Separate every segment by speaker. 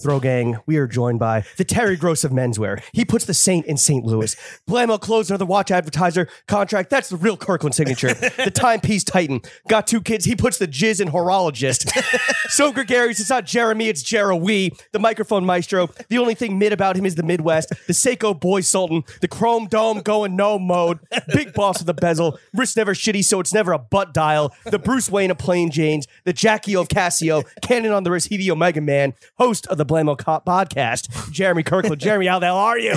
Speaker 1: Throw Gang, we are joined by the Terry Gross of menswear. He puts the Saint in St. Louis. Blammo Clothes, another watch advertiser contract. That's the real Kirkland signature. the Timepiece Titan. Got two kids. He puts the jizz in horologist. so gregarious. It's not Jeremy, it's Jeremy. The microphone maestro. The only thing mid about him is the Midwest. The Seiko Boy Sultan. The Chrome Dome going no mode. Big boss of the bezel. Wrist never shitty, so it's never a butt dial. The Bruce Wayne of plain Janes. The Jackie of Casio. Cannon on the wrist. He the Omega Man. Host of the Blamo Co- podcast. Jeremy Kirkland. Jeremy, how the hell are you?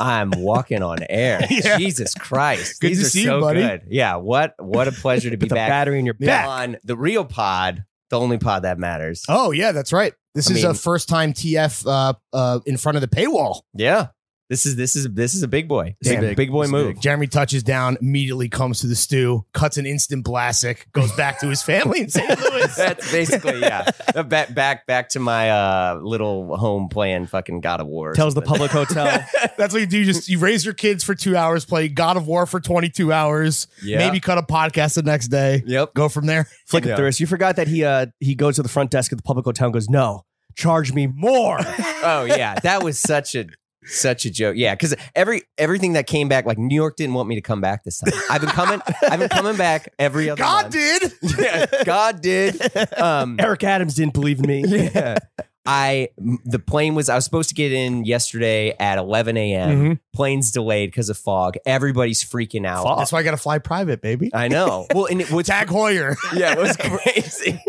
Speaker 2: I'm walking on air. Jesus Christ.
Speaker 3: Good
Speaker 2: These
Speaker 3: to
Speaker 2: are
Speaker 3: see you,
Speaker 2: so
Speaker 3: buddy.
Speaker 2: good. Yeah, what what a pleasure to be
Speaker 1: Put the
Speaker 2: back
Speaker 1: battery in your back.
Speaker 2: on the real pod, the only pod that matters.
Speaker 3: Oh yeah, that's right. This
Speaker 2: I
Speaker 3: is a
Speaker 2: mean-
Speaker 3: first time TF uh, uh, in front of the paywall.
Speaker 2: Yeah. This is this is this is a big boy. This is a
Speaker 3: Damn.
Speaker 2: big, boy
Speaker 3: It's
Speaker 2: move.
Speaker 3: big. Jeremy touches down, immediately comes to the stew, cuts an instant blastic, goes back to his family in St. Louis.
Speaker 2: That's basically yeah. Uh, Back back back to my uh, little home playing fucking God of War. or
Speaker 1: Tells the
Speaker 2: something.
Speaker 1: public hotel.
Speaker 3: That's what you do. You just you raise your kids for two hours, play God of War for twenty two hours,
Speaker 2: Yeah.
Speaker 3: maybe cut a podcast the next day.
Speaker 2: Yep.
Speaker 3: Go from there.
Speaker 1: flick
Speaker 2: Yeah.
Speaker 1: up the wrist. You forgot that he uh he goes to the front desk at the public hotel and goes, "No, charge me more."
Speaker 2: Oh yeah, that was such a such a joke. Yeah, because every everything that came back, like New York didn't want me to come back this time. I've been coming. I've been coming back every other.
Speaker 3: God
Speaker 2: month.
Speaker 3: did.
Speaker 2: Yeah, God did. Um,
Speaker 1: Eric Adams didn't believe in me.
Speaker 2: yeah. I m- the plane was I was supposed to get in yesterday at 11 a.m.
Speaker 3: Mm-hmm.
Speaker 2: Plane's delayed because of fog. Everybody's freaking out.
Speaker 3: That's why I got to fly private, baby.
Speaker 2: I know. Well, and it was
Speaker 3: Tag Hoyer
Speaker 2: yeah, it was crazy.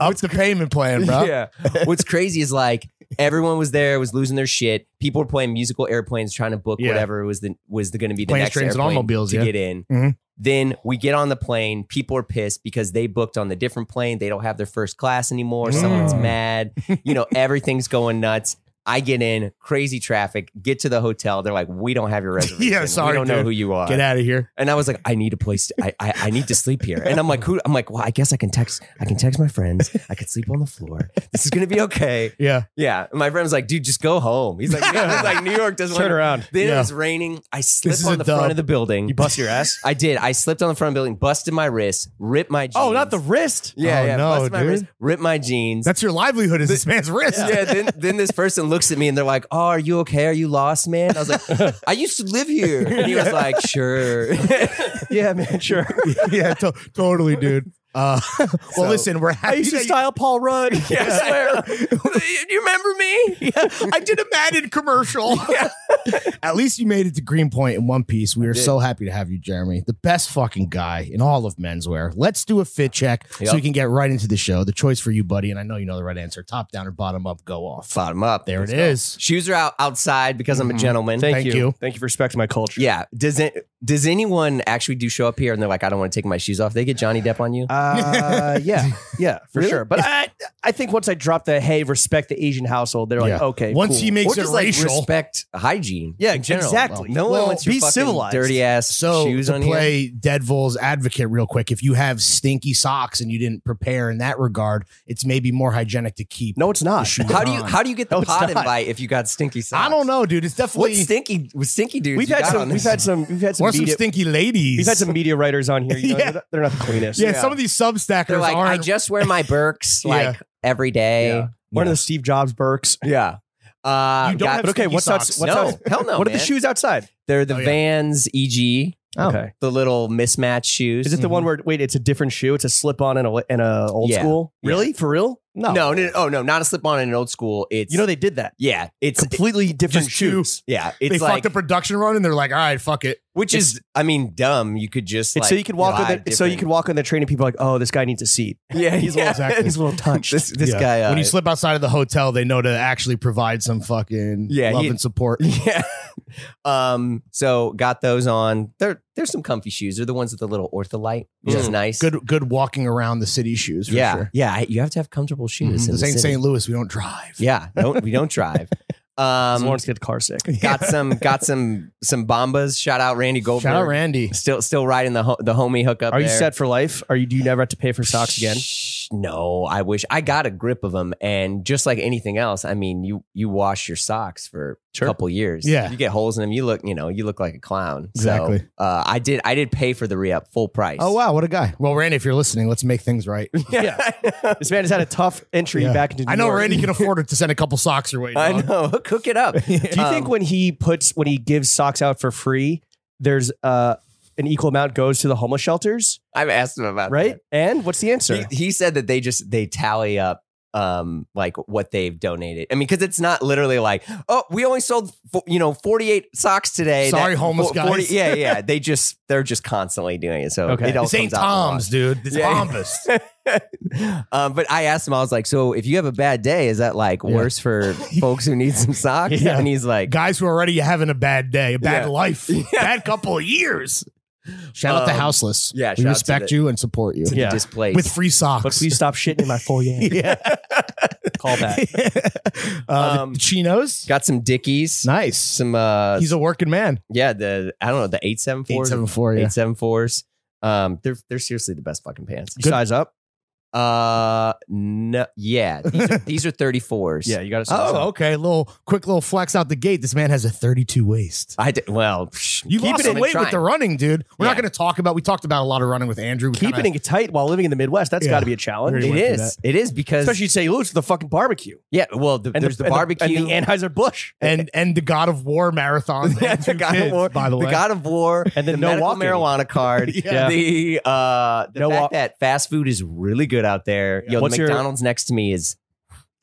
Speaker 3: up the payment plan, bro.
Speaker 2: Yeah. What's crazy is like everyone was there, was losing their shit. People were playing musical airplanes, trying to book
Speaker 3: Yeah.
Speaker 2: whatever was the was the going to be the
Speaker 3: Planes,
Speaker 2: next
Speaker 3: trains, and
Speaker 2: airplane
Speaker 3: automobiles,
Speaker 2: to
Speaker 3: yeah.
Speaker 2: get in.
Speaker 3: Mhm.
Speaker 2: Then we get on the plane. People are pissed because they booked on the different plane. They don't have their first class anymore. Someone's
Speaker 1: Mm.
Speaker 2: mad. You know, everything's going nuts. I get in crazy traffic. Get to the hotel. They're like, "We don't have your reservation.
Speaker 3: sorry,
Speaker 2: we don't know
Speaker 3: dude.
Speaker 2: who you are."
Speaker 3: Get out of here.
Speaker 2: And I was like, I need a place. To, I, I I need to sleep here. And I'm like, who? I'm like, well, I guess I can text. I can text my friends. I could sleep on the floor. This is gonna be okay.
Speaker 3: Yeah.
Speaker 2: Yeah. And my friend's like, dude, just go home. He's like, yeah. He's like New York doesn't
Speaker 1: Turn
Speaker 2: want-
Speaker 1: around.
Speaker 2: Then
Speaker 3: Yeah.
Speaker 2: it was raining. I slipped
Speaker 3: is a
Speaker 2: on the
Speaker 3: dub.
Speaker 2: front of the building.
Speaker 1: You bust your ass.
Speaker 2: I did. I slipped on the front of the building, busted my wrist, ripped my jeans.
Speaker 1: Oh, not the wrist.
Speaker 2: yeah
Speaker 3: Oh,
Speaker 2: yeah.
Speaker 3: no,
Speaker 2: busted my
Speaker 3: dude.
Speaker 2: wrist, ripped my jeans.
Speaker 3: That's your livelihood is this man's wrist.
Speaker 2: yeah, then then this person looks at me and they're like, "Oh, are you okay? Are you lost, man?" I was like, "I used to live here." And he was like, "Sure."
Speaker 1: Yeah, man, sure.
Speaker 3: yeah, to- totally, dude. Uh, well, listen, we're
Speaker 1: I
Speaker 3: happy.
Speaker 1: used to
Speaker 3: that you-
Speaker 1: style Paul Rudd.
Speaker 2: I swear. you remember me?
Speaker 3: I did a Madden commercial. At least you made it to Greenpoint in one piece. We are so happy to have you, Jeremy. The best fucking guy in all of menswear. Let's do a fit check so
Speaker 2: Yep.
Speaker 3: we can get right into the show. The choice for you, buddy, and I know you know the right answer. Top down or bottom up, go off.
Speaker 2: Bottom up.
Speaker 3: There it is.
Speaker 2: Shoes are out outside because I'm a gentleman.
Speaker 1: Thank,
Speaker 3: Thank
Speaker 1: you.
Speaker 3: you.
Speaker 1: Thank you for respecting my culture.
Speaker 2: yeah. Does it? Does anyone actually do show up here and they're like, I don't want to take my shoes off? They get Johnny Depp on you.
Speaker 1: Uh, yeah, yeah, for
Speaker 2: Really?
Speaker 1: sure. But I, I think once I drop the hey, respect the Asian household, they're like,
Speaker 3: Yeah.
Speaker 1: okay,
Speaker 3: Once
Speaker 1: cool.
Speaker 3: he makes
Speaker 2: or
Speaker 3: it
Speaker 2: just like
Speaker 3: racial.
Speaker 2: respect hygiene.
Speaker 1: Yeah,
Speaker 2: in general.
Speaker 1: exactly.
Speaker 2: No
Speaker 1: Well,
Speaker 2: one wants your
Speaker 1: be
Speaker 2: fucking
Speaker 1: civilized.
Speaker 2: dirty ass
Speaker 3: So
Speaker 2: shoes
Speaker 3: to
Speaker 2: on you.
Speaker 3: play Deadpool's advocate real quick, if you have stinky socks and you didn't prepare in that regard, it's maybe more hygienic to keep.
Speaker 1: No, it's not.
Speaker 3: Shoot.
Speaker 2: How do you how do you get the
Speaker 1: No, it's
Speaker 2: pod
Speaker 1: not.
Speaker 2: invite if you got stinky socks?
Speaker 3: I don't know, dude. It's
Speaker 2: What
Speaker 3: definitely
Speaker 2: stinky was stinky dudes?
Speaker 1: We've
Speaker 2: you
Speaker 1: had
Speaker 2: got
Speaker 1: some.
Speaker 2: on
Speaker 1: We've
Speaker 2: this?
Speaker 1: had some. We've had some.
Speaker 3: or some
Speaker 1: media-
Speaker 3: stinky ladies.
Speaker 1: We've had some media writers on here. You know,
Speaker 3: Yeah.
Speaker 1: they're, they're not the cleanest.
Speaker 3: Yeah,
Speaker 2: Yeah.
Speaker 3: some of these Substackers
Speaker 2: They're like, I
Speaker 3: aren't.
Speaker 2: just wear my Birks
Speaker 3: Yeah.
Speaker 2: like every day.
Speaker 1: Yeah. One of the Steve Jobs Burks.
Speaker 2: Yeah. Uh,
Speaker 3: You don't have
Speaker 2: got-
Speaker 1: But okay,
Speaker 3: stinky
Speaker 1: what's
Speaker 3: socks.
Speaker 1: outs- what's
Speaker 2: no,
Speaker 1: outs-
Speaker 2: hell no.
Speaker 1: what are
Speaker 2: man.
Speaker 1: the shoes outside?
Speaker 2: They're the
Speaker 3: Oh, yeah.
Speaker 2: Vans EG,
Speaker 3: Oh.
Speaker 1: Okay.
Speaker 2: the little mismatched shoes.
Speaker 1: Is it the one where wait, it's a different shoe? It's a slip on and a and a old
Speaker 2: Mm-hmm. Yeah.
Speaker 1: school?
Speaker 2: Yeah.
Speaker 1: Really? For real? No.
Speaker 2: No, no, no, oh no, not a slip on in an old school. It's
Speaker 1: You know they did that.
Speaker 2: yeah, it's
Speaker 1: Completely different
Speaker 3: Just two.
Speaker 1: shoes.
Speaker 2: yeah,
Speaker 3: they
Speaker 2: it's
Speaker 3: fucked
Speaker 2: like
Speaker 3: the production run and they're like, all right, fuck it.
Speaker 2: which is I mean dumb. You could just
Speaker 1: It's
Speaker 2: like,
Speaker 1: so you could walk
Speaker 2: buy
Speaker 1: on the, so you could
Speaker 2: different-
Speaker 1: walk on the train and people are like, oh, this guy needs a seat.
Speaker 2: yeah, he's yeah.
Speaker 3: exactly.
Speaker 1: He's a little touched.
Speaker 2: This this
Speaker 3: Yeah.
Speaker 2: guy uh,
Speaker 3: when you slip outside of the hotel, they know to actually provide some fucking
Speaker 2: Yeah,
Speaker 3: love
Speaker 2: he-
Speaker 3: and support.
Speaker 2: yeah. Um. So got those on. There, there's some comfy shoes. They're the ones with the little ortholite, which is
Speaker 1: Mm.
Speaker 2: nice.
Speaker 3: Good, good walking around the city shoes for
Speaker 2: Yeah,
Speaker 3: sure.
Speaker 2: yeah. You have to have comfortable shoes.
Speaker 1: Mm-hmm.
Speaker 3: Mhm.
Speaker 2: in
Speaker 3: This
Speaker 2: the
Speaker 3: ain't
Speaker 2: city.
Speaker 3: St. Louis. We don't drive.
Speaker 2: Yeah. Don't we don't drive. Um.
Speaker 1: Lawrence gets car sick.
Speaker 2: got some got some some bombas. Shout out Randy Goldberg.
Speaker 3: Shout out Randy.
Speaker 2: Still still riding the ho- the homie hookup.
Speaker 1: Are you
Speaker 2: there.
Speaker 1: set for life? Are you do you never have to pay for socks again?
Speaker 2: Shh, no, I wish I got a grip of them. And just like anything else, I mean, you you wash your socks for
Speaker 1: Sure.
Speaker 2: a couple years.
Speaker 3: Yeah.
Speaker 2: you get holes in them. You look, you know, you look like a clown. So,
Speaker 3: Exactly.
Speaker 2: uh, I did. I did pay for the re up full price.
Speaker 3: Oh wow, what a guy! Well, Randy, if you're listening, let's make things right.
Speaker 2: yeah.
Speaker 1: This man has had a tough entry
Speaker 3: Yeah.
Speaker 1: back into. New
Speaker 3: I know
Speaker 1: York.
Speaker 3: Randy can afford it to send a couple socks your way.
Speaker 2: I
Speaker 3: dog.
Speaker 2: know. Hook, hook it up.
Speaker 1: Do you
Speaker 2: Um,
Speaker 1: think when he puts when he gives socks out for free, there's uh, an equal amount goes to the homeless shelters,
Speaker 2: I've asked him about
Speaker 1: right? And what's the answer?
Speaker 2: that. He, he said that they just they tally up um like what they've donated. I mean, because it's not literally like oh we only sold fo- you know forty eight socks today.
Speaker 3: Sorry, homeless
Speaker 2: fo-
Speaker 3: guys.
Speaker 2: yeah, yeah. They just they're just constantly doing it. So
Speaker 1: Okay.
Speaker 2: it all
Speaker 3: This ain't
Speaker 2: comes out in the wash.
Speaker 3: Tom's, dude. It's
Speaker 2: Yeah.
Speaker 3: Bombas.
Speaker 2: um, but I asked him, I was like, so if you have a bad day, is that like
Speaker 3: Yeah.
Speaker 2: worse for folks who need some socks?
Speaker 3: Yeah.
Speaker 2: And he's like,
Speaker 3: Guys who are already having a bad day, a bad
Speaker 2: Yeah.
Speaker 3: life, bad couple of years. Shout out to
Speaker 2: Um,
Speaker 3: Houseless. we
Speaker 2: yeah, shout out to
Speaker 3: respect
Speaker 2: the-
Speaker 3: you and support you
Speaker 2: to
Speaker 1: Yeah.
Speaker 2: the display.
Speaker 3: with free socks.
Speaker 1: but please stop shitting in my foyer.
Speaker 3: yeah.
Speaker 1: Call back.
Speaker 3: Uh, the-
Speaker 2: Um,
Speaker 3: the chinos.
Speaker 2: Got some Dickies,
Speaker 3: Nice.
Speaker 2: some, uh,
Speaker 3: He's a working man.
Speaker 2: yeah, the, I don't know, the 874s.
Speaker 3: 874, yeah.
Speaker 2: 874s. Um, they're, they're seriously the best fucking pants.
Speaker 1: You size up.
Speaker 2: Uh, no, yeah, these are, these are 34s.
Speaker 1: Yeah, you got to. size
Speaker 3: Oh,
Speaker 1: up.
Speaker 3: okay. Little quick little flex out the gate. This man has a 32 waist.
Speaker 2: I did, well, psh,
Speaker 3: You
Speaker 2: keep
Speaker 3: lost
Speaker 2: it in
Speaker 3: some weight with
Speaker 2: trying.
Speaker 3: the running, dude. We're not
Speaker 2: Yeah.
Speaker 3: going to talk about. We talked about a lot of running with Andrew. We kinda-
Speaker 1: Keeping it tight while living in the Midwest, that's
Speaker 3: Yeah.
Speaker 1: got to be a challenge.
Speaker 3: Really
Speaker 2: It
Speaker 3: went through
Speaker 2: is. It is because,
Speaker 1: Especially in St. Louis with the fucking barbecue.
Speaker 2: yeah, well, the,
Speaker 1: And
Speaker 2: there's the,
Speaker 1: And
Speaker 2: barbecue.
Speaker 1: the Anheuser-Busch.
Speaker 3: and and the God of War marathon.
Speaker 2: Yeah,
Speaker 3: and two
Speaker 2: the God
Speaker 3: kids,
Speaker 2: of War,
Speaker 3: by the, way.
Speaker 2: God of War,
Speaker 1: And then
Speaker 2: the
Speaker 1: no
Speaker 2: medical
Speaker 1: walking.
Speaker 2: marijuana card,
Speaker 3: Yeah.
Speaker 2: the uh, the
Speaker 1: No
Speaker 2: fact
Speaker 1: walk-
Speaker 2: that fast food is really good out there.
Speaker 3: Yeah.
Speaker 2: Yo,
Speaker 1: What's
Speaker 2: the
Speaker 1: your-
Speaker 2: McDonald's next to me is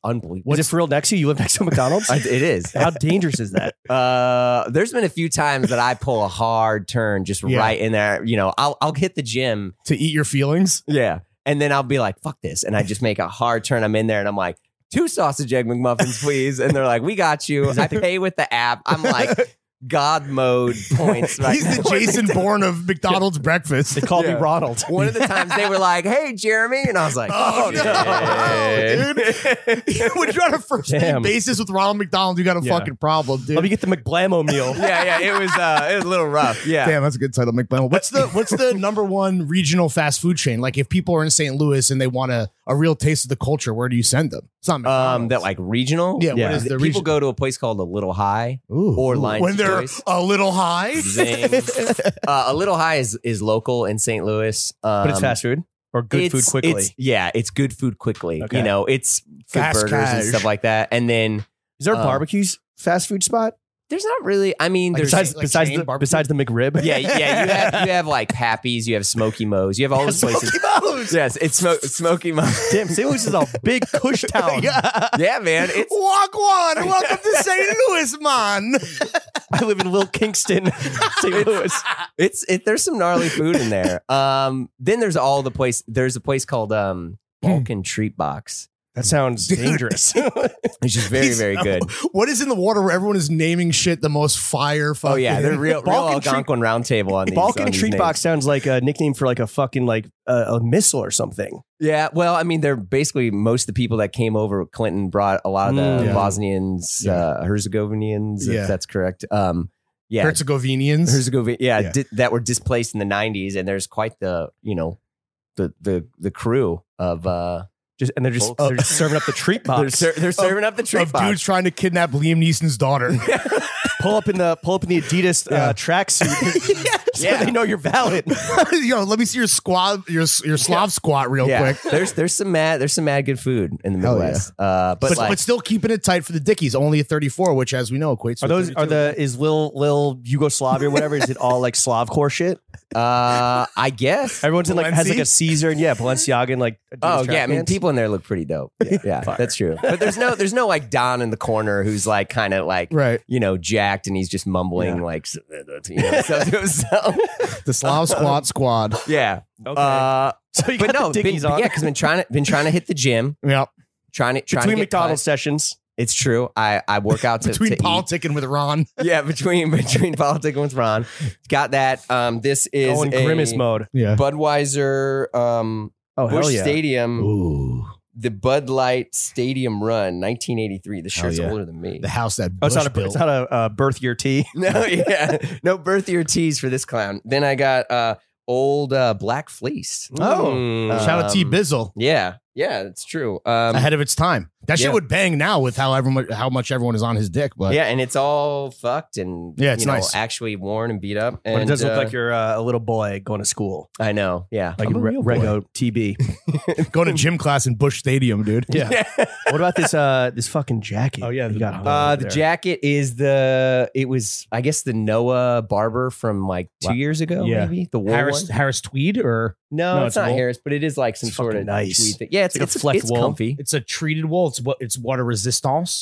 Speaker 2: unbelievable.
Speaker 1: Is it for real next to you? You live next to a McDonald's?
Speaker 2: I- it is.
Speaker 1: How dangerous is that?
Speaker 2: Uh, there's been a few times that I pull a hard turn just
Speaker 3: Yeah.
Speaker 2: right in there. You know, I'll I'll hit the gym,
Speaker 3: to eat your feelings.
Speaker 2: yeah, and then I'll be like, "Fuck this," and I just make a hard turn. I'm in there, and I'm like. Two sausage egg McMuffins, please. And they're like, we got you. I pay with the app. I'm like, God mode points. right
Speaker 3: He's the
Speaker 2: now.
Speaker 3: Jason Bourne of McDonald's breakfast.
Speaker 1: They called me
Speaker 2: Yeah.
Speaker 1: Ronald.
Speaker 2: One of the times they were like, "Hey, Jeremy," and I was like,
Speaker 3: Oh,
Speaker 2: shit.
Speaker 3: no, dude. when you're on a first name
Speaker 1: Damn.
Speaker 3: basis with Ronald McDonald, you got a
Speaker 1: Yeah.
Speaker 3: fucking problem, dude.
Speaker 1: Let me get the McBlammo meal.
Speaker 2: yeah, yeah, it was uh, it was a little rough. Yeah,
Speaker 3: Damn, that's a good title, McDonald. What's the what's the number one regional fast food chain? Like, if people are in St. Louis and they want a, a real taste of the culture, where do you send them? It's not McDonald's.
Speaker 2: um, that like regional.
Speaker 3: yeah,
Speaker 1: yeah.
Speaker 3: What is the
Speaker 2: people
Speaker 3: region?
Speaker 2: go to a place called a Little High.
Speaker 3: Ooh.
Speaker 2: or Lion's
Speaker 3: when they're
Speaker 2: Choice.
Speaker 3: a little high.
Speaker 2: Zing. uh, a Little High is is local in St. Louis, um,
Speaker 1: But it's fast food or good
Speaker 2: it's-
Speaker 1: food quickly.
Speaker 2: it's- yeah, it's good food quickly.
Speaker 1: Okay.
Speaker 2: You know, it's good
Speaker 3: Fast
Speaker 2: burgers and
Speaker 3: cash.
Speaker 2: stuff like that. And then
Speaker 1: is there a
Speaker 2: um,
Speaker 1: barbecues fast food spot?
Speaker 2: there's not really. I mean,
Speaker 3: Like
Speaker 2: there's
Speaker 1: besides
Speaker 3: like
Speaker 1: besides
Speaker 3: chain
Speaker 1: the
Speaker 3: barbecue?
Speaker 1: besides the McRib.
Speaker 2: yeah, yeah. You have you have like Pappy's, you have Smoky Mo's, you have all those places.
Speaker 1: Smoky Mo's.
Speaker 2: Yes, it's Smo- Smoky Mo.
Speaker 1: Damn, St. Louis is a big cush town.
Speaker 2: yeah, man. It's
Speaker 3: Walk one. Welcome to St. Louis, man.
Speaker 1: I live in Little Kingston, St. Louis.
Speaker 2: It's it, there's some gnarly food in there. Um, then there's all the place. There's a place called um
Speaker 1: Hmm.
Speaker 2: Balkan Treat Box,
Speaker 1: That sounds dangerous.
Speaker 2: which is very
Speaker 3: He's-
Speaker 2: very good.
Speaker 3: What is in the water where everyone is naming shit the most fire?
Speaker 2: Oh
Speaker 3: fucking-
Speaker 2: yeah, they're real, real
Speaker 1: Balkan Treat-
Speaker 2: Algonquin Round Table on these.
Speaker 1: Balkan
Speaker 2: on these
Speaker 1: treat
Speaker 2: names.
Speaker 1: box sounds like a nickname for like a fucking like uh, a missile or something.
Speaker 2: Yeah, well, I mean, they're basically most of the people that came over. Clinton brought a lot of the
Speaker 1: Mm.
Speaker 3: Yeah.
Speaker 2: Bosnians, uh, Herzegovinians,
Speaker 3: Yeah.
Speaker 2: if that's correct. Um, yeah,
Speaker 3: Herzegovinians.
Speaker 2: Herzegovina, yeah,
Speaker 3: Yeah.
Speaker 2: Di- that were displaced in the '90s, and there's quite the you know the the the crew of uh,
Speaker 1: Just and they're just
Speaker 2: Oh.
Speaker 1: they're just serving up the treat box.
Speaker 2: they're, ser- they're serving up the treat
Speaker 3: of
Speaker 2: box.
Speaker 3: dudes trying to kidnap Liam Neeson's daughter.
Speaker 1: pull up in the pull up in the Adidas
Speaker 3: Yeah.
Speaker 1: uh, tracksuit. so
Speaker 2: Yeah.
Speaker 1: they know you're valid.
Speaker 3: Yo, let me see your squad, your your Slav squat real quick.
Speaker 2: There's there's some mad there's some mad good food in the
Speaker 3: Hell yeah.
Speaker 2: Midwest. Uh, but,
Speaker 3: But, but,
Speaker 2: like,
Speaker 3: still keeping it tight for the Dickies, only a 34, which, as we know, equates to
Speaker 1: Are
Speaker 3: a
Speaker 1: those
Speaker 3: 32.
Speaker 1: are the is lil lil Yugoslavia or whatever? Is it all like Slavcore shit?
Speaker 2: uh, I guess.
Speaker 1: Everyone's in like has like
Speaker 3: Balenci?
Speaker 1: a Caesar and yeah, Balenciaga and like. Adidas
Speaker 2: Oh yeah, I
Speaker 1: track
Speaker 2: mean
Speaker 1: pants.
Speaker 2: people in there look pretty dope. Yeah, yeah, that's true. But there's no there's no like Don in the corner who's like kind of like
Speaker 3: right
Speaker 2: you know jacked and he's just mumbling like s- uh, you know, stuff to himself.
Speaker 3: the Slav squat squad?
Speaker 2: yeah.
Speaker 1: Okay.
Speaker 2: Uh,
Speaker 1: so you got
Speaker 2: but no,
Speaker 1: the
Speaker 2: been,
Speaker 1: dickies on
Speaker 2: yeah, because been trying to been trying to hit the gym,
Speaker 3: Yep.
Speaker 2: trying to trying
Speaker 1: between
Speaker 2: to get cut.
Speaker 1: McDonald's sessions.
Speaker 2: It's true. I I work out to
Speaker 3: Between
Speaker 2: to eat.
Speaker 3: politic and with Ron,
Speaker 2: Yeah, between between politics with Ron. Got that. Um, this is
Speaker 1: Going
Speaker 2: a-
Speaker 1: grimace mode.
Speaker 3: yeah.
Speaker 2: Budweiser um,
Speaker 1: Oh
Speaker 2: Bush
Speaker 1: hell yeah!
Speaker 2: Stadium,
Speaker 3: Ooh,
Speaker 2: the Bud Light Stadium Run, 1983. The shirt's
Speaker 3: yeah.
Speaker 2: older than me.
Speaker 3: the house that
Speaker 1: Oh, it's
Speaker 3: Bush
Speaker 1: not a
Speaker 3: built.
Speaker 1: it's not a uh, birth year tea.
Speaker 2: no, yeah, no birth year tees for this clown. Then I got uh, old uh, Black Fleece.
Speaker 1: Oh.
Speaker 2: Mm,
Speaker 3: Shout out T
Speaker 2: um,
Speaker 3: Bizzle.
Speaker 2: Yeah, Yeah, it's true. Um,
Speaker 3: ahead of its time. That
Speaker 2: yeah.
Speaker 3: shit would bang now with how everyone, how much everyone is on his dick. But
Speaker 2: yeah, and it's all fucked and
Speaker 3: Yeah, it's
Speaker 2: you know,
Speaker 3: nice.
Speaker 2: actually worn and beat up. And,
Speaker 1: but it does look
Speaker 2: uh,
Speaker 1: like you're uh, a little boy going to school,
Speaker 2: I know. Yeah.
Speaker 1: like
Speaker 3: I'm a
Speaker 1: Re-
Speaker 3: real boy.
Speaker 1: Rego TB.
Speaker 3: going to gym class in Bush Stadium, dude.
Speaker 1: what about this? Uh, this fucking jacket?
Speaker 3: Oh, yeah,
Speaker 1: you
Speaker 3: the-
Speaker 1: got home
Speaker 2: Uh,
Speaker 1: over
Speaker 2: the
Speaker 1: there.
Speaker 2: jacket is the. It was, I guess, the Noah Barber from like two
Speaker 3: Wow.
Speaker 2: years ago,
Speaker 3: Yeah.
Speaker 2: maybe the war
Speaker 3: Harris
Speaker 2: one.
Speaker 3: Harris Tweed or
Speaker 2: No,
Speaker 3: No, it's
Speaker 2: it's, not
Speaker 3: wool.
Speaker 2: Harris, but it is like some
Speaker 1: It's
Speaker 2: sort
Speaker 1: fucking
Speaker 2: of
Speaker 1: nice.
Speaker 2: tweed thing. Yeah, it's
Speaker 1: It's like a
Speaker 2: it's,
Speaker 1: flex
Speaker 2: it's
Speaker 1: wool.
Speaker 2: comfy.
Speaker 3: it's a treated wool. It's what it's water resistance.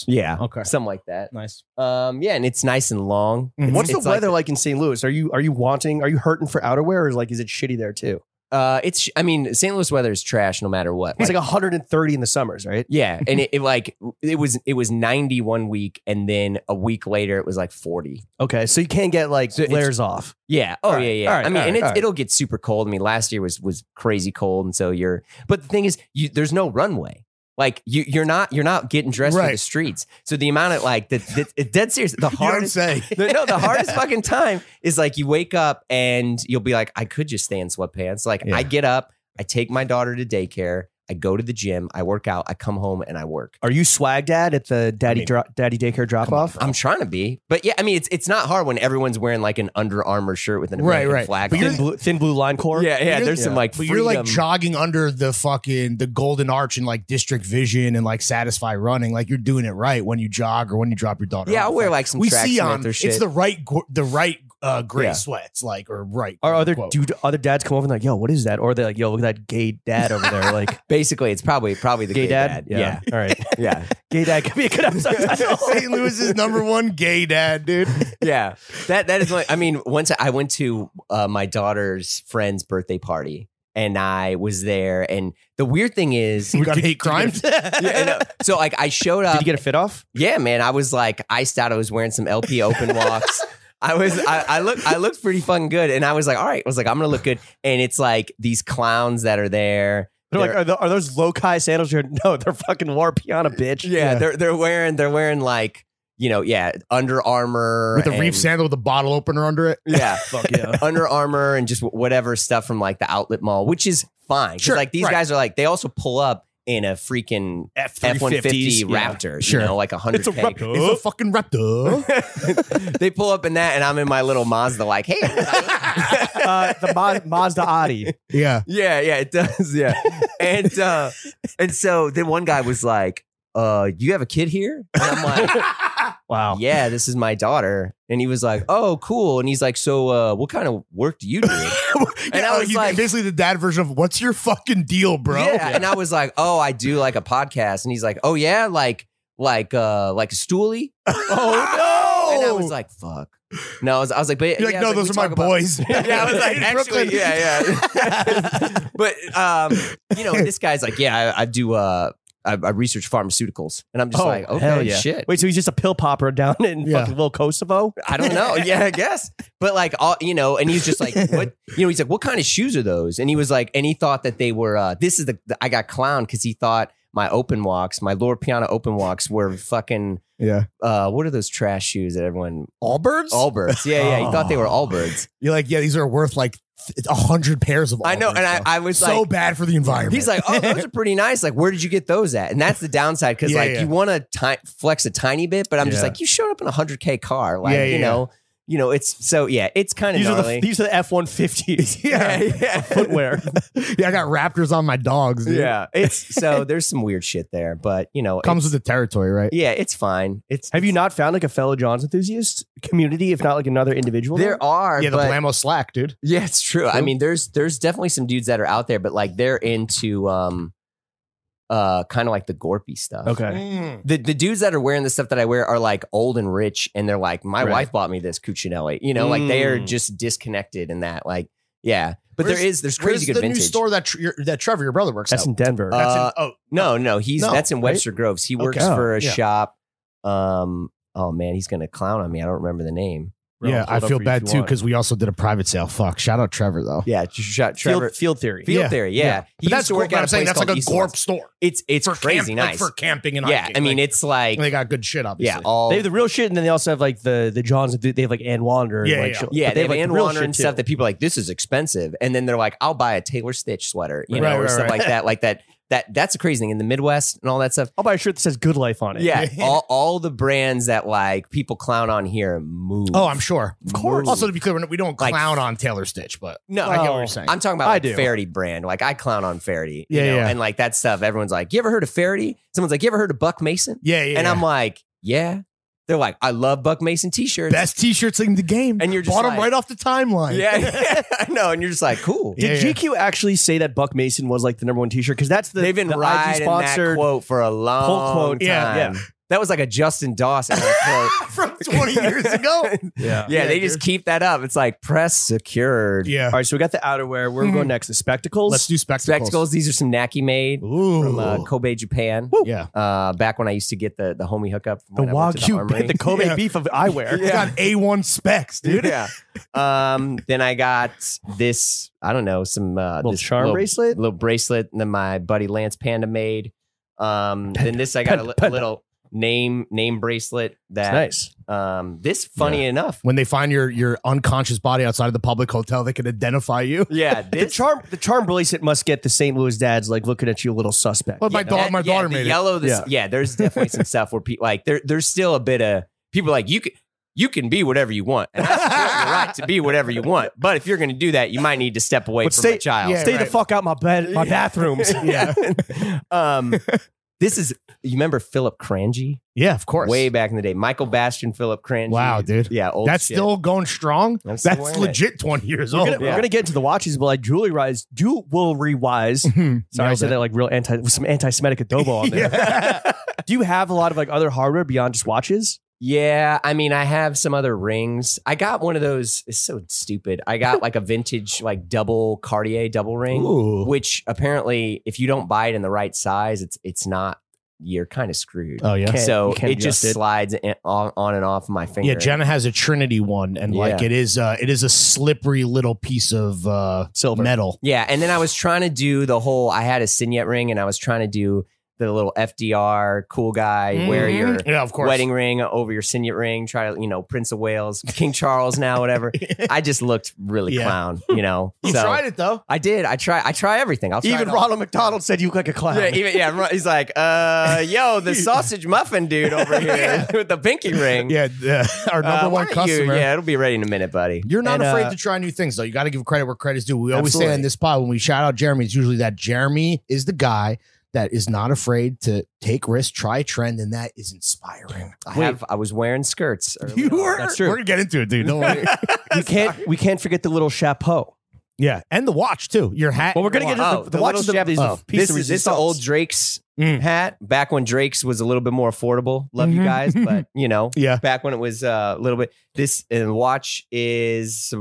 Speaker 2: yeah,
Speaker 3: Okay,
Speaker 2: something like that.
Speaker 3: nice.
Speaker 2: Um, yeah, and it's nice and long.
Speaker 3: Mhm.
Speaker 1: Mm-hmm. What's
Speaker 2: it's
Speaker 1: the
Speaker 2: like
Speaker 1: weather
Speaker 2: the-
Speaker 1: like, in St. Louis? Are you are you wanting? Are you hurting for outerwear, or like is it shitty there too?
Speaker 2: Uh, it's I mean, St. Louis weather is trash no matter what.
Speaker 1: It's
Speaker 2: Like,
Speaker 1: like 130 in the summers, right?
Speaker 2: yeah, and it, it like it was it was ninety one week, and then a week later it was like forty.
Speaker 1: Okay, so you can't get like
Speaker 2: So it's-
Speaker 1: layers off.
Speaker 2: Yeah. Oh
Speaker 1: All right,
Speaker 2: yeah, yeah.
Speaker 1: all right,
Speaker 2: I mean,
Speaker 1: all right,
Speaker 2: and it's,
Speaker 1: all right.
Speaker 2: it'll get super cold. I mean, last year was was crazy cold, and so you're. But the thing is, you, there's no runway. Like you, you're not you're not getting dressed for the
Speaker 3: Right.
Speaker 2: streets. So the amount of like the, the it's dead serious. The hardest.
Speaker 3: say.
Speaker 2: the- no, the hardest fucking time is like you wake up and you'll be like, I could just stay in sweatpants. Like
Speaker 3: Yeah.
Speaker 2: I get up, I take my daughter to daycare, I go to the gym, I work out, I come home and I work.
Speaker 1: Are you swag dad at the daddy
Speaker 3: I mean,
Speaker 1: dro- daddy daycare drop off?
Speaker 2: I'm trying to be, but yeah, I mean, it's it's not hard when everyone's wearing like an Under Armour shirt with an
Speaker 3: Right,
Speaker 2: American
Speaker 3: right.
Speaker 2: flag.
Speaker 3: But
Speaker 2: on
Speaker 3: you're-
Speaker 1: Thin blue, thin blue line core.
Speaker 2: Yeah, yeah.
Speaker 3: you're-
Speaker 2: There's some
Speaker 1: yeah.
Speaker 2: like,
Speaker 3: But you're like
Speaker 2: freedom.
Speaker 3: jogging under the fucking the golden arch and like district vision and like satisfy running. Like you're doing it right when you jog or when you drop your daughter.
Speaker 2: Yeah,
Speaker 3: off.
Speaker 2: I'll wear
Speaker 3: Like,
Speaker 2: like some.
Speaker 3: we
Speaker 2: track
Speaker 3: see on
Speaker 2: Smith or shit.
Speaker 3: it's the right gr- the right uh gray
Speaker 2: Yeah.
Speaker 3: sweats like or right.
Speaker 1: Are other
Speaker 3: quote.
Speaker 1: dude other dads come over and like, yo, what is that? Or they're like, yo, look at that gay dad over there. Like
Speaker 2: basically it's probably probably the
Speaker 1: gay, dad?
Speaker 2: Yeah,
Speaker 1: All right.
Speaker 2: yeah,
Speaker 1: gay dad could be a good episode
Speaker 3: St.
Speaker 1: title.
Speaker 3: Louis is number one gay dad, dude.
Speaker 2: yeah. That that is like I mean, once I went to uh, my daughter's friend's birthday party and I was there, and the weird thing is.
Speaker 3: We got hate crimes.
Speaker 2: Yeah, I know. Uh, so like I showed
Speaker 1: Did
Speaker 2: up.
Speaker 1: you get a fit off?
Speaker 2: yeah, man, I was like iced out. I was wearing some LP open walks. I was I, I look I looked pretty fucking good, and I was like, all right, I was like, I'm gonna look good. And it's like these clowns that are there.
Speaker 1: They're like,
Speaker 2: They're-
Speaker 3: "Oh,
Speaker 1: are, tho- are those low-kai sandals? You're, no, they're fucking war piano, bitch.
Speaker 2: Yeah,
Speaker 3: Yeah.
Speaker 2: they're they're wearing they're wearing like you know yeah Under Armour
Speaker 3: with a
Speaker 2: and-
Speaker 3: reef sandal with a bottle opener under it.
Speaker 2: Yeah,
Speaker 1: Fuck yeah.
Speaker 2: Under Armour and just whatever stuff from like the outlet mall, which is fine. 'Cause,
Speaker 3: Sure,
Speaker 2: like these
Speaker 3: right.
Speaker 2: guys are like they also pull up in a freaking F one fifty
Speaker 1: yeah.
Speaker 2: Raptor,
Speaker 3: Sure.
Speaker 2: you know, like a hundred
Speaker 3: It's a
Speaker 2: k.
Speaker 3: raptor. It's a fucking raptor.
Speaker 2: They pull up in that, and I'm in my little Mazda, like hey.
Speaker 1: Uh, the Ma- Mazda Adi.
Speaker 3: yeah.
Speaker 2: Yeah, yeah, it does. Yeah. and uh and so then one guy was like, uh, you have a kid here? And I'm like,
Speaker 1: Wow.
Speaker 2: yeah, this is my daughter. And he was like, oh, cool. And he's like, so uh, what kind of work do you do?
Speaker 3: and
Speaker 2: I was like-
Speaker 3: basically the dad version of what's your fucking deal, bro?
Speaker 2: Yeah. And I was like, oh, I do like a podcast. And he's like, oh, yeah, like, like, uh, like a stoolie.
Speaker 3: oh no!
Speaker 2: And I was like, fuck. No, I was, I was like, but
Speaker 3: You're like,
Speaker 2: yeah, I
Speaker 3: no,
Speaker 2: was
Speaker 3: those
Speaker 2: we
Speaker 3: are my
Speaker 2: talk about-
Speaker 3: boys.
Speaker 2: yeah, I was like,
Speaker 3: In
Speaker 2: actually,
Speaker 3: Brooklyn.
Speaker 2: yeah, yeah. but um, you know, this guy's like, yeah, I, I do. Uh, I, I research pharmaceuticals, and I'm just
Speaker 1: Oh,
Speaker 2: like, okay,
Speaker 1: hell yeah.
Speaker 2: shit.
Speaker 1: Wait, so he's just a pill popper down in
Speaker 3: Yeah.
Speaker 1: fucking little Kosovo?
Speaker 2: I don't know. Yeah, I guess. But like, all you know, and he's just like, what? You know, he's like, what kind of shoes are those? And he was like, and he thought that they were. uh This is the, the- I got clowned because he thought my open walks, my Lord Piana open walks, were fucking.
Speaker 3: Yeah.
Speaker 2: uh What are those trash shoes that everyone?
Speaker 3: Allbirds? Oh.
Speaker 2: Allbirds. Yeah, yeah. He thought they were Allbirds.
Speaker 3: You're like, yeah, these are worth like th- a hundred pairs of. Allbirds,
Speaker 2: I know, and I,
Speaker 3: bro.
Speaker 2: I was
Speaker 3: so
Speaker 2: like,
Speaker 3: bad for the environment.
Speaker 2: He's like, oh, those are pretty nice. Like, where did you get those at? And that's the downside because
Speaker 3: Yeah,
Speaker 2: like
Speaker 3: yeah.
Speaker 2: you want to ti- flex a tiny bit, but I'm just
Speaker 3: Yeah.
Speaker 2: like, you showed up in a hundred k car, like
Speaker 3: Yeah, yeah,
Speaker 2: you know, you know, it's so yeah, it's kind of
Speaker 1: These are,
Speaker 2: gnarly.
Speaker 1: the, these are the F-150s.
Speaker 2: yeah, yeah,
Speaker 1: Footwear.
Speaker 3: yeah, I got raptors on my dogs. Dude.
Speaker 2: yeah. It's so there's some weird shit there, but you know,
Speaker 3: comes with the territory, right?
Speaker 2: it- yeah, it's fine. It's
Speaker 1: Have you not found like a fellow Johns enthusiast community, if not like another individual?
Speaker 2: there are
Speaker 3: yeah, the
Speaker 2: but-
Speaker 3: Blamo slack, dude.
Speaker 2: Yeah, it's true. I mean, there's there's definitely some dudes that are out there, but like they're into um uh kind of like the gorpy stuff.
Speaker 1: Okay.
Speaker 2: the, the dudes that are wearing the stuff that I wear are like old and rich, and they're like, my
Speaker 1: Right.
Speaker 2: wife bought me this Cuccinelli. You know, like they are
Speaker 1: Mm.
Speaker 2: just disconnected in that. Like, yeah, but
Speaker 3: Where's-
Speaker 2: there is there's
Speaker 3: Where's
Speaker 2: crazy good
Speaker 3: the
Speaker 2: vintage.
Speaker 3: new store that tr- your, that Trevor, your brother, works
Speaker 1: That's
Speaker 3: at?
Speaker 1: in Denver.
Speaker 2: Uh,
Speaker 3: That's in- oh,
Speaker 2: no, no, he's
Speaker 3: No,
Speaker 2: that's in
Speaker 3: right?
Speaker 2: Webster Groves. He works
Speaker 1: Okay.
Speaker 2: for a
Speaker 3: Yeah.
Speaker 2: shop. Um, oh man, he's gonna clown on me. I don't remember the name.
Speaker 1: Bro,
Speaker 3: yeah,
Speaker 1: hold
Speaker 3: I
Speaker 1: up
Speaker 3: feel
Speaker 1: for you
Speaker 3: bad
Speaker 1: if you
Speaker 3: too
Speaker 1: want.
Speaker 3: because we also did a private sale. Fuck, shout out Trevor though.
Speaker 2: Yeah, sh- sh- Trevor.
Speaker 1: field, field theory.
Speaker 2: Field
Speaker 3: yeah,
Speaker 2: theory, yeah.
Speaker 3: yeah.
Speaker 2: He
Speaker 3: But
Speaker 2: used
Speaker 3: that's
Speaker 2: to
Speaker 3: cool,
Speaker 2: work
Speaker 3: but
Speaker 2: at
Speaker 3: I'm
Speaker 2: a
Speaker 3: saying
Speaker 2: place
Speaker 3: that's
Speaker 2: called
Speaker 3: like a
Speaker 2: East
Speaker 3: Gorp
Speaker 2: Lodge.
Speaker 3: store.
Speaker 2: It's it's
Speaker 3: for
Speaker 2: crazy
Speaker 3: camp- like,
Speaker 2: nice.
Speaker 3: for camping and
Speaker 2: yeah,
Speaker 3: hiking.
Speaker 2: I mean
Speaker 3: like,
Speaker 2: it's like
Speaker 3: they got good shit. Obviously,
Speaker 2: yeah, all
Speaker 1: They have the real shit, and then they also have like the the Johns. enthu- They have like Ann Wander. and,
Speaker 3: Yeah,
Speaker 1: like,
Speaker 3: yeah.
Speaker 1: shit-
Speaker 2: Yeah,
Speaker 1: but
Speaker 2: they,
Speaker 1: like,
Speaker 2: have
Speaker 1: the
Speaker 2: Ann
Speaker 1: real
Speaker 2: Wander
Speaker 1: shit,
Speaker 2: and stuff
Speaker 1: too.
Speaker 2: that people are like, this is expensive. And then they're like, I'll buy a Taylor Stitch sweater, you
Speaker 3: Right,
Speaker 2: know, or
Speaker 3: right,
Speaker 2: stuff
Speaker 3: right.
Speaker 2: like that. Like that that that's the crazy thing in the Midwest and all that stuff.
Speaker 1: I'll buy a shirt that says "Good Life" on it.
Speaker 2: Yeah, all, all the brands that like people clown on here move.
Speaker 3: Oh, I'm sure.
Speaker 2: Of course.
Speaker 3: Also, to be clear, we're not- we don't
Speaker 2: Like-
Speaker 3: clown on Taylor Stitch, but
Speaker 2: no,
Speaker 3: I get what
Speaker 1: Oh.
Speaker 3: you're saying.
Speaker 2: I'm talking about
Speaker 1: I
Speaker 2: like
Speaker 1: do.
Speaker 2: Faraday brand. Like I clown on Faraday, you
Speaker 3: Yeah,
Speaker 2: know,
Speaker 3: yeah.
Speaker 2: and like that stuff. Everyone's like, "You ever heard of Faraday?" Someone's like, "You ever heard of Buck Mason?"
Speaker 3: yeah, yeah.
Speaker 2: And
Speaker 3: yeah.
Speaker 2: I'm like, "Yeah." They're like, "I love Buck Mason t-shirts."
Speaker 3: best T-shirts in the game,
Speaker 2: And you're just
Speaker 3: bought them
Speaker 2: like-
Speaker 3: right off the timeline.
Speaker 2: yeah, yeah, I know. And you're just like, "Cool."
Speaker 3: Yeah,
Speaker 1: Did
Speaker 3: yeah.
Speaker 1: GQ actually say that Buck Mason was like the number one T-shirt? Because that's the
Speaker 2: They've been
Speaker 1: the IG
Speaker 2: riding that
Speaker 1: sponsored.
Speaker 2: quote for a long
Speaker 1: pull quote.
Speaker 2: time.
Speaker 3: Yeah,
Speaker 1: yeah.
Speaker 2: That was like a Justin Dawson quote.
Speaker 3: from 20 years ago.
Speaker 1: Yeah.
Speaker 2: Yeah,
Speaker 3: Yeah,
Speaker 2: they just
Speaker 3: dude.
Speaker 2: keep that up. It's like press secured.
Speaker 3: Yeah,
Speaker 1: All right, so we got the outerwear. Where are we going next? The spectacles.
Speaker 3: let's do spectacles.
Speaker 2: Spectacles. These are some Naki made
Speaker 3: Ooh,
Speaker 2: from uh, Kobe, Japan.
Speaker 3: yeah.
Speaker 2: Uh, back when I used to get the the homie hookup.
Speaker 1: the
Speaker 2: When I went to
Speaker 1: Wagyu,
Speaker 2: Armory.
Speaker 1: the, the Kobe
Speaker 3: Yeah.
Speaker 1: beef of eyewear.
Speaker 3: It's got A1 specs, dude.
Speaker 2: yeah. Um, then I got this. I don't know some uh,
Speaker 1: Little
Speaker 2: this
Speaker 1: charm bracelet?
Speaker 2: little bracelet that my buddy Lance Panda made. Um, then this I got a
Speaker 1: Panda,
Speaker 2: li-
Speaker 1: Panda.
Speaker 2: little name name bracelet
Speaker 1: It's
Speaker 2: that
Speaker 1: nice.
Speaker 2: um this funny enough.
Speaker 3: When they find your your unconscious body outside of the public hotel, they can identify you.
Speaker 2: Yeah,
Speaker 1: The
Speaker 2: this
Speaker 1: charm, the charm bracelet must get the St. Louis dads like looking at you, a little suspect.
Speaker 3: Well, my
Speaker 2: Yeah,
Speaker 3: daughter,
Speaker 2: that-
Speaker 3: my
Speaker 2: yeah,
Speaker 3: daughter
Speaker 2: the
Speaker 3: made
Speaker 2: yellow. This,
Speaker 1: Yeah.
Speaker 2: yeah. there's definitely some stuff where people like there. There's still a bit of people are like you can you can be whatever you want, and I support your right to be whatever you want. But if you're going to do that, you might need to step away
Speaker 1: But
Speaker 2: from
Speaker 1: stay-
Speaker 2: a child.
Speaker 3: yeah,
Speaker 1: Stay the
Speaker 3: right.
Speaker 1: fuck out my bed, my bathrooms.
Speaker 3: Yeah.
Speaker 2: um, this is you remember Philip Cranji
Speaker 3: it. Yeah, of course.
Speaker 2: way back in the day. Michael Bastion, Philip Cranji.
Speaker 3: Wow, dude.
Speaker 2: Yeah, old.
Speaker 3: That's
Speaker 2: shit.
Speaker 3: still going strong.
Speaker 2: I'm still
Speaker 3: That's
Speaker 2: wearing it.
Speaker 3: legit 20 years
Speaker 1: We're
Speaker 3: old.
Speaker 1: gonna,
Speaker 3: bro.
Speaker 1: we're gonna get into the watches, but like jewelry wise, jewelry wise.
Speaker 3: Mhm.
Speaker 1: Sorry, I
Speaker 3: Nailed
Speaker 1: said
Speaker 3: it.
Speaker 1: that like real anti, with some anti-Semitic adobo on there.
Speaker 3: Yeah.
Speaker 1: Do you have a lot of like other hardware beyond just watches?
Speaker 2: Yeah, I mean, I have some other rings. I got one of those. It's so stupid. I got like a vintage, like double Cartier double ring.
Speaker 3: Ooh.
Speaker 2: which apparently if you don't buy it in the right size it's it's not you're kind of screwed
Speaker 3: Oh yeah.
Speaker 1: Can't-
Speaker 2: so
Speaker 1: Uh, you can't
Speaker 2: it
Speaker 1: adjust
Speaker 2: just
Speaker 1: it.
Speaker 2: slides in, on, on and off my finger
Speaker 3: Yeah, Jenna has a Trinity one, and like
Speaker 2: Yeah.
Speaker 3: it is, uh, it is a slippery little piece of uh,
Speaker 1: Silver.
Speaker 3: metal.
Speaker 2: yeah and then i was trying to do the whole i had a signet ring and i was trying to do the little fdr cool guy wear
Speaker 1: Mm-hmm.
Speaker 2: your
Speaker 3: yeah, of course.
Speaker 2: wedding ring over your signet ring try to you know prince of wales king charles now whatever i just looked really
Speaker 3: Yeah.
Speaker 2: clown you know so
Speaker 3: it though.
Speaker 2: i did i try i try everything i'll try it
Speaker 1: Even
Speaker 2: all.
Speaker 1: Ronald McDonald said you look like a clown.
Speaker 2: Yeah, even, yeah. Ro- He's like, uh, yo, the sausage muffin dude over here with the pinky ring.
Speaker 3: Yeah, uh, our
Speaker 2: Uh,
Speaker 3: number
Speaker 2: why
Speaker 3: one
Speaker 2: don't you-
Speaker 3: customer.
Speaker 2: yeah, it'll be ready in a minute, buddy.
Speaker 3: You're not
Speaker 1: And,
Speaker 3: afraid
Speaker 1: uh,
Speaker 3: to try new things, though. You got to give credit where credit's due. We always say
Speaker 2: Absolutely.
Speaker 3: on this pod when we shout out Jeremy, it's usually that Jeremy is the guy that is not afraid to take risks, try trend, and that is inspiring.
Speaker 2: I have. I was wearing skirts. early
Speaker 3: You
Speaker 2: on.
Speaker 3: were.
Speaker 1: That's true.
Speaker 3: We're gonna get into it, dude. Don't worry.
Speaker 1: we can't we can't forget the little chapeau.
Speaker 3: yeah, and the watch too. Your hat.
Speaker 1: Well, we're gonna get into
Speaker 2: Oh,
Speaker 1: the, the,
Speaker 2: the
Speaker 1: watch
Speaker 2: little
Speaker 1: is the, is the
Speaker 3: chapeau.
Speaker 1: piece
Speaker 2: This
Speaker 1: of
Speaker 2: is this is
Speaker 1: resistance.
Speaker 2: old Drake's
Speaker 3: Mm.
Speaker 2: hat. Back when Drake's was a little bit more affordable. Love you
Speaker 3: Mhm.
Speaker 2: guys, but you know,
Speaker 3: Yeah.
Speaker 2: Back when it was uh, a little bit. This and watch is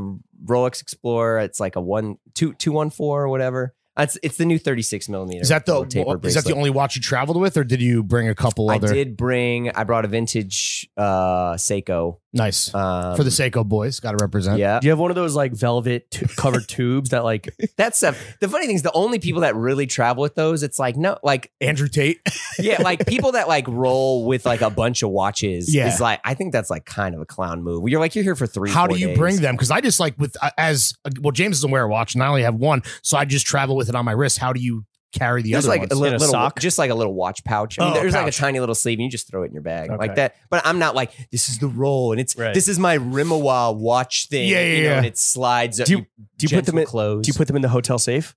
Speaker 2: Rolex Explorer. It's like a one two two one four or whatever. That's it's the new thirty six millimeter.
Speaker 3: Is that the
Speaker 2: little taper
Speaker 3: is that
Speaker 2: bracelet.
Speaker 3: the only watch you traveled with, or did you bring a couple
Speaker 2: I
Speaker 3: other?
Speaker 2: did bring. I brought a vintage uh, Seiko
Speaker 3: Nice
Speaker 2: um,
Speaker 3: for the Seiko boys. Got to represent.
Speaker 2: Yeah,
Speaker 1: Do you have one of those like velvet tu- covered tubes that like
Speaker 2: that stuff. The funny thing is, the only people that really travel with those, it's like no, like
Speaker 3: Andrew Tate.
Speaker 2: yeah, like people that like roll with like a bunch of watches
Speaker 3: Yeah.
Speaker 2: is like I think that's like kind of a clown move. You're like you're here for three.
Speaker 3: How
Speaker 2: four
Speaker 3: do you
Speaker 2: days.
Speaker 3: bring them? Because I just like with uh, as well. James doesn't wear a watch, and I only have one, so I just travel with it on my wrist. How do you carry the
Speaker 2: There's
Speaker 3: other
Speaker 2: like
Speaker 3: ones?
Speaker 2: a
Speaker 1: In
Speaker 2: little,
Speaker 1: a
Speaker 2: little-
Speaker 1: sock?
Speaker 2: just like a little watch pouch. I mean,
Speaker 3: Oh, a
Speaker 2: there's like a
Speaker 3: pouch.
Speaker 2: tiny little sleeve, and you just throw it in your bag
Speaker 1: Okay.
Speaker 2: like that. But I'm not like this is the roll, and it's
Speaker 1: Right.
Speaker 2: this is my Rimawa watch thing.
Speaker 3: Yeah, yeah,
Speaker 2: you know,
Speaker 3: yeah.
Speaker 2: And it slides.
Speaker 1: Do you- do you put them in-
Speaker 2: close?
Speaker 1: do you put them in the hotel safe?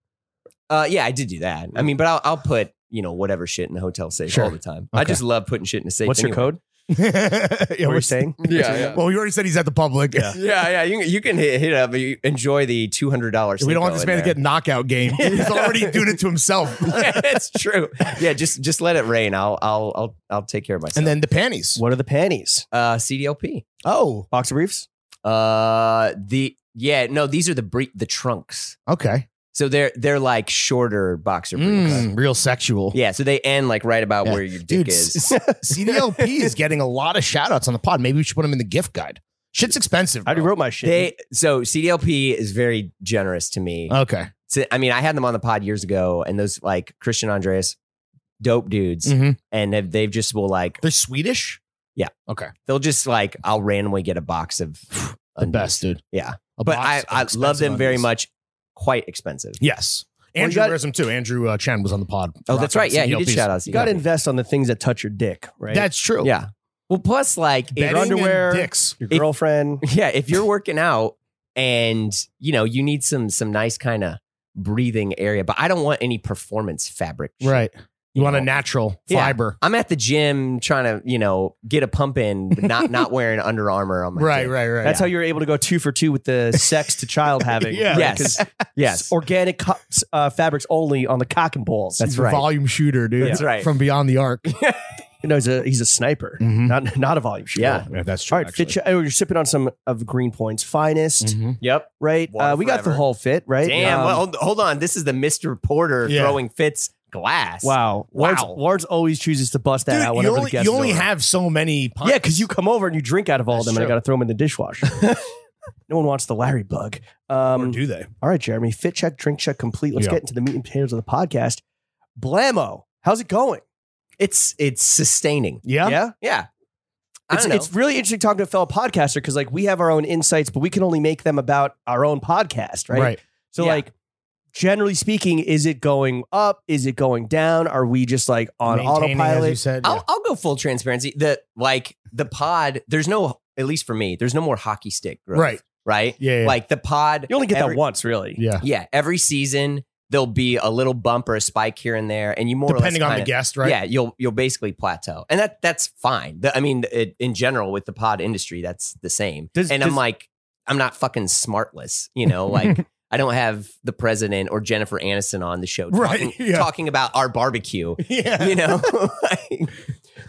Speaker 2: Uh, yeah, I did do that. I mean, but I'll, I'll put you know whatever shit in the hotel safe
Speaker 3: Sure.
Speaker 2: all the time. I
Speaker 3: Okay.
Speaker 2: just love putting shit in a safe.
Speaker 1: What's your
Speaker 2: anyway.
Speaker 1: code?
Speaker 3: yeah,
Speaker 1: What are
Speaker 3: we're-
Speaker 1: you saying?
Speaker 2: Yeah,
Speaker 3: Well, we already said he's at the public.
Speaker 1: Yeah.
Speaker 2: yeah, yeah. You, can- you can hit, hit up. You enjoy the two hundred dollars.
Speaker 3: We don't want this man to get knockout game. He's already doing it to himself.
Speaker 2: it's true. Yeah, just just let it rain. I'll I'll I'll I'll take care of myself.
Speaker 3: And then the panties.
Speaker 1: What are the panties?
Speaker 2: uh, CDLP.
Speaker 3: Oh,
Speaker 1: Boxer briefs?
Speaker 2: Uh, the yeah, no, these are the bre- the trunks.
Speaker 3: okay.
Speaker 2: So they're they're like shorter boxer briefs.
Speaker 3: Mm, real sexual.
Speaker 2: Yeah, so they end like right about
Speaker 3: Yeah.
Speaker 2: where your dick
Speaker 3: Dude,
Speaker 2: is.
Speaker 3: s- s- CDLP is getting a lot of shout outs on the pod. Maybe we should put him in the gift guide. Shit's expensive.
Speaker 1: I already
Speaker 3: bro.
Speaker 1: wrote my shit.
Speaker 2: They so CDLP is very generous to me.
Speaker 3: Okay.
Speaker 2: So, I mean, I had them on the pod years ago, and those like Christian Andreas, dope dudes,
Speaker 3: Mhm.
Speaker 2: and they've, they've just will like
Speaker 3: They're Swedish.
Speaker 2: Yeah.
Speaker 3: Okay.
Speaker 2: they'll just like I'll randomly get a box of
Speaker 3: The
Speaker 2: undies.
Speaker 3: best, dude.
Speaker 2: Yeah.
Speaker 3: A
Speaker 2: But
Speaker 3: box
Speaker 2: I
Speaker 3: of
Speaker 2: I love
Speaker 3: expensive
Speaker 2: them very
Speaker 3: undies.
Speaker 2: much. Quite expensive.
Speaker 3: Yes. Andrew
Speaker 1: got-
Speaker 3: Grissom too. Andrew uh, Chen was on the pod.
Speaker 2: Oh, that's right. Yeah, he did shout outs.
Speaker 1: You got to invest on the things that touch your dick, right?
Speaker 3: That's true.
Speaker 2: Yeah. Well, plus like if-
Speaker 3: Betting
Speaker 1: your
Speaker 3: and
Speaker 1: underwear,
Speaker 3: dicks.
Speaker 1: your
Speaker 2: If-
Speaker 1: girlfriend.
Speaker 2: yeah, if you're working out and you know you need some some nice kind of breathing area, but I don't want any performance fabric. shit.
Speaker 3: Right. You want a
Speaker 2: know.
Speaker 3: natural
Speaker 2: Yeah.
Speaker 3: fiber.
Speaker 2: I'm at the gym trying to you know get a pump in, but not not wearing Under Armour on Oh my
Speaker 3: Right,
Speaker 2: dick.
Speaker 3: right, right.
Speaker 1: That's how you're able to go two for two with the sex to child having.
Speaker 3: Yeah.
Speaker 1: right?
Speaker 2: Yes,
Speaker 1: 'Cause
Speaker 2: yes.
Speaker 1: Organic co- uh, fabrics only on the cock and balls.
Speaker 2: That's
Speaker 3: He's a
Speaker 2: right.
Speaker 3: volume shooter, dude.
Speaker 2: That's right.
Speaker 3: From beyond the arc.
Speaker 1: You know, he's a, he's a sniper,
Speaker 3: Mhm.
Speaker 1: not not a volume shooter.
Speaker 2: Yeah.
Speaker 3: Yeah, that's true.
Speaker 1: All right,
Speaker 3: actually.
Speaker 1: fit, oh, you're sipping on some of Greenpoint's finest,
Speaker 3: Mhm.
Speaker 2: Yep.
Speaker 1: right?
Speaker 2: Water
Speaker 1: Uh, we got the
Speaker 2: forever.
Speaker 1: whole fit, right?
Speaker 2: Damn.
Speaker 1: Um,
Speaker 2: well, hold, hold on. This is the Mr. Porter
Speaker 3: Yeah.
Speaker 2: throwing fits glass.
Speaker 1: wow, Lawrence,
Speaker 2: Wow.
Speaker 1: Lawrence always chooses to bust that
Speaker 3: Dude,
Speaker 1: out
Speaker 3: you
Speaker 1: whenever the
Speaker 3: only,
Speaker 1: guest
Speaker 3: you
Speaker 1: is
Speaker 3: only
Speaker 1: over.
Speaker 3: have so many pints.
Speaker 1: Yeah, because you come over and you drink out of all of
Speaker 3: That's
Speaker 1: them, and I got
Speaker 3: true.
Speaker 1: to throw them in the dishwasher. no one wants the Larry bug. Um,
Speaker 3: Or do they?
Speaker 1: all right, Jeremy, fit check, drink check complete. Let's
Speaker 3: Yeah.
Speaker 1: get into the meat and potatoes of the podcast. Blamo, how's it going?
Speaker 2: It's it's sustaining.
Speaker 3: Yeah.
Speaker 1: yeah?
Speaker 2: Yeah. I
Speaker 1: It's,
Speaker 2: don't know.
Speaker 1: it's really interesting talking to a fellow podcaster because like we have our own insights, but we can only make them about our own podcast, right? So
Speaker 2: Yeah.
Speaker 1: like generally speaking, is it going up? Is it going down? Are we just like on
Speaker 3: Maintaining, As you
Speaker 1: autopilot?
Speaker 3: said,
Speaker 2: I'll, I'll go full transparency. The like the pod. There's no at least for me. There's no more hockey stick.
Speaker 3: yeah.
Speaker 2: Growth,
Speaker 3: Right.
Speaker 2: Right.
Speaker 3: Yeah. Yeah.
Speaker 2: Like the pod.
Speaker 1: You only get
Speaker 2: every-
Speaker 1: that once, really.
Speaker 3: yeah.
Speaker 2: Yeah. Every season there'll be a little bump or a spike here and there, and you more
Speaker 3: Depending
Speaker 2: or less
Speaker 3: on the
Speaker 2: kinda-
Speaker 3: guest, right?
Speaker 2: Yeah, you'll you'll basically plateau, and that that's fine. The- I mean, it, in general with the pod industry, that's the same.
Speaker 1: Does-
Speaker 2: and I'm
Speaker 1: does-
Speaker 2: like, I'm not fucking smartless, you know. Like, I don't have the president or Jennifer Aniston on the show,
Speaker 3: Right,
Speaker 2: Talking,
Speaker 3: yeah.
Speaker 2: talking about our barbecue,
Speaker 3: Yeah.
Speaker 2: you know. Like,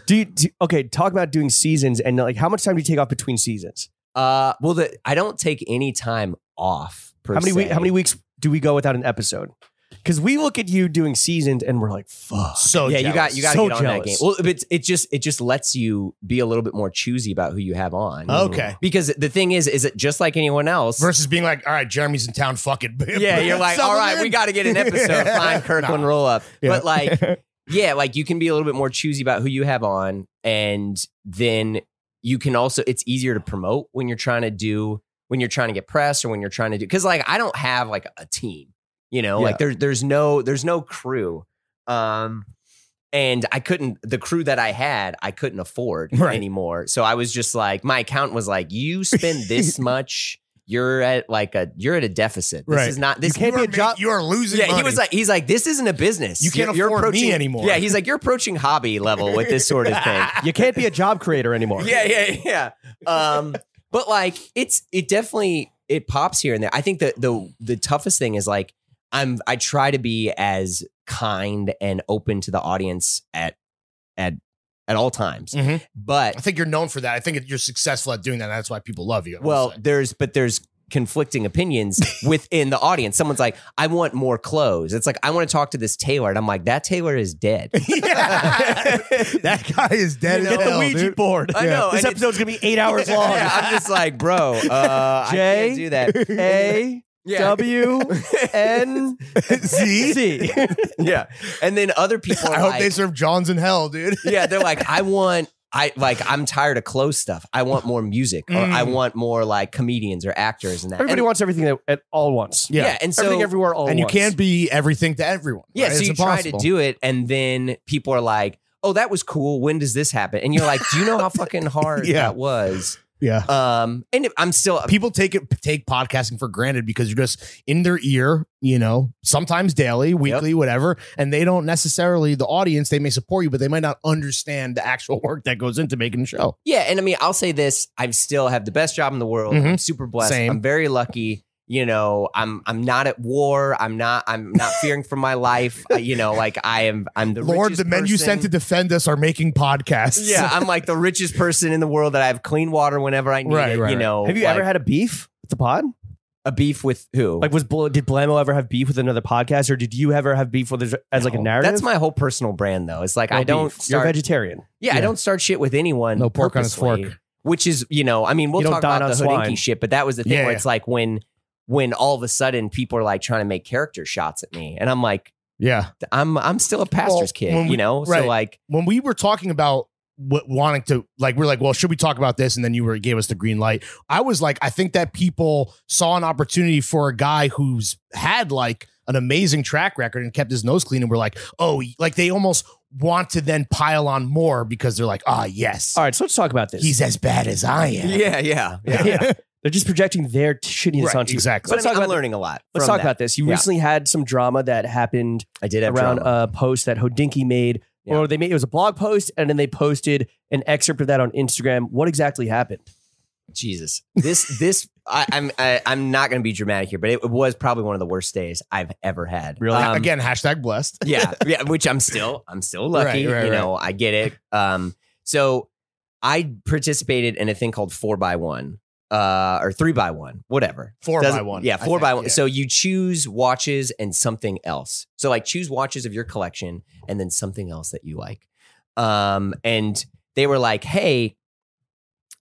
Speaker 1: Do you do, okay? Talk about doing seasons and like how much time do you take off between seasons?
Speaker 2: uh, well, the, I don't take any time off. Per
Speaker 1: How many we,
Speaker 2: se.
Speaker 1: how many weeks do we go without an episode? Because we look at you doing seasons and we're like, fuck.
Speaker 3: So
Speaker 2: yeah, you got
Speaker 3: jealous.
Speaker 2: you got to
Speaker 1: So
Speaker 2: get on that game.
Speaker 1: jealous.
Speaker 2: Well, it's it just it just lets you be a little bit more choosy about who you have on.
Speaker 3: Okay.
Speaker 2: Because the thing is, is it just like anyone else?
Speaker 3: Versus being like, all right, Jeremy's in town, fuck it.
Speaker 2: yeah, you're like, all right,
Speaker 3: Sutherland.
Speaker 2: we got to get an episode. Fine, Kirkland,
Speaker 3: Nah.
Speaker 2: roll up.
Speaker 3: Yeah.
Speaker 2: But like, yeah, like you can be a little bit more choosy about who you have on, and then you can also it's easier to promote when you're trying to do when you're trying to get press or when you're trying to do because like I don't have like a team, you know,
Speaker 1: Yeah.
Speaker 2: like there's there's no there's no crew, um, and I couldn't the crew that I had I couldn't afford
Speaker 3: Right.
Speaker 2: anymore, so I was just like my accountant was like you spend this much. You're at like a you're at a deficit. This
Speaker 3: Right.
Speaker 2: is not this
Speaker 3: You
Speaker 2: can't be
Speaker 3: are
Speaker 2: a job.
Speaker 3: ma- You are losing.
Speaker 2: Yeah, he
Speaker 3: money.
Speaker 2: was like, he's like, this isn't a business.
Speaker 3: You can't
Speaker 2: You're- you're
Speaker 3: afford me
Speaker 2: approaching-
Speaker 3: anymore.
Speaker 2: Yeah, he's like, you're approaching hobby level with this sort of thing.
Speaker 1: You can't be a job creator anymore.
Speaker 2: yeah, yeah, yeah. Um, but like, it's it definitely it pops here and there. I think the the the toughest thing is like I'm I try to be as kind and open to the audience at at at all times,
Speaker 3: Mhm.
Speaker 2: but
Speaker 3: I think you're known for that. I think you're successful at doing that. And that's why people love you. I would
Speaker 2: Well,
Speaker 3: say.
Speaker 2: there's but there's conflicting opinions within the audience. Someone's like, I want more clothes. It's like I want to talk to this tailor, and I'm like, that tailor is dead.
Speaker 3: Yeah. that guy is dead.
Speaker 2: You
Speaker 3: as
Speaker 2: know?
Speaker 3: hell, dude.
Speaker 1: board.
Speaker 2: I
Speaker 1: This
Speaker 2: know. and it's-
Speaker 1: episode's gonna be eight hours long.
Speaker 2: Yeah, I'm just like, bro, uh, I
Speaker 1: Jay?
Speaker 2: can't do that.
Speaker 1: A
Speaker 2: Yeah.
Speaker 1: W N
Speaker 3: See?
Speaker 1: Z.
Speaker 2: yeah. And then other people are
Speaker 3: I hope
Speaker 2: like,
Speaker 3: they serve Johns in hell, dude.
Speaker 2: yeah, they're like, I want. I like I'm tired of clothes stuff. I want more music or I
Speaker 3: Mm.
Speaker 2: want more like comedians or actors and that.
Speaker 1: Everybody
Speaker 2: and,
Speaker 1: wants everything at, at all once.
Speaker 2: yeah. and so
Speaker 1: everything everywhere all at
Speaker 3: and you
Speaker 1: once.
Speaker 3: can't be everything to everyone.
Speaker 2: Yeah,
Speaker 3: right?
Speaker 2: so
Speaker 3: It's
Speaker 2: you try to
Speaker 3: impossible.
Speaker 2: do it, and then people are like, "Oh, that was cool. When does this happen?" And you're like, "Do you know how fucking hard
Speaker 3: Yeah.
Speaker 2: that was?"
Speaker 3: Yeah.
Speaker 2: Um, and if- I'm still
Speaker 3: People take it take podcasting for granted because you're just in their ear, you know, sometimes daily, weekly, whatever, and they don't necessarily the audience. They may support you, but they might not understand the actual work that goes into making the show.
Speaker 2: yeah, and I mean, I'll say this: I still have the best job in the world. I'm super blessed.
Speaker 3: Mm-hmm. Same.
Speaker 2: I'm very lucky. You know, I'm I'm not at war. I'm not I'm not fearing for my life. I- you know, like I am I'm the
Speaker 3: Lord,
Speaker 2: richest
Speaker 3: the men you sent to
Speaker 2: person.
Speaker 3: defend us are making podcasts.
Speaker 2: yeah, I'm like the richest person in the world that I have clean water whenever I need
Speaker 3: Right,
Speaker 2: it.
Speaker 3: right, right.
Speaker 2: you know,
Speaker 1: Have you
Speaker 2: like,
Speaker 1: ever had a beef with the pod?
Speaker 2: a beef with who?
Speaker 1: Like, was Bl- did Blamo ever have beef with another podcast, or did you ever have beef with as like a
Speaker 2: No.
Speaker 1: narrative?
Speaker 2: That's my whole personal brand, though. It's like
Speaker 1: No
Speaker 2: I don't.
Speaker 1: beef. You're a
Speaker 2: start-
Speaker 1: vegetarian.
Speaker 2: Yeah, I
Speaker 3: Yeah.
Speaker 2: don't start shit with anyone.
Speaker 3: No pork on his
Speaker 2: purposely,
Speaker 3: fork.
Speaker 2: Which is, you know, I mean, we'll
Speaker 1: You don't
Speaker 2: talk
Speaker 1: dine
Speaker 2: about
Speaker 1: on
Speaker 2: the
Speaker 1: swine.
Speaker 2: Hodinky shit, but that was the thing
Speaker 3: Yeah,
Speaker 2: where
Speaker 3: yeah.
Speaker 2: it's like when, when all of a sudden people are like trying to make character shots at me, and I'm like,
Speaker 3: yeah.
Speaker 2: I'm, I'm still a pastor's
Speaker 3: Well, when
Speaker 2: kid,
Speaker 3: we-
Speaker 2: you know.
Speaker 3: right.
Speaker 2: So like,
Speaker 3: when we were talking about what wanting to like we're like well should we talk about this and then you were gave us the green light i was like i think that people saw an opportunity for a guy who's had like an amazing track record and kept his nose clean. And we're like, oh, like they almost want to then pile on more because they're like, ah, yes,
Speaker 1: All right, so let's talk about this.
Speaker 3: he's as bad as I am.
Speaker 2: Yeah, yeah, yeah.
Speaker 1: yeah. They're just projecting their t- shittiness
Speaker 3: Right,
Speaker 1: onto you.
Speaker 3: exactly.
Speaker 2: But
Speaker 1: Let's
Speaker 2: I mean,
Speaker 1: talk about
Speaker 2: I'm
Speaker 1: the-
Speaker 2: learning a lot.
Speaker 1: Let's
Speaker 2: from
Speaker 1: talk
Speaker 2: that.
Speaker 1: about this. You
Speaker 2: Yeah.
Speaker 1: recently had some drama that happened
Speaker 2: I did have
Speaker 1: around uh,
Speaker 2: drama.
Speaker 1: a post that Hodinky made,
Speaker 2: Yeah.
Speaker 1: or they made it was a blog post, and then they posted an excerpt of that on Instagram. What exactly happened?
Speaker 2: Jesus. This this I, I'm I, I'm not going to be dramatic here, but it, was probably one of the worst days I've ever had.
Speaker 1: Really?
Speaker 2: Um,
Speaker 3: Again, hashtag blessed.
Speaker 2: yeah, yeah. Which I'm still I'm still lucky.
Speaker 3: Right, right,
Speaker 2: you know, I get it. Um, so I participated in a thing called four by one, uh, or three by one, whatever.
Speaker 3: Four
Speaker 2: Doesn't-
Speaker 3: by one.
Speaker 2: Yeah,
Speaker 3: I
Speaker 2: four
Speaker 3: think,
Speaker 2: by one.
Speaker 3: yeah.
Speaker 2: So you choose watches and something else. So like choose watches of your collection and then something else that you like. Um, and they were like, hey,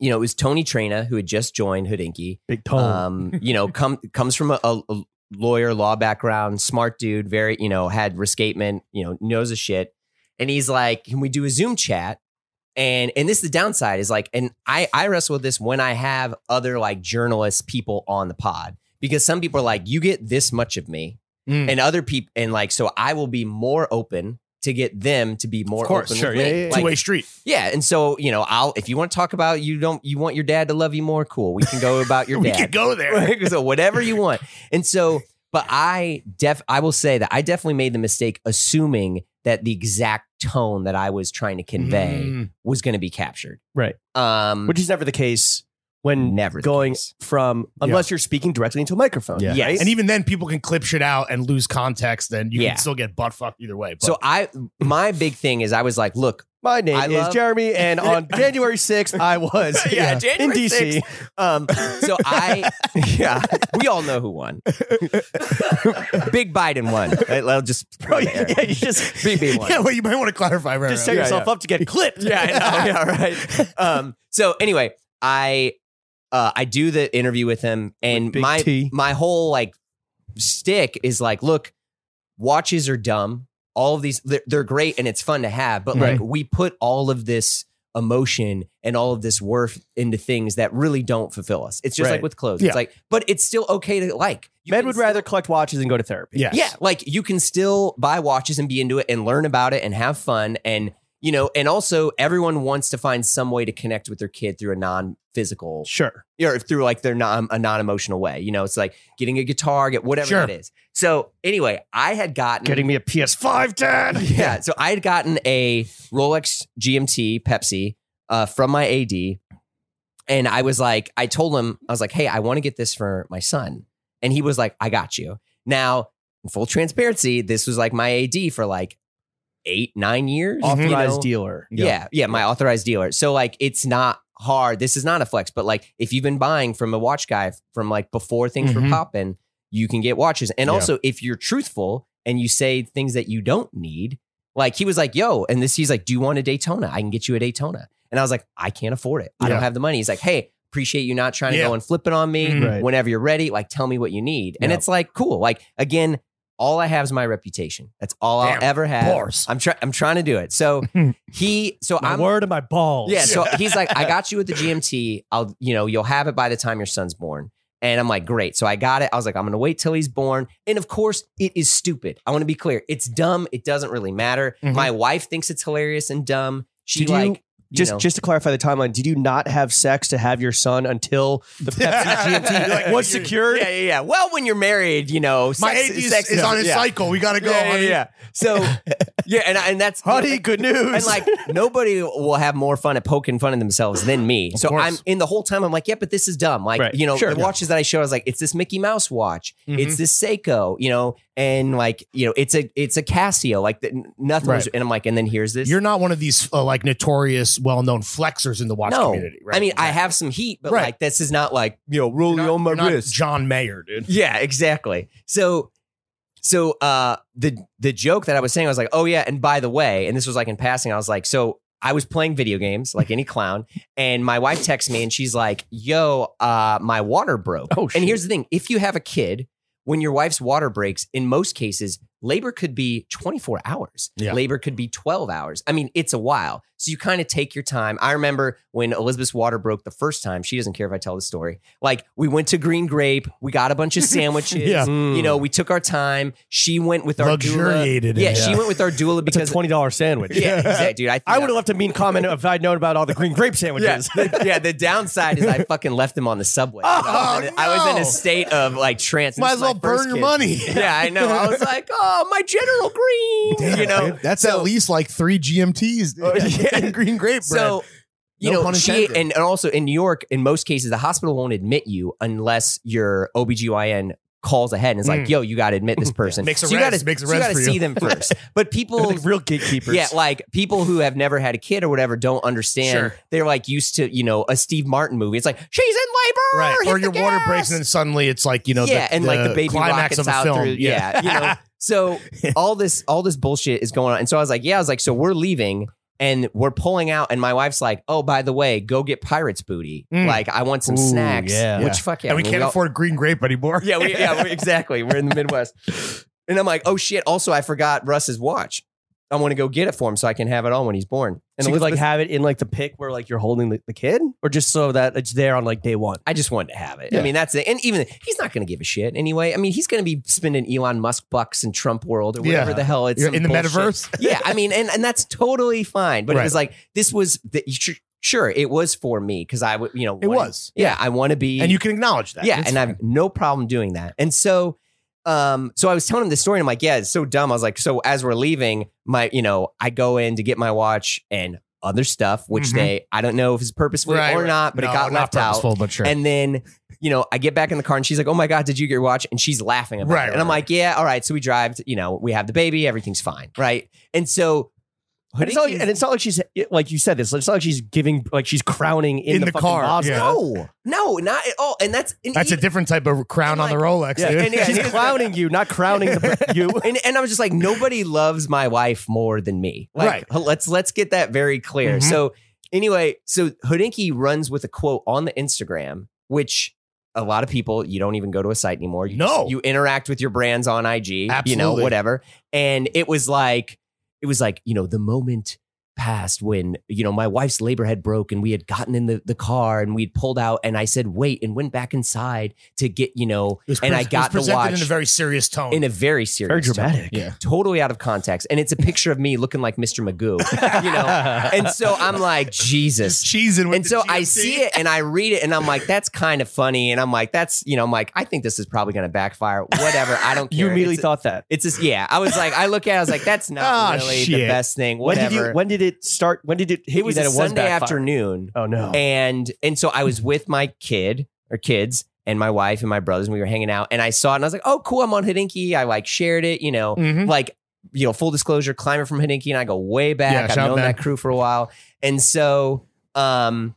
Speaker 2: you know, it was Tony Trina who had just joined Hoodinky.
Speaker 1: Big
Speaker 3: Oh.
Speaker 2: Um, you know, come comes from a, a- a lawyer, law background, smart dude, very, you know, had riskatement, you know, knows a shit. And he's like, can we do a Zoom chat? And and this is the downside is like, and I I wrestle with this when I have other like journalists people on the pod because some people are like, you get this much of me,
Speaker 3: Mm.
Speaker 2: and other people, and like, so I will be more open to get them to be more
Speaker 3: of course,
Speaker 2: open
Speaker 3: sure,
Speaker 2: with
Speaker 3: yeah,
Speaker 2: me.
Speaker 3: yeah, yeah.
Speaker 2: Like,
Speaker 3: two way street.
Speaker 2: yeah, and so you know, I'll if you want to talk about you don't you want your dad to love you more, cool. We can go about your
Speaker 3: we
Speaker 2: dad.
Speaker 3: could go there.
Speaker 2: so whatever you want. And so, but I def I will say that I definitely made the mistake assuming that the exact tone that I was trying to convey
Speaker 3: Mm.
Speaker 2: was going to be captured.
Speaker 1: Right.
Speaker 2: Um,
Speaker 1: which is never the case when
Speaker 2: Never the
Speaker 1: going
Speaker 2: case.
Speaker 1: from unless you're speaking directly into a microphone.
Speaker 3: Yeah.
Speaker 2: Yes.
Speaker 3: And even then, people can clip shit out and lose context, and you
Speaker 2: Yeah.
Speaker 3: can still get butt fucked either way. But
Speaker 2: so I my big thing is I was like, look,
Speaker 1: My name
Speaker 2: I
Speaker 1: is
Speaker 2: love-
Speaker 1: Jeremy, and on January 6th, I was
Speaker 2: Yeah,
Speaker 1: in
Speaker 2: January
Speaker 1: DC.
Speaker 2: Um, so I, yeah, we all know who won. Big Biden won. I- I'll just
Speaker 1: Bro, yeah, yeah, you just
Speaker 2: Big B won.
Speaker 3: yeah, well, you might want to clarify. Right,
Speaker 1: just
Speaker 3: right,
Speaker 1: set
Speaker 3: right.
Speaker 1: yourself up to get clipped.
Speaker 2: Yeah, I know. yeah, right. Um, so anyway, I uh, I do the interview with him, and
Speaker 1: With Big
Speaker 2: my
Speaker 1: T.
Speaker 2: my whole like stick is like, look, watches are dumb. All of these, they're, they're great, and it's fun to have. But like,
Speaker 1: Right.
Speaker 2: we put all of this emotion and all of this worth into things that really don't fulfill us. It's just
Speaker 1: Right.
Speaker 2: like with clothes.
Speaker 3: Yeah.
Speaker 2: It's like, but it's still okay to like. You
Speaker 1: Men
Speaker 2: can
Speaker 1: would
Speaker 2: still-
Speaker 1: rather collect watches than go to therapy.
Speaker 3: Yes.
Speaker 2: yeah, like you can still buy watches and be into it and learn about it and have fun and you know, and also everyone wants to find some way to connect with their kid through a non-physical
Speaker 1: Sure.
Speaker 2: or through like their non a non-emotional way. You know, it's like getting a guitar, get whatever
Speaker 3: Sure.
Speaker 2: it is. So anyway, I had gotten
Speaker 1: Getting me a PS5, Dad.
Speaker 2: yeah, so I had gotten a Rolex GMT Pepsi uh, from my AD, and I was like, I told him, I was like, hey, I want to get this for my son, and he was like, I got you. Now, in full transparency, this was like my AD for like eight, nine years, you
Speaker 1: Authorized
Speaker 2: know?
Speaker 1: dealer.
Speaker 2: Yeah. yeah, my authorized dealer. So like, it's not hard. This is not a flex, but like, if you've been buying from a watch guy from like before things were
Speaker 3: Mhm.
Speaker 2: popping, you can get watches. And
Speaker 3: Yeah.
Speaker 2: also, if you're truthful and you say things that you don't need, like he was like, "Yo," and this he's like, "Do you want a Daytona? I can get you a Daytona." And I was like, "I can't afford it. I don't
Speaker 3: Yeah.
Speaker 2: have the money." He's like, "Hey." Appreciate you not trying to
Speaker 3: Yeah.
Speaker 2: go and flip it on me
Speaker 3: Mhm.
Speaker 1: Mm-hmm. Right.
Speaker 2: whenever you're ready. Like, tell me what you need. And
Speaker 1: Yeah.
Speaker 2: it's like, cool. Like, again, all I have is my reputation. That's all
Speaker 3: Damn.
Speaker 2: I'll ever have.
Speaker 3: Bars.
Speaker 2: I'm trying. I'm trying to do it. So he. So
Speaker 1: My
Speaker 2: I'm.
Speaker 1: word and my balls.
Speaker 2: Yeah. So he's like, I got you with the GMT. I'll. You know, you'll have it by the time your son's born. And I'm like, great. So I got it. I was like, I'm gonna wait till he's born. And of course, it is stupid. I want to be clear. It's dumb. It doesn't really matter.
Speaker 3: Mhm.
Speaker 2: My wife thinks it's hilarious and dumb. She
Speaker 1: Mm-hmm. Did you-
Speaker 2: like. you
Speaker 1: just
Speaker 2: know-
Speaker 1: just to clarify the timeline, did you not have sex to have your son until the Pepsi GMT
Speaker 3: Like,
Speaker 1: was
Speaker 3: you're-
Speaker 1: secured?
Speaker 2: Yeah, yeah, yeah. Well, when you're married, you know,
Speaker 3: my
Speaker 2: sex-
Speaker 3: AD is,
Speaker 2: sex
Speaker 3: is on his
Speaker 2: yeah.
Speaker 3: cycle. We gotta go.
Speaker 2: Yeah, yeah,
Speaker 3: honey.
Speaker 2: yeah. So, yeah, and and that's
Speaker 1: Honey, good news.
Speaker 2: and like nobody will have more fun at poking fun of themselves than me. so
Speaker 3: course.
Speaker 2: I'm in the whole time. I'm like, yeah, but this is dumb. Like,
Speaker 1: Right.
Speaker 2: you know,
Speaker 1: Sure.
Speaker 2: the watches that I showed, I was like, it's this Mickey Mouse watch.
Speaker 3: Mhm.
Speaker 2: It's this Seiko, you know, and like, you know, it's a it's a Casio. Like the, nothing. Was,
Speaker 3: Right.
Speaker 2: and I'm like, and then here's this.
Speaker 3: You're not one of these uh, like notorious, well-known flexers in the watch
Speaker 2: no,
Speaker 3: community. Right?
Speaker 2: I mean, I
Speaker 3: Exactly.
Speaker 2: have some heat, but
Speaker 3: Right.
Speaker 2: like this is not like you know, rolling
Speaker 3: You're not-
Speaker 2: on my
Speaker 3: you're not
Speaker 2: wrist.
Speaker 3: John Mayer, dude.
Speaker 2: Yeah, exactly. So so uh the the joke that I was saying, I was like, oh yeah, and by the way, and this was like in passing, I was like, so I was playing video games like any clown, and my wife texts me and she's like, yo, uh, my water broke.
Speaker 1: Oh, shit.
Speaker 2: and here's the thing: if you have a kid, when your wife's water breaks, in most cases, labor could be 24 hours.
Speaker 3: Yeah.
Speaker 2: Labor could be 12 hours. I mean, it's a while. So you kind of take your time. I remember when Elizabeth's water broke the first time, she doesn't care if I tell the story. Like we went to Green Grape, we got a bunch of sandwiches.
Speaker 3: Yeah. Mm.
Speaker 2: You know, we took our time. She went with our
Speaker 3: Luxuriated
Speaker 2: doula.
Speaker 3: in
Speaker 2: Yeah,
Speaker 3: it.
Speaker 2: she
Speaker 3: Yeah.
Speaker 2: went with our doula
Speaker 1: It's a
Speaker 2: because
Speaker 1: twenty dollar sandwich.
Speaker 2: Yeah, exactly, dude. I,
Speaker 1: I would have left a mean comment if I'd known about all the green grape
Speaker 2: yeah,
Speaker 1: sandwiches.
Speaker 2: the, yeah, the downside is I fucking left them on the subway. I, was in a- I was in
Speaker 3: Oh, no.
Speaker 2: a state of like trance. This
Speaker 3: Might
Speaker 2: is
Speaker 3: as
Speaker 2: my
Speaker 3: well burn
Speaker 2: first
Speaker 3: your
Speaker 2: kid.
Speaker 3: money.
Speaker 2: Yeah, I know. I was like, oh, my General Green. you know,
Speaker 3: that's
Speaker 2: so-
Speaker 3: at least like three GMTs dude.
Speaker 2: Oh, yeah.
Speaker 3: and green grape bread.
Speaker 2: So you
Speaker 3: No
Speaker 2: know,
Speaker 3: pun
Speaker 2: she
Speaker 3: intended.
Speaker 2: and, and also in New York, in most cases, the hospital won't admit you unless your OBGYN calls ahead and is like,
Speaker 3: Mm.
Speaker 2: yo, you gotta admit this person.
Speaker 3: Makes a
Speaker 2: so you
Speaker 3: res-
Speaker 2: gotta,
Speaker 3: makes a
Speaker 2: so you
Speaker 3: res
Speaker 2: gotta
Speaker 3: for you.
Speaker 2: see them first. But people
Speaker 1: They're the real gatekeepers.
Speaker 2: yeah, like people who have never had a kid or whatever don't understand.
Speaker 3: Sure.
Speaker 2: They're like used to, you know, a Steve Martin movie. It's like, she's in labor.
Speaker 3: right,
Speaker 2: "Oh, hit
Speaker 3: or
Speaker 2: the
Speaker 3: your water
Speaker 2: gas!"
Speaker 3: breaks and then suddenly it's like you know,
Speaker 2: yeah,
Speaker 3: the,
Speaker 2: and like the baby
Speaker 3: climax
Speaker 2: rockets
Speaker 3: of a
Speaker 2: out
Speaker 3: film.
Speaker 2: through. Yeah, you know. So all this all this bullshit is going on, and so I was like, yeah, I was like, so we're leaving and we're pulling out, and my wife's like, oh, by the way, go get pirates booty.
Speaker 3: Mm.
Speaker 2: Like I want some
Speaker 1: Ooh,
Speaker 2: snacks.
Speaker 1: yeah.
Speaker 2: Which fuck yeah,
Speaker 3: and we
Speaker 2: I mean,
Speaker 3: can't
Speaker 2: all-
Speaker 3: afford green grape anymore.
Speaker 2: Yeah, we, yeah, we, exactly. We're in the Midwest, and I'm like, oh shit. Also, I forgot Russ's watch. I want to go get it for him so I can have it on when he's born.
Speaker 1: And
Speaker 2: And
Speaker 1: so you could like
Speaker 2: Elizabeth-
Speaker 1: have it in like the pick where like you're holding the, the kid, or just so that it's there on like day one.
Speaker 2: I just wanted to have it.
Speaker 1: Yeah.
Speaker 2: I mean, that's it. And even he's not going to give a shit anyway. I mean, he's going to be spending Elon Musk bucks in Trump world or whatever
Speaker 3: Yeah.
Speaker 2: the hell it's
Speaker 3: You're
Speaker 2: some
Speaker 3: in the
Speaker 2: bullshit.
Speaker 3: metaverse.
Speaker 2: yeah, I mean, and and that's totally fine. But
Speaker 3: Right.
Speaker 2: it was like this was the, sh- sure it was for me because I would you know
Speaker 3: It
Speaker 2: wanted-
Speaker 3: was.
Speaker 2: yeah I want to be
Speaker 3: and you can acknowledge that.
Speaker 2: yeah
Speaker 3: It's
Speaker 2: and I have no problem doing that and so. Um, so I was telling him this story and I'm like, yeah, it's so dumb. I was like, so as we're leaving, my, you know, I go in to get my watch and other stuff, which
Speaker 3: Mhm.
Speaker 2: they, I don't know if it's purposeful
Speaker 3: Right,
Speaker 2: or
Speaker 3: right.
Speaker 2: not, but
Speaker 3: No,
Speaker 2: it got
Speaker 3: not
Speaker 2: left out.
Speaker 3: purposeful, But sure.
Speaker 2: And then, you know, I get back in the car and she's like, "Oh my god, did you get your watch?" And she's laughing about
Speaker 3: Right,
Speaker 2: it. And I'm
Speaker 3: right,
Speaker 2: like, "Yeah, all right." So we drive. To, you know, we have the baby. Everything's fine, right? And so,
Speaker 1: And it's, not, and it's not like she's like you said this. It's not like she's giving like she's crowning in,
Speaker 3: In the
Speaker 1: fucking
Speaker 3: car,
Speaker 1: Mazda.
Speaker 3: yeah.
Speaker 2: no, no, not at all. And that's and
Speaker 3: that's a
Speaker 2: even-
Speaker 3: different type of crown
Speaker 2: and
Speaker 3: on the Rolex,
Speaker 1: Yeah,
Speaker 3: dude.
Speaker 2: and- yeah,
Speaker 1: she's clowning you, not crowning the, you.
Speaker 2: and, and I was just like, nobody loves my wife more than me. Like, Let's let's get that very clear.
Speaker 3: Mhm.
Speaker 2: So anyway, so Hodinkee runs with a quote on the Instagram, which a lot of people you don't even go to a site anymore. You,
Speaker 3: No.
Speaker 2: you interact with your brands on IG, you know,
Speaker 3: Absolutely.
Speaker 2: whatever. And it was like, it was like you know the moment passed when you know my wife's labor had broke and we had gotten in the, the car and we'd pulled out and i said wait and went back inside to get you know
Speaker 3: It was
Speaker 2: and
Speaker 3: pres- it
Speaker 2: i
Speaker 3: was
Speaker 2: got the
Speaker 3: presented
Speaker 2: watch
Speaker 3: in a very serious tone.
Speaker 2: in a very serious
Speaker 1: Very
Speaker 2: tone.
Speaker 1: dramatic.
Speaker 3: Yeah.
Speaker 2: totally out of context and it's a picture of me looking like mr magoo you know and so i'm like
Speaker 3: just
Speaker 2: jesus
Speaker 3: cheesing with
Speaker 2: and
Speaker 3: the
Speaker 2: so i
Speaker 3: GMT.
Speaker 2: see it and i read it and i'm like that's kind of funny and i'm like that's you know i'm like i think this is probably going to backfire whatever i don't care
Speaker 1: You immediately
Speaker 2: it's,
Speaker 1: thought that.
Speaker 2: it's just yeah i was like i look at it i was like that's not
Speaker 3: Ah,
Speaker 2: really the
Speaker 3: shit.
Speaker 2: best thing
Speaker 1: When
Speaker 2: whatever
Speaker 1: did you? When did it start? When did it hit
Speaker 2: it was
Speaker 1: you
Speaker 2: a
Speaker 1: that it was
Speaker 2: sunday
Speaker 1: backfire?
Speaker 2: afternoon
Speaker 1: Oh no!
Speaker 2: and and so I was with my kid or kids and my wife and my brothers, and we were hanging out. And I saw it, and I was like, "Oh, cool! I'm on Hodinkee." I like shared it, you know,
Speaker 3: Mhm.
Speaker 2: like you know, full disclosure, climber from Hodinkee, and I go way
Speaker 3: Yeah,
Speaker 2: back.
Speaker 3: shout
Speaker 2: I've known
Speaker 3: back.
Speaker 2: that crew for a while, and so um,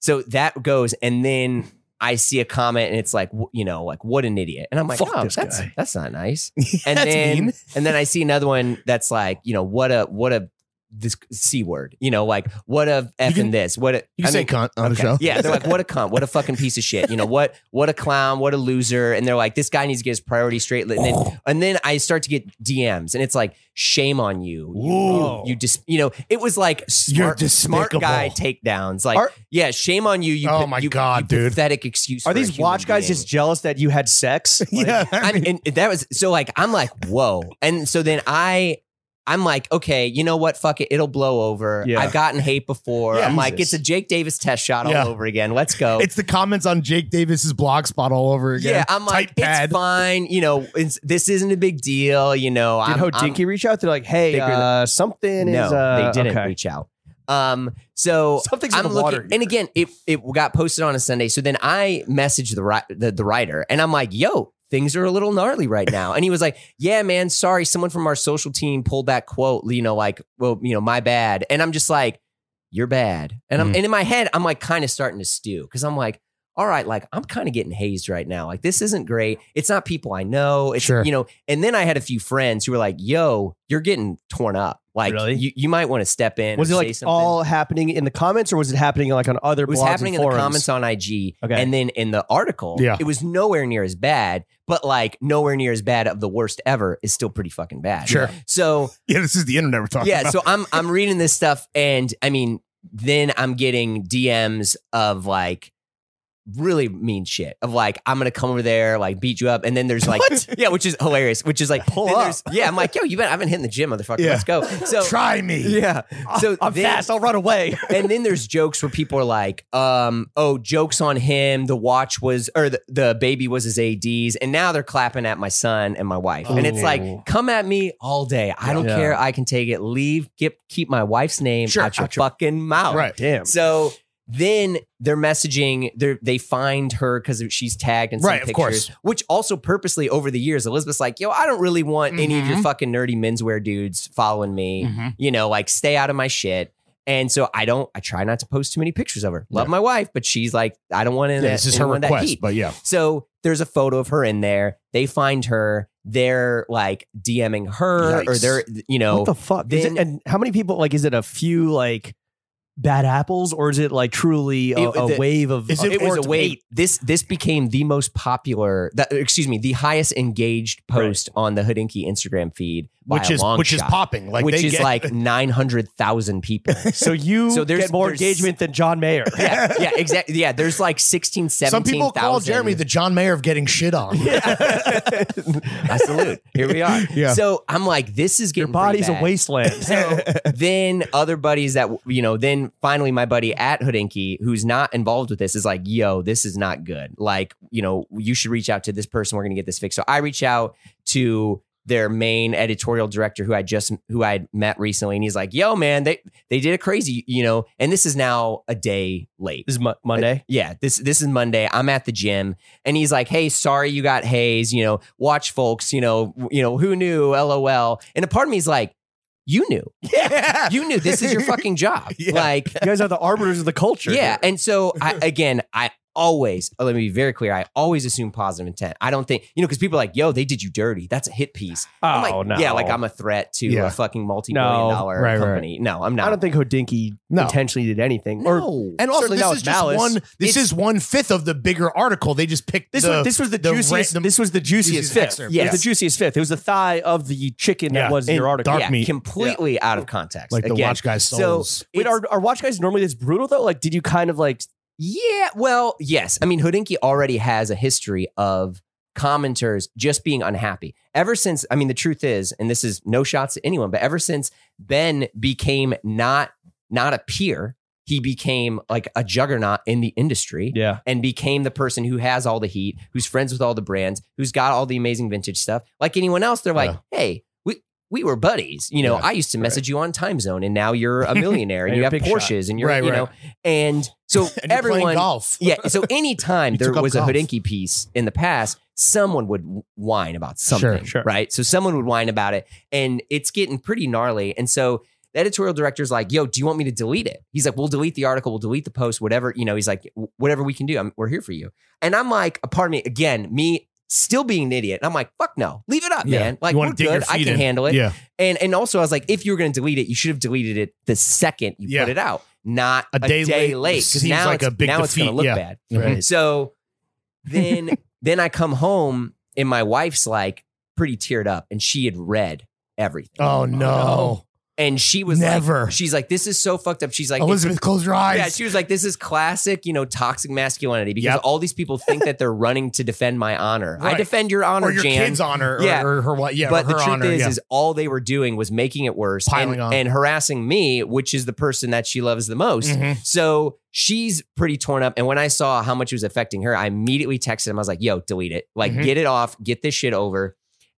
Speaker 2: so that goes, and then I see a comment, and it's like, wh- you know, like what an idiot, and I'm like,
Speaker 1: Fuck
Speaker 2: oh,
Speaker 1: this
Speaker 2: that's
Speaker 1: guy."
Speaker 2: that's not nice. And
Speaker 3: That's
Speaker 2: then
Speaker 3: mean.
Speaker 2: and then I see another one that's like, you know, what a what a this c word, you know, like what a f
Speaker 3: can-
Speaker 2: in this, what a
Speaker 3: You can
Speaker 2: I
Speaker 3: say
Speaker 2: mean,
Speaker 3: cunt on the show.
Speaker 2: yeah, they're like, what a cunt, what a fucking piece of shit. You know what? What a clown, what a loser. And they're like, this guy needs to get his priority straight. And then, and then I start to get DMs, and it's like, shame on you. You,
Speaker 3: Ooh.
Speaker 2: you, you just, you know, it was like
Speaker 3: You're
Speaker 2: smart, smart
Speaker 3: despicable.
Speaker 2: guy takedowns. Like,
Speaker 1: Are-
Speaker 2: yeah, shame on you. You,
Speaker 3: Oh
Speaker 2: pa-
Speaker 3: my
Speaker 2: you-
Speaker 3: God,
Speaker 2: you
Speaker 3: dude.
Speaker 2: pathetic excuse.
Speaker 1: Are
Speaker 2: for a
Speaker 1: these
Speaker 2: human
Speaker 1: watch guys
Speaker 2: being.
Speaker 1: just jealous that you had sex? Like,
Speaker 3: yeah.
Speaker 2: I mean, and that was so like I'm like whoa, and so then I. I'm like, okay, you know what? Fuck it. It'll blow over.
Speaker 1: Yeah.
Speaker 2: I've gotten hate before.
Speaker 3: Yeah.
Speaker 2: I'm like,
Speaker 1: Jesus.
Speaker 2: it's a Jake Davis test shot all
Speaker 3: Yeah.
Speaker 2: over again. Let's go.
Speaker 3: it's the comments on Jake Davis's blog spot all over again.
Speaker 2: Yeah, I'm like,
Speaker 3: Type pad.
Speaker 2: it's fine. You know, it's, this isn't a big deal. You know,
Speaker 1: Did
Speaker 2: I'm, I'm-
Speaker 1: Hodinky reach out? They're like, "Hey,
Speaker 2: They could-
Speaker 1: uh, something
Speaker 2: no,
Speaker 1: is." Uh,
Speaker 2: they didn't
Speaker 1: okay.
Speaker 2: reach out. Um, so
Speaker 1: Something's in
Speaker 2: I'm
Speaker 1: the
Speaker 2: looking,
Speaker 1: water.
Speaker 2: and again, it it got posted on a Sunday. So then I messaged the ri- the, the writer, and I'm like, "Yo, things are a little gnarly right now." And he was like, "Yeah, man, sorry, someone from our social team pulled that quote. You know, like, well, you know, my bad." And I'm just like, "You're bad," and I'm
Speaker 3: Mm.
Speaker 1: Mm-hmm.
Speaker 2: and in my head, I'm like, kind of starting to stew because I'm like. all right, like I'm kind of getting hazed right now. Like this isn't great. It's not people I know. It's
Speaker 3: Sure.
Speaker 2: you know. And then I had a few friends who were like, "Yo, you're getting torn up. Like
Speaker 1: Really?
Speaker 2: you, you might want to step in."
Speaker 1: Was
Speaker 2: or
Speaker 1: it
Speaker 2: say
Speaker 1: like
Speaker 2: something.
Speaker 1: all happening in the comments, or was it happening like on other?
Speaker 2: It was
Speaker 1: blogs
Speaker 2: happening in
Speaker 1: and
Speaker 2: the
Speaker 1: forums?
Speaker 2: comments on IG,
Speaker 1: Okay.
Speaker 2: and then in the article,
Speaker 3: Yeah.
Speaker 2: it was nowhere near as bad, but like nowhere near as bad of the worst ever is still pretty fucking bad.
Speaker 3: Sure.
Speaker 2: So
Speaker 3: Yeah, this is the internet we're talking
Speaker 2: yeah,
Speaker 3: about.
Speaker 2: so I'm I'm reading this stuff, and I mean, then I'm getting DMs of like really mean shit of like I'm gonna come over there, like beat you up, and then there's like yeah, which is hilarious, which is like
Speaker 1: Pull
Speaker 2: then
Speaker 1: up.
Speaker 2: there's- Yeah, I'm like yo, you bet I haven't hit the gym, motherfucker.
Speaker 3: Yeah.
Speaker 2: Let's go. So
Speaker 3: Try me.
Speaker 2: yeah, so
Speaker 1: I'm
Speaker 2: then-
Speaker 1: fast. I'll run away.
Speaker 2: and then there's jokes where people are like, um, oh, jokes on him. The watch was, or the, the baby was his ADs. And now they're clapping at my son and my wife. And it's
Speaker 1: Ooh.
Speaker 3: Oh.
Speaker 2: like, come at me all day. I don't
Speaker 1: Yeah.
Speaker 2: care. I can take it. Leave, get, keep my wife's name
Speaker 3: Sure,
Speaker 2: out your
Speaker 3: out your-
Speaker 2: fucking mouth.
Speaker 3: Right.
Speaker 1: Damn.
Speaker 2: So then they're messaging, they're, they find her because she's tagged in some
Speaker 3: Right, of
Speaker 2: pictures.
Speaker 3: course.
Speaker 2: Which also purposely over the years, Elizabeth's like, yo, I don't really want any of your
Speaker 3: Mhm.
Speaker 2: fucking nerdy menswear dudes following me
Speaker 3: Mhm.
Speaker 2: you know, like stay out of my shit. And so I don't, I try not to post too many pictures of her. Love my wife, but she's like, I don't want to.
Speaker 3: Yeah, this is her
Speaker 2: That
Speaker 3: request,
Speaker 2: heat.
Speaker 3: but yeah.
Speaker 2: So there's a photo of her in there. They find her. They're like DMing her, or
Speaker 3: Yikes.
Speaker 2: they're, you know,
Speaker 1: what the fuck? Is it,
Speaker 2: then-
Speaker 1: and how many people? Like, is it a few like bad apples, or is it like truly a,
Speaker 2: It-
Speaker 1: a
Speaker 2: the-
Speaker 1: wave of?
Speaker 3: Is
Speaker 1: of-
Speaker 2: it was
Speaker 3: or
Speaker 2: a
Speaker 3: it's
Speaker 2: way.
Speaker 3: eight.
Speaker 2: This this became the most popular. That, excuse me, the highest engaged post on the Hodinkee Instagram feed, by
Speaker 3: Which
Speaker 2: a
Speaker 3: is
Speaker 2: long
Speaker 3: which is
Speaker 2: shot,
Speaker 3: popping. Like
Speaker 2: which
Speaker 3: they
Speaker 2: is
Speaker 3: get,
Speaker 2: like nine hundred thousand people.
Speaker 1: so you
Speaker 2: So there's-
Speaker 1: get more
Speaker 2: there's-
Speaker 1: engagement than John Mayer.
Speaker 2: yeah, yeah, exactly. Yeah, there's like 16, 17,000.
Speaker 3: some people call Jeremy the John Mayer of getting shit on.
Speaker 2: I salute. Here we are.
Speaker 3: Yeah.
Speaker 2: So I'm like, this is
Speaker 1: Your
Speaker 2: getting pretty
Speaker 1: body's a
Speaker 2: bad.
Speaker 1: wasteland.
Speaker 2: So then other buddies that you know, then finally my buddy at Hodinkee, who's not involved with this, is like, yo, this is not good. Like, you know, you should reach out to this person. We're gonna get this fixed. So I reach out to their main editorial director who I just who I had met recently, and he's like, yo, man, they they did it crazy, you know, and this is now a day late.
Speaker 1: this is Mo- Monday.
Speaker 2: Yeah, this this is Monday. I'm at the gym, and he's like, "Hey, sorry you got haze. You know, watch folks. You know, w- you know who knew? LOL." And a part of me is like, "You knew.
Speaker 3: yeah.
Speaker 2: You knew. This is your fucking job.
Speaker 3: Yeah.
Speaker 2: Like,
Speaker 1: You guys are the arbiters of the culture.
Speaker 2: yeah." And so I, again, I always oh, let me be very clear. I always assume positive intent. I don't think you know because people are like, "Yo, they did you dirty. That's a hit piece." I'm
Speaker 1: Oh
Speaker 2: like,
Speaker 1: no.
Speaker 2: Yeah, like I'm a threat to
Speaker 3: Yeah.
Speaker 2: a fucking multi-billion
Speaker 1: No.
Speaker 2: dollar
Speaker 3: Right, right.
Speaker 2: company. No, I'm not.
Speaker 1: I don't think Hodinky
Speaker 3: No.
Speaker 1: intentionally did anything. Or
Speaker 2: no.
Speaker 3: And also,
Speaker 1: Certainly
Speaker 3: this
Speaker 1: not
Speaker 3: is
Speaker 1: with
Speaker 3: just
Speaker 1: malice.
Speaker 3: one. This
Speaker 2: It's-
Speaker 3: is one fifth of the bigger article. They just picked
Speaker 1: this
Speaker 3: the,
Speaker 1: was this was the,
Speaker 3: the
Speaker 1: juiciest.
Speaker 3: random-
Speaker 1: this was the juiciest
Speaker 3: juiciest
Speaker 1: fifth.
Speaker 3: excerpt.
Speaker 1: Yeah, it was
Speaker 3: Yes.
Speaker 1: the juiciest fifth. It was the thigh of the chicken
Speaker 3: Yeah.
Speaker 1: that was
Speaker 3: And
Speaker 1: your article.
Speaker 3: dark
Speaker 2: yeah,
Speaker 3: meat.
Speaker 2: completely out of context.
Speaker 3: like the
Speaker 2: Again,
Speaker 3: watch guy's
Speaker 2: So
Speaker 3: souls.
Speaker 1: Wait,
Speaker 2: it's-
Speaker 1: are, are watch guys normally this brutal though? Like, did you kind of like?
Speaker 2: Yeah, well, yes. I mean, Hodinkee already has a history of commenters just being unhappy. Ever since, I mean, the truth is, and this is no shots to anyone, but ever since Ben became not not a peer, he became like a juggernaut in the industry
Speaker 1: Yeah,
Speaker 2: and became the person who has all the heat, who's friends with all the brands, who's got all the amazing vintage stuff. Like anyone else, they're like, hey, we we were buddies. You know,
Speaker 3: Yeah,
Speaker 2: I used to message you on time zone and now you're a millionaire and
Speaker 1: And
Speaker 2: you
Speaker 1: you're
Speaker 2: have
Speaker 1: a big shot.
Speaker 2: Porsches and you're
Speaker 3: Right,
Speaker 2: you
Speaker 3: right.
Speaker 2: know. And so
Speaker 3: and you're playing
Speaker 2: everyone
Speaker 3: golf.
Speaker 2: yeah. So anytime
Speaker 3: You
Speaker 2: there
Speaker 3: took up
Speaker 2: was a
Speaker 3: golf.
Speaker 2: Hodinkee piece in the past, someone would whine about something,
Speaker 1: sure.
Speaker 2: right? So someone would whine about it, and it's getting pretty gnarly. And so the editorial director's like, "Yo, do you want me to delete it?" He's like, "We'll delete the article. We'll delete the post. Whatever you know." He's like, "Wh- "Whatever we can do, I'm, we're here for you." And I'm like, a part of me again, me still being an idiot. And I'm like, "Fuck no, leave it up,
Speaker 3: Yeah.
Speaker 2: man.
Speaker 3: You
Speaker 2: Like
Speaker 3: wanna
Speaker 2: we're
Speaker 3: dig your
Speaker 2: good. I
Speaker 3: feet
Speaker 2: can
Speaker 3: in.
Speaker 2: handle it."
Speaker 3: Yeah,
Speaker 2: And and also I was like, if you were going to delete it, you should have deleted it the second you
Speaker 3: Yeah.
Speaker 2: put it out, not
Speaker 3: A
Speaker 2: a
Speaker 3: day
Speaker 2: day,
Speaker 3: late
Speaker 2: late. Because
Speaker 3: seems
Speaker 2: now
Speaker 3: like
Speaker 2: it's,
Speaker 3: a big
Speaker 2: now it's
Speaker 3: defeat.
Speaker 2: going to look
Speaker 3: Yeah.
Speaker 2: bad.
Speaker 3: Right.
Speaker 2: So then then I come home and my wife's like pretty teared up, and she had read everything.
Speaker 3: Oh no!
Speaker 2: and she was
Speaker 3: Never. Oh,
Speaker 2: Like, she's like, this is so fucked up. She's like.
Speaker 3: Elizabeth, close your eyes.
Speaker 2: yeah, she was like, "This is classic, you know, toxic masculinity because
Speaker 3: Yep.
Speaker 2: all these people think that they're running to defend my honor.
Speaker 3: Right.
Speaker 2: I defend your honor,
Speaker 3: or your
Speaker 2: Jan,
Speaker 3: kids' honor, or,
Speaker 2: Yeah.
Speaker 3: or her what? Yeah,
Speaker 2: but
Speaker 3: or her
Speaker 2: the truth
Speaker 3: honor.
Speaker 2: is,
Speaker 3: yeah.
Speaker 2: is all they were doing was making it worse
Speaker 3: Piling
Speaker 2: and,
Speaker 3: on.
Speaker 2: and harassing me, which is the person that she loves the most.
Speaker 3: Mhm.
Speaker 2: So she's pretty torn up. And when I saw how much it was affecting her, I immediately texted him. I was like, yo, delete it. Like,
Speaker 3: Mhm.
Speaker 2: get it off, get this shit over.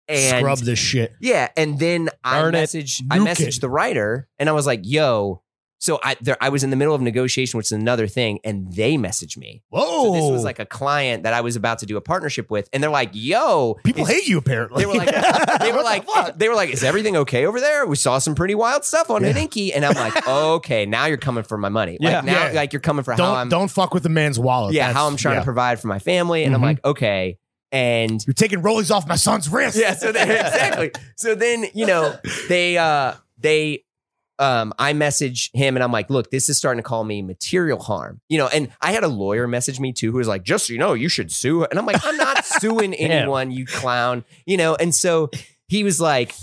Speaker 2: And
Speaker 3: scrub this shit.
Speaker 2: yeah. And then I
Speaker 1: Burn it.
Speaker 2: messaged I
Speaker 3: Nuke
Speaker 2: messaged
Speaker 3: it.
Speaker 2: the writer and I was like, yo, So I there, I was in the middle of negotiation, which is another thing, and they messaged me.
Speaker 3: Whoa.
Speaker 2: So this was like a client that I was about to do a partnership with, and they're like, "Yo,
Speaker 3: people
Speaker 2: is-
Speaker 3: hate you apparently.
Speaker 2: They were like, they
Speaker 3: What
Speaker 2: were
Speaker 3: the
Speaker 2: like,
Speaker 3: fuck?
Speaker 2: they were like, is everything okay over there? We saw some pretty wild stuff on
Speaker 1: Yeah.
Speaker 2: Hodinkee, and I'm like, okay, now you're coming for my money.
Speaker 1: Yeah.
Speaker 2: Like now,
Speaker 3: Yeah.
Speaker 2: like you're coming for how
Speaker 3: don't
Speaker 2: I'm,
Speaker 3: don't fuck with the man's wallet.
Speaker 2: yeah,
Speaker 3: That's-
Speaker 2: how I'm trying
Speaker 3: yeah.
Speaker 2: to provide for my family, and
Speaker 3: Mhm.
Speaker 2: I'm like, okay, and
Speaker 3: You're taking rollies off my son's wrist.
Speaker 2: yeah, so then, exactly. So then, you know, they uh they um I message him and I'm like, look, this is starting to call me material harm. You know, and I had a lawyer message me too who was like, just so you know, you should sue. And I'm like, I'm not suing anyone, you clown. You know, and so he was like,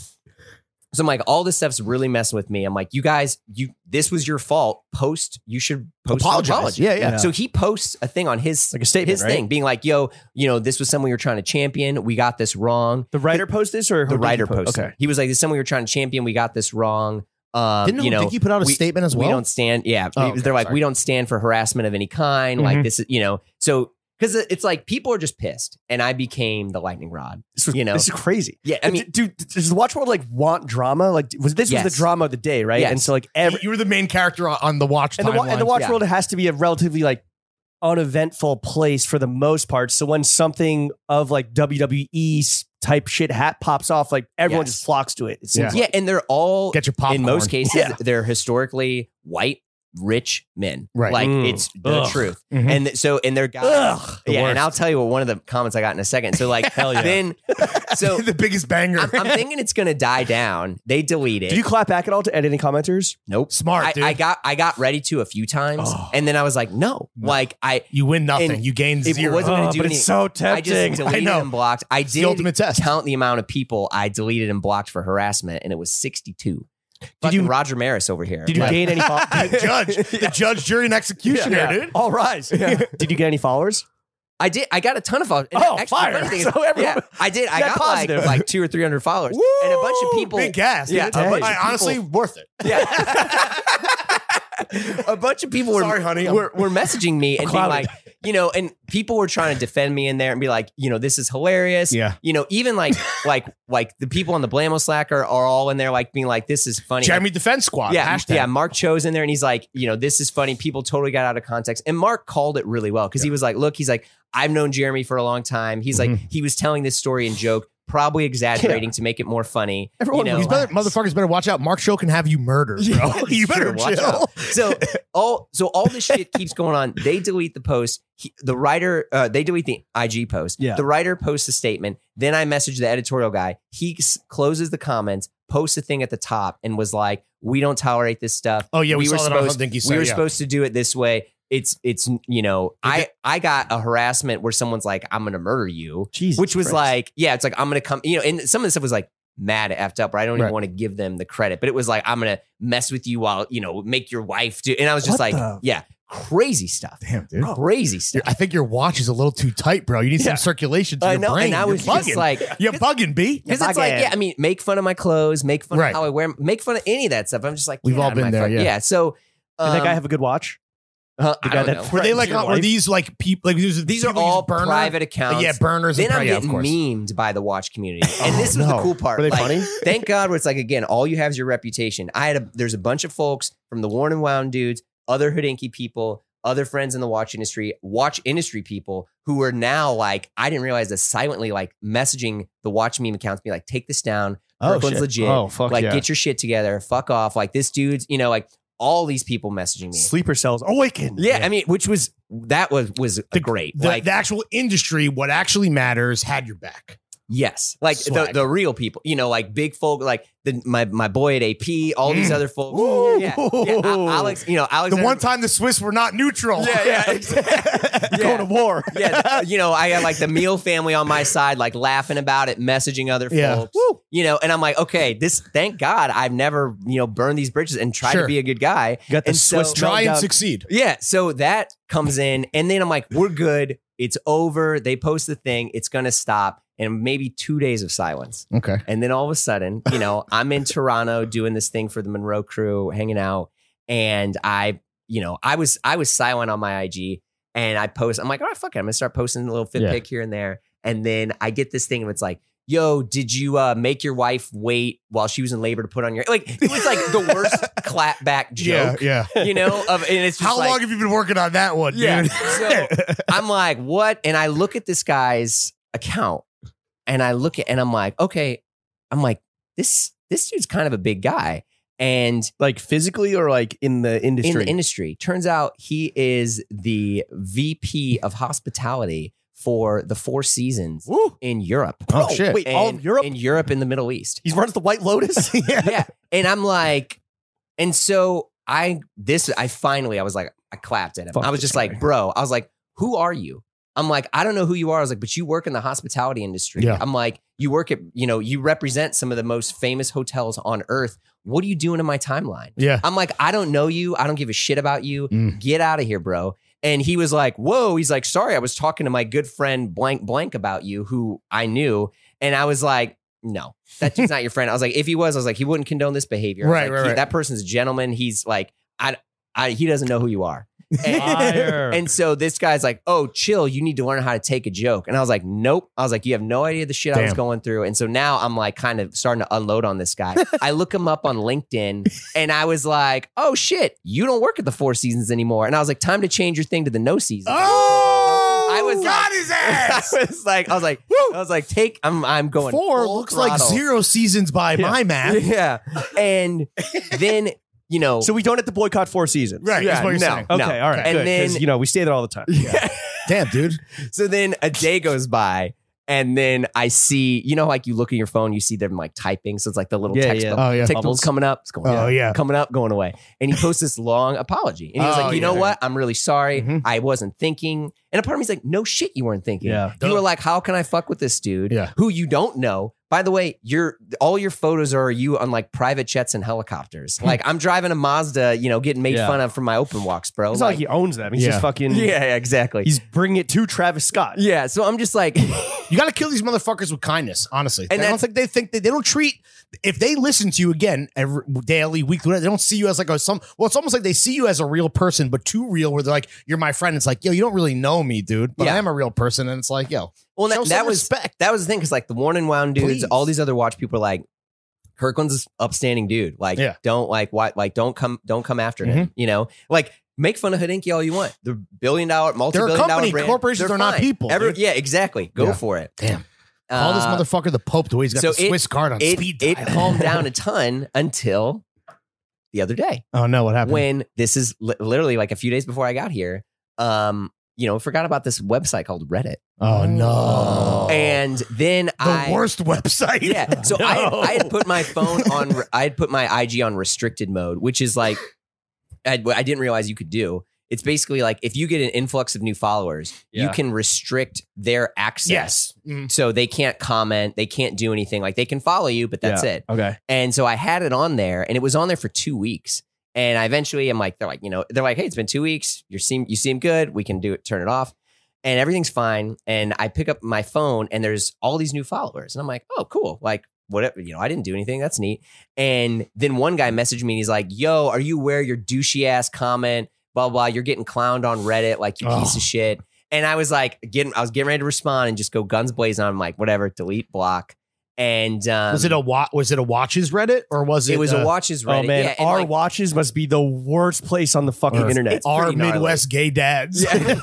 Speaker 2: so I'm like, all this stuff's really messing with me. I'm like, you guys, you this was your fault. Post, you should post an
Speaker 3: Apologize.
Speaker 2: apology.
Speaker 3: Yeah, yeah.
Speaker 1: Yeah.
Speaker 2: So he posts a thing on his
Speaker 1: Like a statement,
Speaker 2: his
Speaker 1: right?
Speaker 2: thing, being like, "Yo, you know, this was someone we were trying to champion. We got this wrong."
Speaker 1: The writer post this or
Speaker 2: the
Speaker 1: Hodinkee
Speaker 2: writer
Speaker 1: post-
Speaker 2: posted.
Speaker 1: Okay.
Speaker 2: He was like, "This is someone we were trying to champion. We got this wrong." Um,
Speaker 3: Didn't
Speaker 2: you know,
Speaker 3: Hodinkee put out a
Speaker 2: we-
Speaker 3: statement as
Speaker 2: we
Speaker 3: well?
Speaker 2: don't stand. Yeah,
Speaker 3: Oh,
Speaker 2: we-
Speaker 3: okay,
Speaker 2: they're like,
Speaker 3: sorry.
Speaker 2: we don't stand for harassment of any kind. Like
Speaker 3: Mhm.
Speaker 2: this, is you know, so because it's like people are just pissed, and I became the lightning rod.
Speaker 1: This was,
Speaker 2: You know.
Speaker 1: this is crazy.
Speaker 2: Yeah, I mean,
Speaker 1: dude, does the watch world like want drama? Like, was this was
Speaker 2: Yes.
Speaker 1: the drama of the day, right?
Speaker 2: Yes.
Speaker 1: And so like every
Speaker 3: you were the main character on, on the watch
Speaker 1: and the, wa-
Speaker 3: timeline.
Speaker 1: and the watch
Speaker 2: Yeah.
Speaker 1: world has to be a relatively like uneventful place for the most part. So when something of like WWE s- type shit hat pops off, like everyone
Speaker 2: Yes.
Speaker 1: just flocks to it. It seems
Speaker 2: yeah, and they're all
Speaker 3: Get your popcorn.
Speaker 2: in most cases
Speaker 1: Yeah.
Speaker 2: they're historically white, rich men.
Speaker 3: Right.
Speaker 2: like
Speaker 1: Mm.
Speaker 2: it's the
Speaker 1: Ugh.
Speaker 2: truth.
Speaker 3: Mhm.
Speaker 2: And th- so, and they're guys.
Speaker 1: Ugh, the
Speaker 2: yeah,
Speaker 1: worst.
Speaker 2: and I'll tell you what. One of the comments I got in a second. So like, hell
Speaker 1: yeah.
Speaker 2: Then, so
Speaker 3: the biggest banger.
Speaker 2: I'm, I'm thinking it's gonna die down. They delete it.
Speaker 1: Did you clap back at all to at any commenters?
Speaker 2: nope.
Speaker 3: Smart,
Speaker 2: I,
Speaker 3: dude.
Speaker 2: I got I got ready to a few times,
Speaker 1: Oh.
Speaker 2: and then I was like, no,
Speaker 3: No.
Speaker 2: like I
Speaker 3: you win nothing.
Speaker 2: and
Speaker 3: You gain
Speaker 2: it
Speaker 3: zero.
Speaker 2: wasn't- gonna do
Speaker 1: but
Speaker 2: any-
Speaker 1: it's so
Speaker 2: I just
Speaker 1: tempting.
Speaker 2: deleted
Speaker 3: know.
Speaker 2: and blocked. I
Speaker 3: It's the ultimate
Speaker 2: did
Speaker 3: test.
Speaker 2: count the amount of people I deleted and blocked for harassment, and it was 62. Did
Speaker 1: you-
Speaker 2: you Roger Maris over here?
Speaker 1: Did you
Speaker 2: Like,
Speaker 1: gain any fo-
Speaker 3: the judge, the judge, jury, and executioner, dude.
Speaker 1: All rise. Did you get any followers?
Speaker 2: I did. I got a ton of followers. And
Speaker 1: Oh,
Speaker 2: actually, the
Speaker 1: fire.
Speaker 2: funny thing is-
Speaker 1: So everyone-
Speaker 2: yeah, I did. I
Speaker 1: Net
Speaker 2: got
Speaker 1: positive.
Speaker 2: like like two or three hundred followers, and a bunch of
Speaker 3: Woo!
Speaker 2: people.
Speaker 3: Big gas.
Speaker 2: Yeah,
Speaker 3: Yeah,
Speaker 2: a bunch of people-
Speaker 3: honestly, worth it.
Speaker 2: Yeah. a bunch of people were
Speaker 3: Sorry, honey, I'm-
Speaker 2: were, were messaging me and being
Speaker 1: Clouded.
Speaker 2: like, you know, and people were trying to defend me in there and be like, you know, this is hilarious.
Speaker 3: Yeah.
Speaker 2: You know, even like like like the people on the Blamo Slacker are all in there like being like, this is funny.
Speaker 3: Jeremy Defense Squad.
Speaker 2: yeah,
Speaker 3: hashtag.
Speaker 2: yeah. Mark Cho's in there and he's like, you know, this is funny. People totally got out of context. And Mark called it really well because he was like, look, he's like, I've known Jeremy for a long time. He's
Speaker 3: Mm-hmm.
Speaker 2: like, he was telling this story and joke, probably exaggerating to make it more funny.
Speaker 1: Everyone
Speaker 2: you know,
Speaker 3: These better, motherfuckers better watch out. Mark Show can have you murdered, bro. you better
Speaker 2: Sure, watch
Speaker 3: chill.
Speaker 2: out. So all so all this shit keeps going on. They delete the post. He, the writer uh, they delete the IG post.
Speaker 1: Yeah.
Speaker 2: The writer posts a statement. Then I message the editorial guy. He s- closes the comments, posts a thing at the top, and was like, "We don't tolerate this stuff.
Speaker 3: Oh yeah, we,
Speaker 2: We
Speaker 3: saw
Speaker 2: were
Speaker 3: that on
Speaker 2: supposed-
Speaker 3: Hunting
Speaker 2: we were supposed to do it this way." It's it's you know I I got a harassment where someone's like I'm gonna murder you,
Speaker 1: Jesus
Speaker 2: which was
Speaker 1: Christ.
Speaker 2: like yeah it's like I'm gonna come you know and some of the stuff was like mad effed up. Right? I don't
Speaker 3: Right.
Speaker 2: even want to give them the credit, but it was like I'm gonna mess with you while you know make your wife do. And I was just
Speaker 1: What
Speaker 2: like,
Speaker 1: the-
Speaker 2: yeah, crazy stuff,
Speaker 3: Damn, dude.
Speaker 2: crazy stuff.
Speaker 3: I think your watch is a little too tight, bro. You need
Speaker 1: Yeah.
Speaker 3: some circulation to
Speaker 2: I
Speaker 3: your
Speaker 2: know,
Speaker 3: brain.
Speaker 2: and I
Speaker 3: You're
Speaker 2: was just
Speaker 3: bugging.
Speaker 2: like.
Speaker 3: you're bugging, B.
Speaker 2: Because
Speaker 1: Yeah,
Speaker 2: it's like,
Speaker 1: bugging.
Speaker 2: yeah, I mean, make fun of my clothes, make fun
Speaker 3: Right.
Speaker 2: of how I wear, 'em, make fun of any of that stuff. I'm just like,
Speaker 3: We've
Speaker 2: get
Speaker 3: all
Speaker 2: out of
Speaker 3: been
Speaker 2: my
Speaker 3: there,
Speaker 2: fuck-
Speaker 3: yeah.
Speaker 2: yeah. So,
Speaker 1: Did that guy
Speaker 2: um,
Speaker 1: have a good watch?
Speaker 2: uh,
Speaker 1: The
Speaker 2: I
Speaker 1: guy
Speaker 2: don't
Speaker 1: that
Speaker 2: know.
Speaker 3: Were they
Speaker 1: threatened
Speaker 3: like
Speaker 1: your
Speaker 3: on, were
Speaker 1: wife?
Speaker 3: these like people like these?
Speaker 2: These are
Speaker 3: people you
Speaker 2: all
Speaker 3: just burn
Speaker 2: private
Speaker 3: up?
Speaker 2: accounts.
Speaker 3: Uh, Yeah, burners.
Speaker 2: Then
Speaker 3: and
Speaker 2: I'm
Speaker 3: pri- yeah, of
Speaker 2: getting
Speaker 3: course. Oh,
Speaker 2: memed by the watch community, and this was
Speaker 1: no.
Speaker 2: the cool part.
Speaker 1: Were they
Speaker 2: Like,
Speaker 1: funny?
Speaker 2: Thank God, where it's like again, all you have is your reputation. I had a there's a bunch of folks from the Worn and Wound dudes, other Hodinkee people, other friends in the watch industry, watch industry people who are now like I didn't realize this silently like messaging the watch meme accounts, be like, take this down, Kirkland's
Speaker 1: shit.
Speaker 2: legit,
Speaker 3: Oh fuck
Speaker 2: like
Speaker 3: yeah.
Speaker 2: get your shit together, fuck off, like this dude's, you know, like all these people messaging me.
Speaker 1: Sleeper cells awaken.
Speaker 2: Yeah, I mean, which was that was was
Speaker 3: The-
Speaker 2: great.
Speaker 3: the,
Speaker 2: like
Speaker 3: the actual industry, what actually matters, had your back.
Speaker 2: Yes, like the,
Speaker 3: Swag.
Speaker 2: the real people, you know, like big folk, like the, my my boy at AP, all these
Speaker 3: Mm.
Speaker 2: other folks.
Speaker 3: Ooh.
Speaker 2: Yeah, yeah, Al- Alex, you know, Alex.
Speaker 3: The one time the Swiss were not neutral.
Speaker 2: yeah, yeah, exactly.
Speaker 1: You're going to
Speaker 2: yeah.
Speaker 1: war.
Speaker 2: yeah, you know, I got like the Meal family on my side, like laughing about it, messaging other
Speaker 3: Yeah.
Speaker 2: folks, you know, and I'm like, okay, this, thank God, I've never, you know, burned these bridges and tried
Speaker 3: Sure.
Speaker 2: to be a good guy.
Speaker 1: You got the
Speaker 2: And so-
Speaker 1: Swiss
Speaker 3: Try and
Speaker 1: meltdown.
Speaker 3: succeed.
Speaker 2: Yeah, so that comes in, and then I'm like, we're good, it's over. They post the thing, it's gonna stop, and maybe two days of silence.
Speaker 3: Okay.
Speaker 2: And then all of a sudden, you know, I'm in Toronto doing this thing for the Monroe crew, hanging out. And I, you know, I was I was silent on my IG and I post, I'm like, all right, fuck it. I'm gonna start posting a little fit
Speaker 3: Yeah.
Speaker 2: pic here and there. And then I get this thing and it's like, yo, did you uh, make your wife wait while she was in labor to put on your like? It was like the worst clapback joke,
Speaker 3: yeah.
Speaker 2: you know. Of and it's just
Speaker 3: How
Speaker 2: like,
Speaker 3: long have you been working on that one,
Speaker 2: Yeah.
Speaker 3: dude?
Speaker 2: So I'm like, what? And I look at this guy's account and I look at and I'm like, okay, I'm like, this this dude's kind of a big guy. And
Speaker 1: like physically or like in the industry.
Speaker 2: in the industry, turns out he is the VP of hospitality for the Four Seasons
Speaker 1: Woo.
Speaker 2: in Europe.
Speaker 3: Oh, shit.
Speaker 1: Wait, all
Speaker 2: And-
Speaker 1: of Europe?
Speaker 2: in Europe and the Middle East.
Speaker 1: he runs the White Lotus. yeah.
Speaker 2: yeah. And I'm like, and so I this I finally I was like I clapped at him.
Speaker 1: Fuck
Speaker 2: I was
Speaker 1: this
Speaker 2: just
Speaker 1: guy.
Speaker 2: like, bro. I was like, who are you? I'm like, I don't know who you are. I was like, but you work in the hospitality industry.
Speaker 3: Yeah.
Speaker 2: I'm like, you work at, you know, you represent some of the most famous hotels on earth. What are you doing in my timeline?
Speaker 3: Yeah.
Speaker 2: I'm like, I don't know you. I don't give a shit about you.
Speaker 3: Mm.
Speaker 2: Get out of here, bro. And he was like, whoa. He's like, sorry, I was talking to my good friend blank blank about you, who I knew. And I was like, no, that dude's not your friend. I was like, if he was, I was like, he wouldn't condone this behavior. I was
Speaker 3: Right,
Speaker 2: like,
Speaker 3: right,
Speaker 2: he-
Speaker 3: right.
Speaker 2: That person's a gentleman. He's like, I, I, he doesn't know who you are.
Speaker 1: Fire.
Speaker 2: And so this guy's like, "Oh, chill. You need to learn how to take a joke." And I was like, "Nope." I was like, "You have no idea the shit I was
Speaker 3: Damn.
Speaker 2: going through." And so now I'm like, kind of starting to unload on this guy. I look him up on LinkedIn, and I was like, "Oh shit, you don't work at the Four Seasons anymore." And I was like, "Time to change your thing to the No Season."
Speaker 3: Oh,
Speaker 2: I was
Speaker 3: got
Speaker 2: like-
Speaker 3: his
Speaker 2: I
Speaker 3: ass.
Speaker 2: was like, I was like, I was like, take. I'm I'm going
Speaker 3: Four
Speaker 2: full
Speaker 3: looks like
Speaker 2: throttle.
Speaker 3: zero seasons by
Speaker 1: Yeah.
Speaker 3: my math.
Speaker 2: Yeah, and then you know,
Speaker 1: So we don't have to boycott Four Seasons.
Speaker 3: Right, that's what you're
Speaker 2: no.
Speaker 3: saying.
Speaker 1: Okay,
Speaker 2: No.
Speaker 1: all right.
Speaker 2: And
Speaker 1: good, 'cause,
Speaker 2: then-
Speaker 1: you know, we say that all the time.
Speaker 3: Damn, dude.
Speaker 2: So then a day goes by. And then I see, you know, like you look at your phone, you see them like typing. So it's like the little
Speaker 1: Yeah,
Speaker 2: text,
Speaker 1: yeah.
Speaker 2: bubble-
Speaker 3: Oh yeah.
Speaker 2: text
Speaker 1: Bubbles.
Speaker 2: bubbles coming up, it's going
Speaker 3: Oh
Speaker 2: down,
Speaker 3: yeah.
Speaker 2: coming up, going away. And he posts this long apology. And he was
Speaker 3: Oh,
Speaker 2: like, you know
Speaker 3: yeah.
Speaker 2: what? I'm really sorry.
Speaker 3: Mhm.
Speaker 2: I wasn't thinking. And a part of me's like, no shit, you weren't thinking.
Speaker 1: Yeah.
Speaker 2: You were like, how can I fuck with this dude
Speaker 3: Yeah.
Speaker 2: who you don't know? By the way, your all your photos are you on like private jets and helicopters. like I'm driving a Mazda, you know, getting made
Speaker 1: Yeah.
Speaker 2: fun of for my open walks, bro.
Speaker 1: It's not like he owns them. He's
Speaker 3: Yeah.
Speaker 1: just fucking.
Speaker 2: yeah, yeah, exactly.
Speaker 1: He's bringing it to Travis Scott.
Speaker 2: yeah, so I'm just like,
Speaker 3: You got to kill these motherfuckers with kindness, honestly.
Speaker 2: And
Speaker 3: I don't
Speaker 2: that's-
Speaker 3: think they think that they don't treat. If they listen to you again every daily, weekly, whatever, they don't see you as like a some. Well, it's almost like they see you as a real person, but too real. Where they're like, "You're my friend." It's like, "Yo, you don't really know me, dude, but
Speaker 2: Yeah.
Speaker 3: I am a real person." And it's like, "Yo,
Speaker 2: Well,
Speaker 3: Show
Speaker 2: that, that
Speaker 3: some
Speaker 2: was that was the thing because like the worn and wound dudes,
Speaker 3: Please.
Speaker 2: all these other watch people are like, Kirkland's an upstanding dude. Like,
Speaker 3: Yeah. Mm-hmm.
Speaker 2: don't like why like don't come don't come after him. You know, like make fun of Hodinkee all you want. They're billion dollar multi billion dollar
Speaker 3: company.
Speaker 2: brand.
Speaker 3: Corporations are not
Speaker 2: fine.
Speaker 3: people,
Speaker 2: Every-
Speaker 3: dude.
Speaker 2: yeah, exactly. Go
Speaker 3: Yeah.
Speaker 2: for it.
Speaker 3: Damn. call this
Speaker 2: Uh,
Speaker 3: motherfucker the Pope." The way he's got
Speaker 2: so
Speaker 3: the
Speaker 2: it-
Speaker 3: Swiss card on
Speaker 2: It,
Speaker 3: speed
Speaker 2: it
Speaker 3: dial.
Speaker 2: calmed down a ton until the other day
Speaker 3: oh no, what happened?
Speaker 2: when this is li- literally like a few days before I got here. Um, you know, forgot about this website called Reddit,
Speaker 3: oh no,
Speaker 2: and then
Speaker 3: Oh. the
Speaker 2: I
Speaker 3: worst website.
Speaker 2: Yeah. So I, had,
Speaker 3: No.
Speaker 2: I had put my phone on, I had put my IG on restricted mode, which is like, I, I didn't realize you could do. It's basically like if you get an influx of new followers,
Speaker 1: Yeah.
Speaker 2: you can restrict their access.
Speaker 3: Yes. Mm.
Speaker 2: So they can't comment, they can't do anything. Like they can follow you, but that's it.
Speaker 1: Okay.
Speaker 2: And so I had it on there and it was on there for two weeks. And I eventually am like, they're like, you know, they're like, hey, it's been two weeks. You seem you seem good. We can do it, turn it off. And everything's fine. And I pick up my phone and there's all these new followers. And I'm like, oh, cool. Like, whatever, you know, I didn't do anything. That's neat. And then one guy messaged me and he's like, yo, are you aware your douchey ass comment? Blah blah. You're getting clowned on Reddit like you piece
Speaker 3: Oh.
Speaker 2: of shit. And I was like, getting I was getting ready to respond and just go guns blazing. I'm like, whatever, delete, block. And um,
Speaker 3: was it a wa- was it a watches Reddit or was it?
Speaker 2: it was a
Speaker 3: uh,
Speaker 2: watches Reddit.
Speaker 1: Oh man,
Speaker 2: yeah, and,
Speaker 1: our
Speaker 2: like,
Speaker 1: watches must be the worst place on the fucking
Speaker 3: Earth.
Speaker 1: internet.
Speaker 2: It's
Speaker 3: our
Speaker 2: pretty gnarly.
Speaker 3: Midwest gay dads.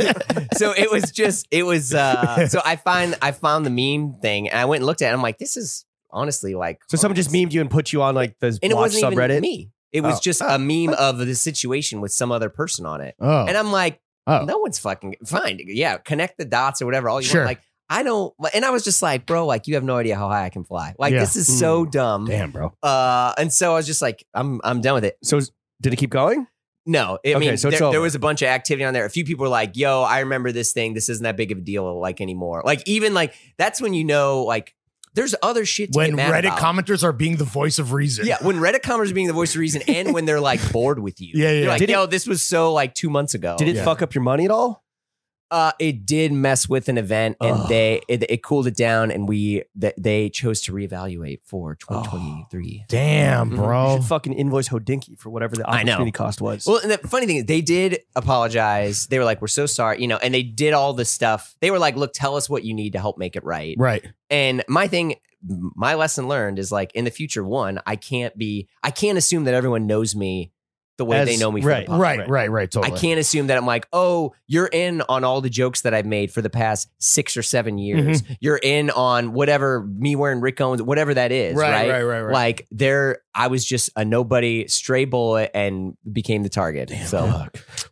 Speaker 2: so it was just it was uh so I find I found the meme thing and I went and looked at it. And I'm like, this is honestly like
Speaker 1: So someone just memed you and put you on like the
Speaker 2: and it
Speaker 1: watch
Speaker 2: wasn't
Speaker 1: subreddit.
Speaker 2: even me. It was
Speaker 1: Oh.
Speaker 2: just a meme of the situation with some other person on it.
Speaker 3: Oh,
Speaker 2: And I'm like,
Speaker 3: Oh.
Speaker 2: no one's fucking fine. Yeah, connect the dots or whatever. All you
Speaker 3: Sure.
Speaker 2: want. Like, I don't and I was just like, bro, like you have no idea how high I can fly. Like
Speaker 3: Yeah.
Speaker 2: this is
Speaker 1: Mm.
Speaker 2: so dumb.
Speaker 3: damn, bro.
Speaker 2: Uh and so I was just like, I'm I'm done with it.
Speaker 1: So is- did it keep going?
Speaker 2: No, I
Speaker 1: Okay,
Speaker 2: mean,
Speaker 1: so it's
Speaker 2: there, there
Speaker 1: over.
Speaker 2: was a bunch of activity on there. A few people were like, "Yo, I remember this thing. This isn't that big of a deal like anymore." Like even like that's when you know like there's other shit to
Speaker 3: when
Speaker 2: get mad
Speaker 3: Reddit
Speaker 2: about.
Speaker 3: commenters are being the voice of reason.
Speaker 2: yeah, when Reddit commenters are being the voice of reason, and when they're like bored with you,
Speaker 3: Yeah, yeah.
Speaker 2: They're like,
Speaker 1: Did it-
Speaker 2: Oh, "Yo, this was so like two months ago."
Speaker 1: Did it
Speaker 3: Yeah.
Speaker 1: fuck up your money at all?
Speaker 2: Uh, it did mess with an event, and
Speaker 1: Ugh.
Speaker 2: they it, it cooled it down, and we th- they chose to reevaluate for
Speaker 1: Oh.
Speaker 2: 2023.
Speaker 3: Damn,
Speaker 2: Mhm.
Speaker 1: You
Speaker 3: bro.
Speaker 1: should fucking invoice Hodinky for whatever the
Speaker 2: I know.
Speaker 1: opportunity cost was.
Speaker 2: Well, and the funny thing is, they did apologize. They were like, "We're so sorry," you know, and they did all this stuff. They were like, "Look, tell us what you need to help make it right."
Speaker 3: Right.
Speaker 2: And my thing, my lesson learned is like in the future, one, I can't be, I can't assume that everyone knows me the way
Speaker 1: As-
Speaker 2: they know me.
Speaker 1: right,
Speaker 2: From the podcast.
Speaker 3: Right, right, right.
Speaker 2: I
Speaker 3: Totally.
Speaker 2: can't assume that I'm like, oh, you're in on all the jokes that I've made for the past six or seven years. You're in on whatever me wearing Rick Owens, whatever that is, right?
Speaker 3: Right, right, right, right.
Speaker 2: Like there, I was just a nobody, stray bullet, and became the target. so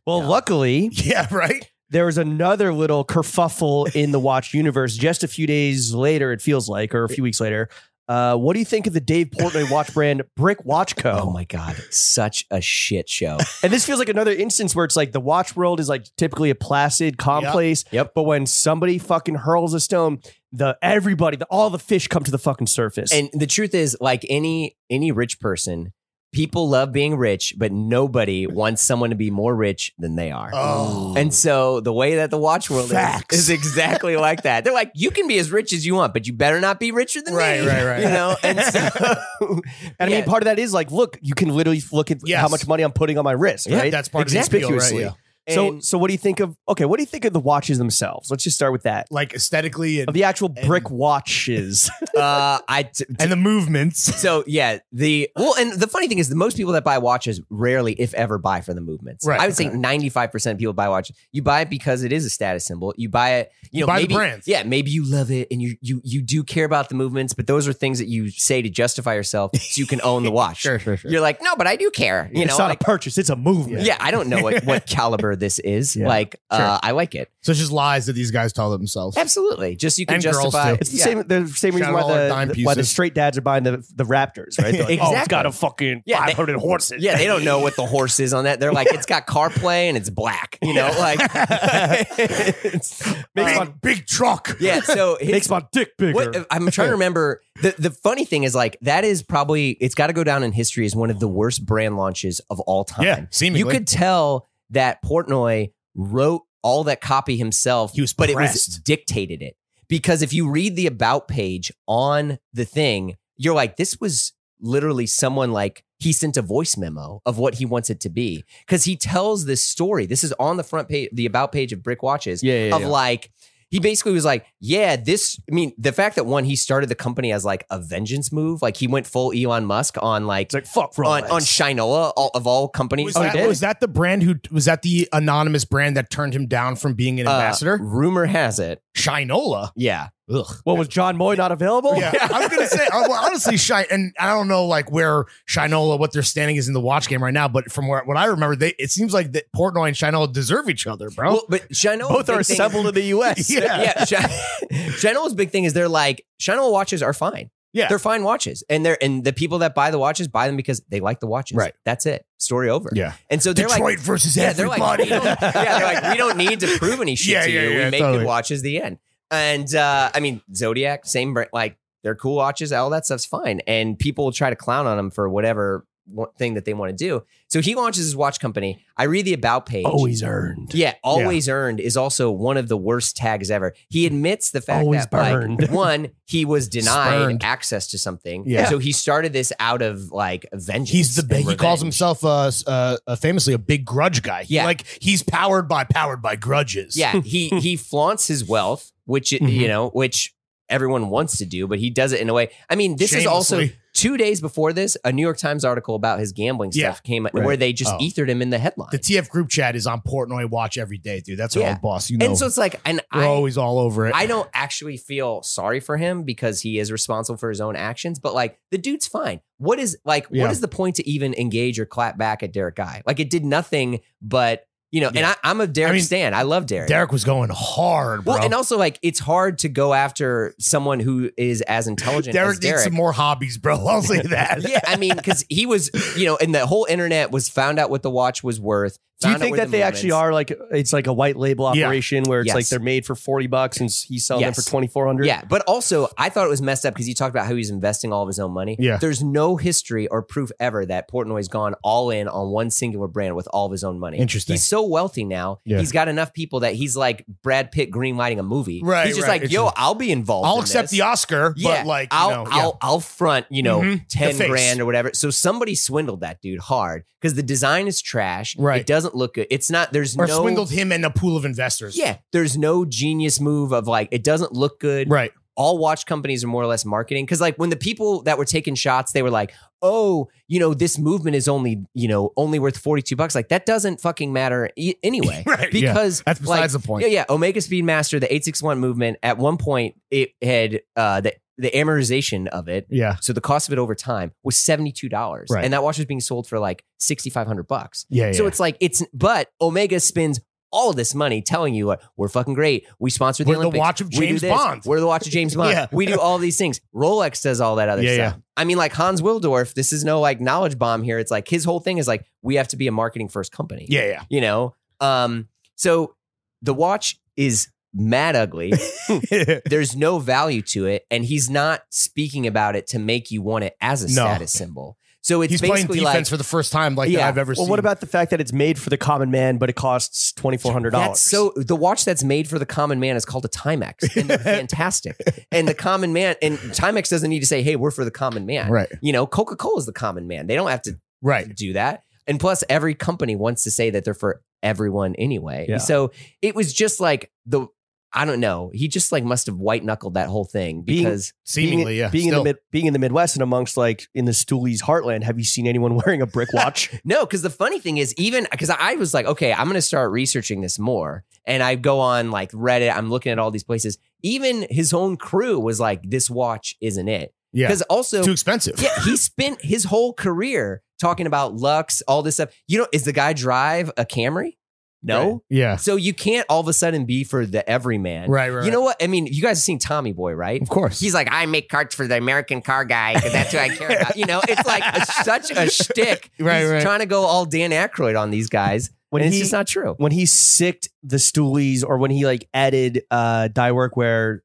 Speaker 1: well, luckily,
Speaker 3: yeah, right.
Speaker 1: there was another little kerfuffle in the Watch universe just a few days later, it feels like, or a few weeks later. Uh, what do you think of the Dave Portnoy watch brand Brick Watch Co?
Speaker 2: Oh my God, such a shit show.
Speaker 1: And this feels like another instance where it's like the watch world is like typically a placid, calm
Speaker 3: Yep.
Speaker 1: place.
Speaker 2: Yep.
Speaker 1: But when somebody fucking hurls a stone, the everybody, the, all the fish come to the fucking surface.
Speaker 2: And the truth is, like any any rich person, people love being rich, but nobody wants someone to be more rich than they are.
Speaker 3: Oh.
Speaker 2: And so the way that the watch world is,
Speaker 3: Facts.
Speaker 2: is exactly like that. They're like, you can be as rich as you want, but you better not be richer than
Speaker 3: Right,
Speaker 2: me.
Speaker 3: right, right.
Speaker 2: You know, and so
Speaker 1: And I
Speaker 2: yeah.
Speaker 1: mean, part of that is like, look, you can literally look at
Speaker 3: Yes.
Speaker 1: how much money I'm putting on my wrist,
Speaker 3: Yeah,
Speaker 1: right?
Speaker 3: that's part of the
Speaker 1: exactly.
Speaker 3: appeal, right? Yeah.
Speaker 1: So,
Speaker 2: And-
Speaker 1: so what do you think of? Okay, what do you think of the watches themselves? Let's just start with that.
Speaker 3: Like aesthetically
Speaker 1: Of
Speaker 3: and,
Speaker 1: the actual brick watches,
Speaker 2: uh, I t-
Speaker 3: and the movements.
Speaker 2: so yeah, the well, and the funny thing is, the most people that buy watches rarely, if ever, buy for the movements.
Speaker 3: Right,
Speaker 2: I would say
Speaker 3: okay.
Speaker 2: ninety five percent of people buy watches. You buy it because it is a status symbol. You buy it, you, know,
Speaker 3: buy the
Speaker 2: maybe,
Speaker 3: brands.
Speaker 2: Yeah, maybe you love it and you you you do care about the movements, but those are things that you say to justify yourself so you can own the watch.
Speaker 3: sure, sure.
Speaker 2: You're like, no, but I do care. You
Speaker 1: it's
Speaker 2: know,
Speaker 1: not
Speaker 2: like-
Speaker 1: a purchase; it's a movement.
Speaker 2: yeah, I don't know what, what caliber this is.
Speaker 1: Yeah.
Speaker 2: Like, uh, I like it.
Speaker 3: So it's just lies that these guys tell themselves.
Speaker 2: Absolutely. Just you can
Speaker 3: And girls,
Speaker 2: justify.
Speaker 3: too.
Speaker 1: It's the
Speaker 2: yeah.
Speaker 1: same. The same reason
Speaker 3: Shout out all our
Speaker 1: why
Speaker 3: dime
Speaker 1: the why the
Speaker 3: pieces.
Speaker 1: straight dads are buying the the Raptors, right? They're like, Oh, it's
Speaker 2: Exactly.
Speaker 1: got a fucking
Speaker 2: Yeah, they-
Speaker 1: five hundred horses.
Speaker 2: Yeah, they don't know what the horse is on that. They're like, it's got CarPlay and it's black. You know, like. It's-
Speaker 1: Makes
Speaker 3: big,
Speaker 1: my-
Speaker 3: big truck.
Speaker 2: yeah. So his-
Speaker 1: makes my dick bigger.
Speaker 2: What, I'm trying to remember. The, the funny thing is, like, that is probably, it's got to go down in history as one of the worst brand launches of all time.
Speaker 3: Yeah, seemingly.
Speaker 2: You could tell that Portnoy wrote all that copy himself,
Speaker 3: He was
Speaker 2: but it was
Speaker 3: pressed.
Speaker 2: dictated it. Because if you read the about page on the thing, you're like, this was literally someone like he sent a voice memo of what he wants it to be. Because he tells this story. This is on the front page, the about page of Brick Watches
Speaker 1: yeah,
Speaker 2: of like he basically was like, yeah, this. I mean, the fact that one he started the company as like a vengeance move, like he went full Elon Musk on like
Speaker 1: it's like fuck
Speaker 2: on
Speaker 1: Rolex.
Speaker 2: on Shinoa all, of all
Speaker 3: Was,
Speaker 2: companies.
Speaker 1: Oh, he
Speaker 3: that,
Speaker 1: did?
Speaker 3: was that the brand who was that the anonymous brand that turned him down from being an
Speaker 2: Uh,
Speaker 3: ambassador?
Speaker 2: rumor has it,
Speaker 3: Shinola.
Speaker 2: yeah,
Speaker 3: Ugh.
Speaker 1: what was John Moy not available?
Speaker 3: Oh, Yeah, I was gonna say. uh, Well, honestly, Shine, and I don't know like where Shinola, what their standing is in the watch game right now, but from where what I remember, they it seems like that Portnoy and Shinola deserve each other, bro.
Speaker 2: well, but Shinoa
Speaker 1: Both are
Speaker 2: big thing-
Speaker 1: assembled in the U.S.
Speaker 3: yeah,
Speaker 2: Yeah, Shi- Shinoa's big thing is they're like Shinoa watches are fine.
Speaker 3: Yeah.
Speaker 2: they're fine watches, and they're and the people that buy the watches buy them because they like the watches.
Speaker 3: Right.
Speaker 2: that's it. Story over.
Speaker 3: Yeah.
Speaker 2: and so they're
Speaker 3: Detroit
Speaker 2: like
Speaker 3: versus
Speaker 2: yeah, they're like,
Speaker 3: everybody.
Speaker 2: we don't, yeah, they're like, we don't need to prove any shit
Speaker 3: Yeah,
Speaker 2: to
Speaker 3: yeah,
Speaker 2: you.
Speaker 3: yeah,
Speaker 2: we make
Speaker 3: totally.
Speaker 2: good watches. The end. And uh, I mean, Zodiac, same brand, like they're cool watches. All that stuff's fine, and people will try to clown on them for whatever one thing that they want to do. So he launches his watch company. I read the about page.
Speaker 3: Oh,
Speaker 1: Always earned.
Speaker 2: Yeah, always earned is also one of the worst tags ever. He admits the fact
Speaker 1: Always
Speaker 2: that like,
Speaker 1: burned.
Speaker 2: one, he was denied
Speaker 3: Spurned.
Speaker 2: access to something.
Speaker 3: Yeah.
Speaker 2: So he started this out of like vengeance.
Speaker 3: He's the
Speaker 2: and
Speaker 3: big. He calls
Speaker 2: revenge.
Speaker 3: himself uh, s- uh, uh, famously a big grudge guy. He,
Speaker 2: Yeah.
Speaker 3: like he's powered by powered by grudges.
Speaker 2: Yeah, he he flaunts his wealth, which it-
Speaker 3: Mm-hmm.
Speaker 2: you know, which everyone wants to do, but he does it in a way. I mean, this is also
Speaker 3: Shamelessly.
Speaker 2: two days before this, a New York Times article about his gambling
Speaker 3: Yeah,
Speaker 2: stuff came
Speaker 1: right.
Speaker 2: where they just
Speaker 3: Oh.
Speaker 2: ethered him in the headline.
Speaker 3: The TF group chat is on Portnoy watch every day, dude. That's our
Speaker 2: Yeah.
Speaker 3: old boss. You know,
Speaker 2: and so it's like, and
Speaker 3: we're
Speaker 2: I
Speaker 3: always all over it.
Speaker 2: I don't actually feel sorry for him because he is responsible for his own actions, but like the dude's fine. What is like
Speaker 3: Yeah.
Speaker 2: what is the point to even engage or clap back at Derek Guy? Like it did nothing but you know, and
Speaker 3: Yeah.
Speaker 2: I, I'm a Derek
Speaker 3: I mean,
Speaker 2: Stan. I love Derek.
Speaker 3: Derek was going hard, bro.
Speaker 2: Well, and also like it's hard to go after someone who is as intelligent
Speaker 3: Derek
Speaker 2: as
Speaker 3: needs
Speaker 2: Derek.
Speaker 3: some more hobbies, bro. I'll say that.
Speaker 2: yeah, I mean, because he was, you know, and the whole internet was found out what the watch was worth,
Speaker 1: Do you
Speaker 2: Found out
Speaker 1: think
Speaker 2: where
Speaker 1: that
Speaker 2: the
Speaker 1: they
Speaker 2: movements-
Speaker 1: actually are like it's like a white label
Speaker 3: Yeah.
Speaker 1: operation where it's like
Speaker 2: Yes.
Speaker 1: they're made for forty bucks and he's selling them
Speaker 2: Yes.
Speaker 1: for twenty four hundred?
Speaker 2: Yeah, but also I thought it was messed up because he talked about how he's investing all of his own money.
Speaker 3: Yeah.
Speaker 2: there's no history or proof ever that Portnoy's gone all in on one singular brand with all of his own money.
Speaker 3: Interesting.
Speaker 2: He's so wealthy now.
Speaker 3: Yeah.
Speaker 2: He's got enough people that he's like Brad Pitt greenlighting a movie.
Speaker 3: Right,
Speaker 2: He's just
Speaker 3: right.
Speaker 2: like, yo,
Speaker 3: It's-
Speaker 2: I'll be involved.
Speaker 3: I'll
Speaker 2: in
Speaker 3: accept
Speaker 2: this.
Speaker 3: the Oscar,
Speaker 2: Yeah,
Speaker 3: but like,
Speaker 2: I'll
Speaker 3: you know, yeah.
Speaker 2: I'll I'll front you know
Speaker 3: Mhm. The
Speaker 2: ten
Speaker 3: face.
Speaker 2: grand or whatever. So somebody swindled that dude hard because the design is trash.
Speaker 3: Right.
Speaker 2: it doesn't look good. It's not. There's
Speaker 3: or
Speaker 2: no
Speaker 3: swindled him and a pool of investors.
Speaker 2: Yeah, there's no genius move of like it doesn't look good.
Speaker 3: Right.
Speaker 2: All watch companies are more or less marketing because like when the people that were taking shots, they were like, oh, you know, this movement is only you know only worth forty two bucks. Like that doesn't fucking matter e- anyway.
Speaker 3: Right. yeah.
Speaker 2: Because
Speaker 3: That's
Speaker 2: like,
Speaker 3: besides the point.
Speaker 2: yeah, yeah. Omega Speedmaster, the 861 movement, at one point it had uh the, the amortization of it,
Speaker 3: Yeah.
Speaker 2: so the cost of it over time was $72.
Speaker 3: Right.
Speaker 2: And that watch was being sold for like 6500 bucks.
Speaker 3: Yeah.
Speaker 2: So it's like it's but Omega spends all this money telling you what we're fucking great. We sponsor the
Speaker 3: We're the
Speaker 2: Olympics.
Speaker 3: watch of
Speaker 2: we do
Speaker 3: James
Speaker 2: this.
Speaker 3: Bond.
Speaker 2: We're the watch of James Bond.
Speaker 3: Yeah.
Speaker 2: We do all these things. Rolex does all that other
Speaker 3: Yeah,
Speaker 2: stuff. I mean, like Hans Wildorf, this is no like knowledge bomb here. It's like his whole thing is like we have to be a marketing first company
Speaker 3: yeah. Yeah.
Speaker 2: you know um so the watch is mad ugly there's no value to it and he's not speaking about it to make you want it as a
Speaker 3: No.
Speaker 2: status symbol so it's
Speaker 3: He's playing
Speaker 2: basically
Speaker 3: defense
Speaker 2: like
Speaker 3: for the first time, like that
Speaker 2: Yeah.
Speaker 3: I've ever
Speaker 1: Well,
Speaker 3: seen.
Speaker 1: what about the fact that it's made for the common man, but it costs twenty four hundred dollars?
Speaker 2: that's so the watch that's made for the common man is called a Timex and they're fantastic and the common man and Timex doesn't need to say hey we're for the common man
Speaker 3: right?
Speaker 2: you know Coca-Cola is the common man they don't have to
Speaker 3: Right.
Speaker 2: do that. And plus, every company wants to say that they're for everyone anyway.
Speaker 1: Yeah.
Speaker 2: So it was just like the I don't know. He just like must have white knuckled that whole thing
Speaker 1: Being-
Speaker 2: because
Speaker 3: Seemingly,
Speaker 1: being,
Speaker 3: yeah.
Speaker 1: being in the
Speaker 3: Still.
Speaker 1: mid, being in the Midwest and amongst like in the Stoolies heartland, have you seen anyone wearing a brick watch?
Speaker 2: no, because the funny thing is even because I was like, okay, I'm gonna start researching this more, and I go on like Reddit. I'm looking at all these places. Even his own crew was like, this watch isn't it?
Speaker 3: Yeah.
Speaker 2: Because also
Speaker 3: Too expensive.
Speaker 2: Yeah, he spent his whole career talking about Lux, all this stuff. You know, is the guy drive a Camry? No.
Speaker 3: Yeah.
Speaker 2: So you can't all of a sudden be for the everyman.
Speaker 3: Right. Right.
Speaker 2: You know what? I mean, you guys have seen Tommy Boy, right?
Speaker 3: Of course.
Speaker 2: He's like, I make carts for the American car guy because that's who I care about. You know, it's like a, such a shtick.
Speaker 3: Right,
Speaker 2: He's
Speaker 3: right.
Speaker 2: trying to go all Dan Aykroyd on these guys,
Speaker 1: When
Speaker 2: and it's
Speaker 1: he-
Speaker 2: just not true.
Speaker 1: when he sicked the Stoolies, or when he like added uh, dye workwear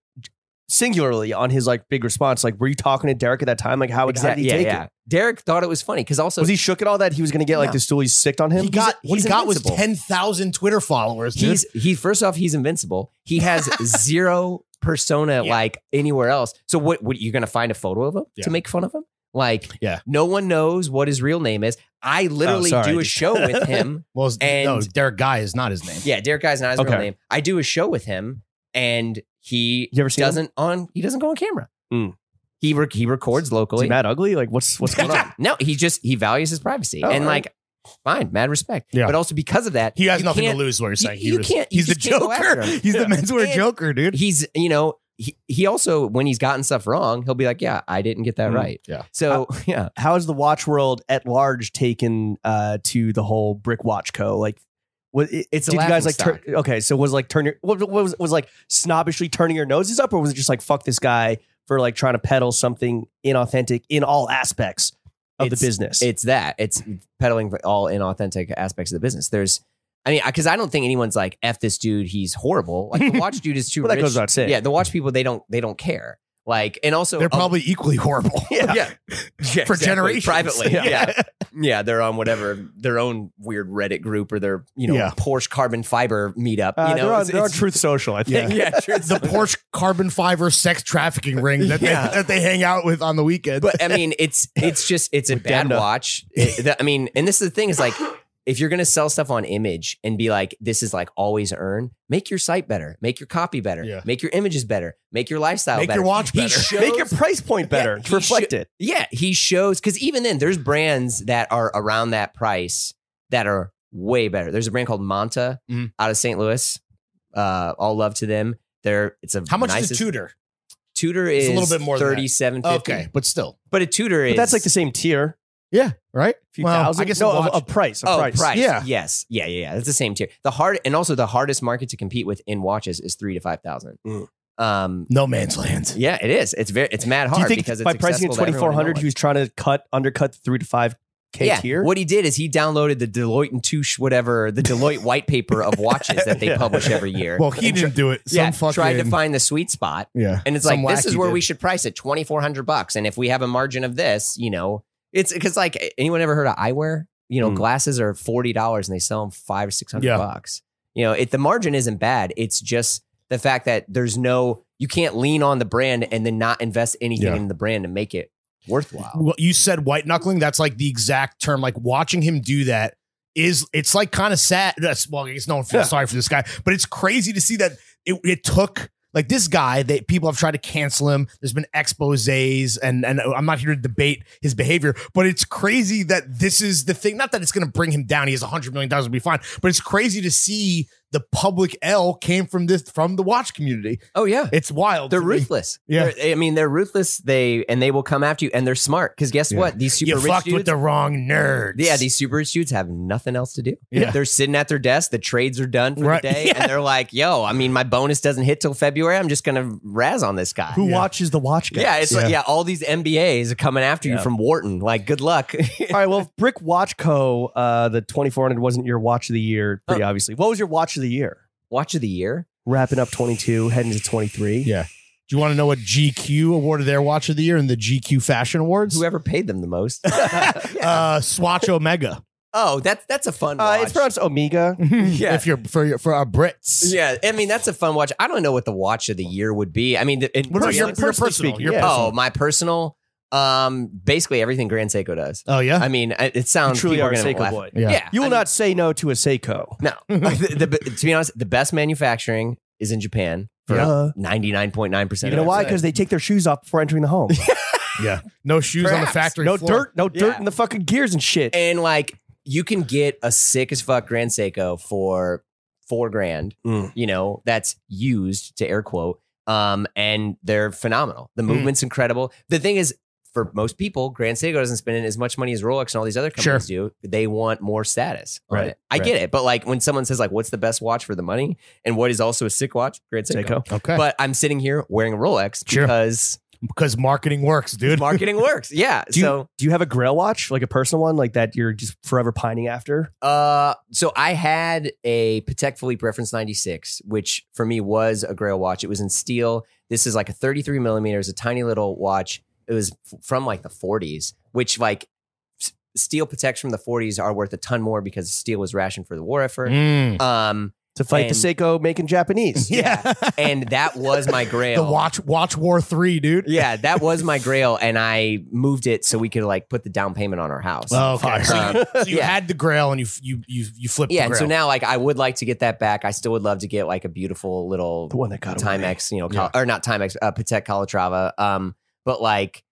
Speaker 1: singularly on his like big response, like were you talking to Derek at that time? Like how, exactly,
Speaker 2: Exact-
Speaker 1: how did he
Speaker 2: yeah,
Speaker 1: take
Speaker 2: yeah.
Speaker 1: it?
Speaker 2: Derek thought it was funny because also
Speaker 1: was he shook at all that he was going to get like
Speaker 2: No.
Speaker 1: the Stoolies sicked on him?
Speaker 3: he got
Speaker 2: he's
Speaker 3: what he got was
Speaker 2: invincible.
Speaker 3: ten thousand Twitter followers. Dude.
Speaker 2: he's he first off he's invincible he has zero persona
Speaker 3: Yeah.
Speaker 2: like anywhere else so what, what you're gonna find a photo of him
Speaker 3: Yeah.
Speaker 2: to make fun of him like
Speaker 3: Yeah.
Speaker 2: no one knows what his real name is i literally
Speaker 1: sorry, I
Speaker 2: do a
Speaker 1: just-
Speaker 2: show with him
Speaker 3: well,
Speaker 2: and-
Speaker 3: no, Derek Guy is not his name.
Speaker 2: yeah derek guy's not his real
Speaker 1: Okay.
Speaker 2: name i do a show with him and he
Speaker 1: You ever seen him?
Speaker 2: doesn't on he doesn't go on camera
Speaker 3: Hmm.
Speaker 1: Mm.
Speaker 2: he rec- he records
Speaker 1: Is he
Speaker 2: locally
Speaker 1: mad ugly? Like what's what's going on?
Speaker 2: no he just he values his privacy
Speaker 1: Oh,
Speaker 2: and
Speaker 1: all right.
Speaker 2: like fine mad respect
Speaker 3: Yeah.
Speaker 2: but also because of that
Speaker 3: He has
Speaker 2: you
Speaker 3: nothing to
Speaker 2: can't-
Speaker 3: lose. Is what you're saying?
Speaker 2: you- you
Speaker 3: was-
Speaker 2: can't- you
Speaker 3: He's the
Speaker 2: just can't go after
Speaker 3: Joker.
Speaker 2: him.
Speaker 3: He's the menswear
Speaker 2: And-
Speaker 3: Joker, dude.
Speaker 2: he's you know he, he also when he's gotten stuff wrong he'll be like yeah i didn't get that
Speaker 1: Mm,
Speaker 2: right
Speaker 3: Hmm. yeah. Uh,
Speaker 2: so yeah
Speaker 1: How has the watch world at large taken uh, to the whole brick watch co? Like. What, it,
Speaker 2: It's a
Speaker 1: did you guys like?
Speaker 2: laughingstock.
Speaker 1: Turn, okay, so was like turn your what, what was was like snobbishly turning your noses up, or was it just like fuck this guy for like trying to peddle something inauthentic in all aspects of
Speaker 2: It's-
Speaker 1: the business?
Speaker 2: it's that it's peddling for all inauthentic aspects of the business there's i mean because i don't think anyone's like f this dude he's horrible like the watch dude is too
Speaker 1: well, that
Speaker 2: rich
Speaker 1: goes without saying.
Speaker 2: yeah the watch people they don't they don't care like and also oh,
Speaker 3: They're probably equally horrible.
Speaker 2: um, yeah, yeah.
Speaker 3: For
Speaker 2: exactly.
Speaker 3: generations.
Speaker 2: privately
Speaker 3: Yeah.
Speaker 2: yeah. yeah they're on whatever their own weird reddit group or their you know
Speaker 3: Yeah.
Speaker 2: porsche carbon fiber meetup
Speaker 1: Uh,
Speaker 2: you know
Speaker 1: they're on,
Speaker 2: It's-
Speaker 1: they're on
Speaker 2: it's-
Speaker 1: Truth Social, I think.
Speaker 2: yeah, true.
Speaker 3: the Porsche carbon fiber sex trafficking ring that,
Speaker 2: Yeah.
Speaker 3: they, that they hang out with on the weekend.
Speaker 2: but I mean, it's it's just it's a bad
Speaker 1: Denda.
Speaker 2: watch. It- the- I mean, and this is the thing is like, if you're gonna sell stuff on image and be like, this is like always earn, make your site better, make your copy better,
Speaker 3: Yeah.
Speaker 2: make your images better, make your lifestyle
Speaker 3: make
Speaker 2: better.
Speaker 3: your watch
Speaker 2: He
Speaker 3: better.
Speaker 2: shows-
Speaker 1: Make your price point better
Speaker 2: Yeah,
Speaker 1: to
Speaker 2: he
Speaker 1: reflect
Speaker 2: should-
Speaker 1: it.
Speaker 2: yeah, he shows because even then, there's brands that are around that price that are way better. There's a brand called Monta
Speaker 3: Mhm.
Speaker 2: out of St. Louis. Uh, all love to them. They're it's a
Speaker 3: How much
Speaker 2: nicest,
Speaker 3: is a tutor?
Speaker 2: Tutor
Speaker 3: It's
Speaker 2: is
Speaker 3: a little bit more than that.
Speaker 2: thirty seven fifty.
Speaker 3: Okay, but still,
Speaker 2: but a tutor is
Speaker 1: But that's like the same tier.
Speaker 3: yeah, right.
Speaker 1: A few
Speaker 3: Well,
Speaker 1: thousand.
Speaker 3: I guess
Speaker 1: no,
Speaker 3: a
Speaker 1: a,
Speaker 3: watch-
Speaker 1: a price. A
Speaker 2: oh,
Speaker 1: price.
Speaker 2: price.
Speaker 3: Yeah.
Speaker 2: Yes. Yeah. Yeah. Yeah. That's the same tier. The hard and also the hardest market to compete with in watches is three to five thousand.
Speaker 1: Mm.
Speaker 2: Um.
Speaker 3: No man's land.
Speaker 2: Yeah, it is. It's very. It's mad hard
Speaker 1: Do you think
Speaker 2: because it's
Speaker 1: by pricing it
Speaker 2: accessible to
Speaker 1: twenty
Speaker 2: everyone
Speaker 1: four
Speaker 2: and no
Speaker 1: hundred,
Speaker 2: one.
Speaker 1: he was trying to cut undercut the three to five K tier.
Speaker 2: What he did is he downloaded the Deloitte and Touche, whatever, the Deloitte white paper of watches that they publish every year.
Speaker 3: Well, he didn't do it. Some
Speaker 2: yeah,
Speaker 3: fucking
Speaker 2: tried to find the sweet spot.
Speaker 3: yeah.
Speaker 2: And it's
Speaker 3: Some
Speaker 2: like, this
Speaker 3: wacky
Speaker 2: is where
Speaker 3: dude.
Speaker 2: we should price it 2400 bucks. And if we have a margin of this, you know, it's because like anyone ever heard of eyewear? You know,
Speaker 1: Mm.
Speaker 2: glasses are $40 and they sell them five or 600
Speaker 3: Hmm. Yeah.
Speaker 2: bucks. You know, it, the margin isn't bad. It's just the fact that there's no, you can't lean on the brand and then not invest anything
Speaker 3: Yeah.
Speaker 2: in the brand to make it worthwhile.
Speaker 3: Well, you said white knuckling. That's like the exact term. Like watching him do that is it's like kind of sad. That's well, I guess no one feels
Speaker 1: Yeah.
Speaker 3: sorry for this guy, but it's crazy to see that it, it took like this guy that people have tried to cancel him. There's been exposes, and and uh, I'm not here to debate his behavior, but it's crazy that this is the thing. Not that it's going to bring him down. He has 100 million dollars, will be fine. But it's crazy to see the public L came from this from the watch community.
Speaker 2: Oh, yeah.
Speaker 3: It's wild.
Speaker 2: They're
Speaker 3: to me.
Speaker 2: ruthless.
Speaker 3: Yeah.
Speaker 2: They're- I mean, they're ruthless. They and they will come after you, and they're smart. Because guess
Speaker 3: Yeah.
Speaker 2: what? These super
Speaker 3: You
Speaker 2: rich
Speaker 3: fucked
Speaker 2: dudes,
Speaker 3: with the wrong nerds.
Speaker 2: yeah, these super rich dudes have nothing else to do.
Speaker 3: Yeah.
Speaker 2: They're sitting at their desk. The trades are done for
Speaker 3: Right.
Speaker 2: the day,
Speaker 3: Yeah.
Speaker 2: and they're like, "Yo, I mean, my bonus doesn't hit till February. I'm just gonna razz on this guy."
Speaker 1: Who
Speaker 3: Yeah.
Speaker 1: watches the watch guys?
Speaker 2: yeah, it's like yeah, all these MBAs are coming after
Speaker 1: Yeah.
Speaker 2: you from Wharton. Like, good luck.
Speaker 1: All right. Well, if Brick Watch Co. Uh, the 2400 wasn't your watch of the year,
Speaker 2: Oh.
Speaker 1: pretty obviously. What was your watch of the year?
Speaker 2: Watch of the year.
Speaker 1: Wrapping up 22, heading to 23.
Speaker 3: Yeah. Do you want to know what GQ awarded their watch of the year in the GQ Fashion Awards?
Speaker 2: Whoever paid them the most.
Speaker 3: Uh, Swatch Omega.
Speaker 2: oh, that's that's a fun.
Speaker 1: Uh,
Speaker 2: Watch.
Speaker 1: it's pronounced Omega.
Speaker 2: Yeah.
Speaker 3: If you're for your, for our Brits.
Speaker 2: yeah, I mean that's a fun watch. I don't know what the watch of the year would be. I mean, the- in
Speaker 3: What about your,
Speaker 2: personally-
Speaker 3: your
Speaker 1: Personally
Speaker 3: personal?
Speaker 1: speaking,
Speaker 3: your
Speaker 1: yeah.
Speaker 2: Oh, my personal. Um, basically everything Grand Seiko does.
Speaker 3: Oh yeah.
Speaker 2: I mean, I- it
Speaker 1: You
Speaker 2: sounds
Speaker 1: truly
Speaker 2: people
Speaker 1: are a
Speaker 2: gonna
Speaker 1: Seiko
Speaker 2: laugh.
Speaker 1: boy.
Speaker 3: yeah.
Speaker 2: Yeah,
Speaker 1: You will
Speaker 2: I mean,
Speaker 1: not say no to a Seiko.
Speaker 2: No, The- the- to be honest, the best manufacturing is in Japan for
Speaker 1: Uh,
Speaker 2: ninety nine point nine percent.
Speaker 1: you know why? Because they take their shoes off before entering the home.
Speaker 3: Yeah. No shoes on the
Speaker 2: Perhaps.
Speaker 3: factory.
Speaker 1: no
Speaker 3: floor.
Speaker 1: dirt, no dirt
Speaker 2: Yeah.
Speaker 1: in the fucking gears and shit.
Speaker 2: and like you can get a sick as fuck Grand Seiko for four grand.
Speaker 1: Mm.
Speaker 2: You know that's used to air quote. Um, and they're phenomenal.
Speaker 1: Hmm.
Speaker 2: The movement's incredible. The thing is. For most people, Grand Seiko doesn't spend in as much money as Rolex and all these other companies do. They want more status. on
Speaker 1: Right,
Speaker 2: it. I
Speaker 1: right.
Speaker 2: get it. But like when someone says like, "What's the best watch for the money?" and what is also a sick watch, Grand Seiko.
Speaker 1: Seiko.
Speaker 3: Okay.
Speaker 2: But I'm sitting here wearing a Rolex
Speaker 3: Sure.
Speaker 2: because
Speaker 3: because marketing works, dude.
Speaker 2: marketing works. Yeah.
Speaker 1: Do you,
Speaker 2: so
Speaker 1: do you have a Grail watch, like a personal one, like that you're just forever pining after?
Speaker 2: uh so I had a Patek Philippe reference 96, which for me was a grail watch. It was in steel. This is like a 33 millimeters, a tiny little watch. It was f- from like the 40s, which like s- steel Pateks from the 40s are worth a ton more because steel was rationed for the war effort.
Speaker 3: Mm.
Speaker 2: Um
Speaker 1: to fight
Speaker 2: And-
Speaker 1: the Seiko making Japanese.
Speaker 3: Yeah.
Speaker 2: and that was my grail.
Speaker 3: the watch Watch War Three, dude.
Speaker 2: Yeah, that was my grail and I moved it so we could like put the down payment on our house.
Speaker 3: Oh, okay. So
Speaker 1: Uh,
Speaker 3: you, so you
Speaker 2: Yeah.
Speaker 3: had the Grail and you f- you you you flipped.
Speaker 2: Yeah,
Speaker 3: the
Speaker 2: and
Speaker 3: Grail.
Speaker 2: so now like I would like to get that back. I still would love to get like a beautiful little
Speaker 1: The one that got away.
Speaker 2: Timex, you know, Cal- or not Timex, uh, Patek Calatrava. Um, but like,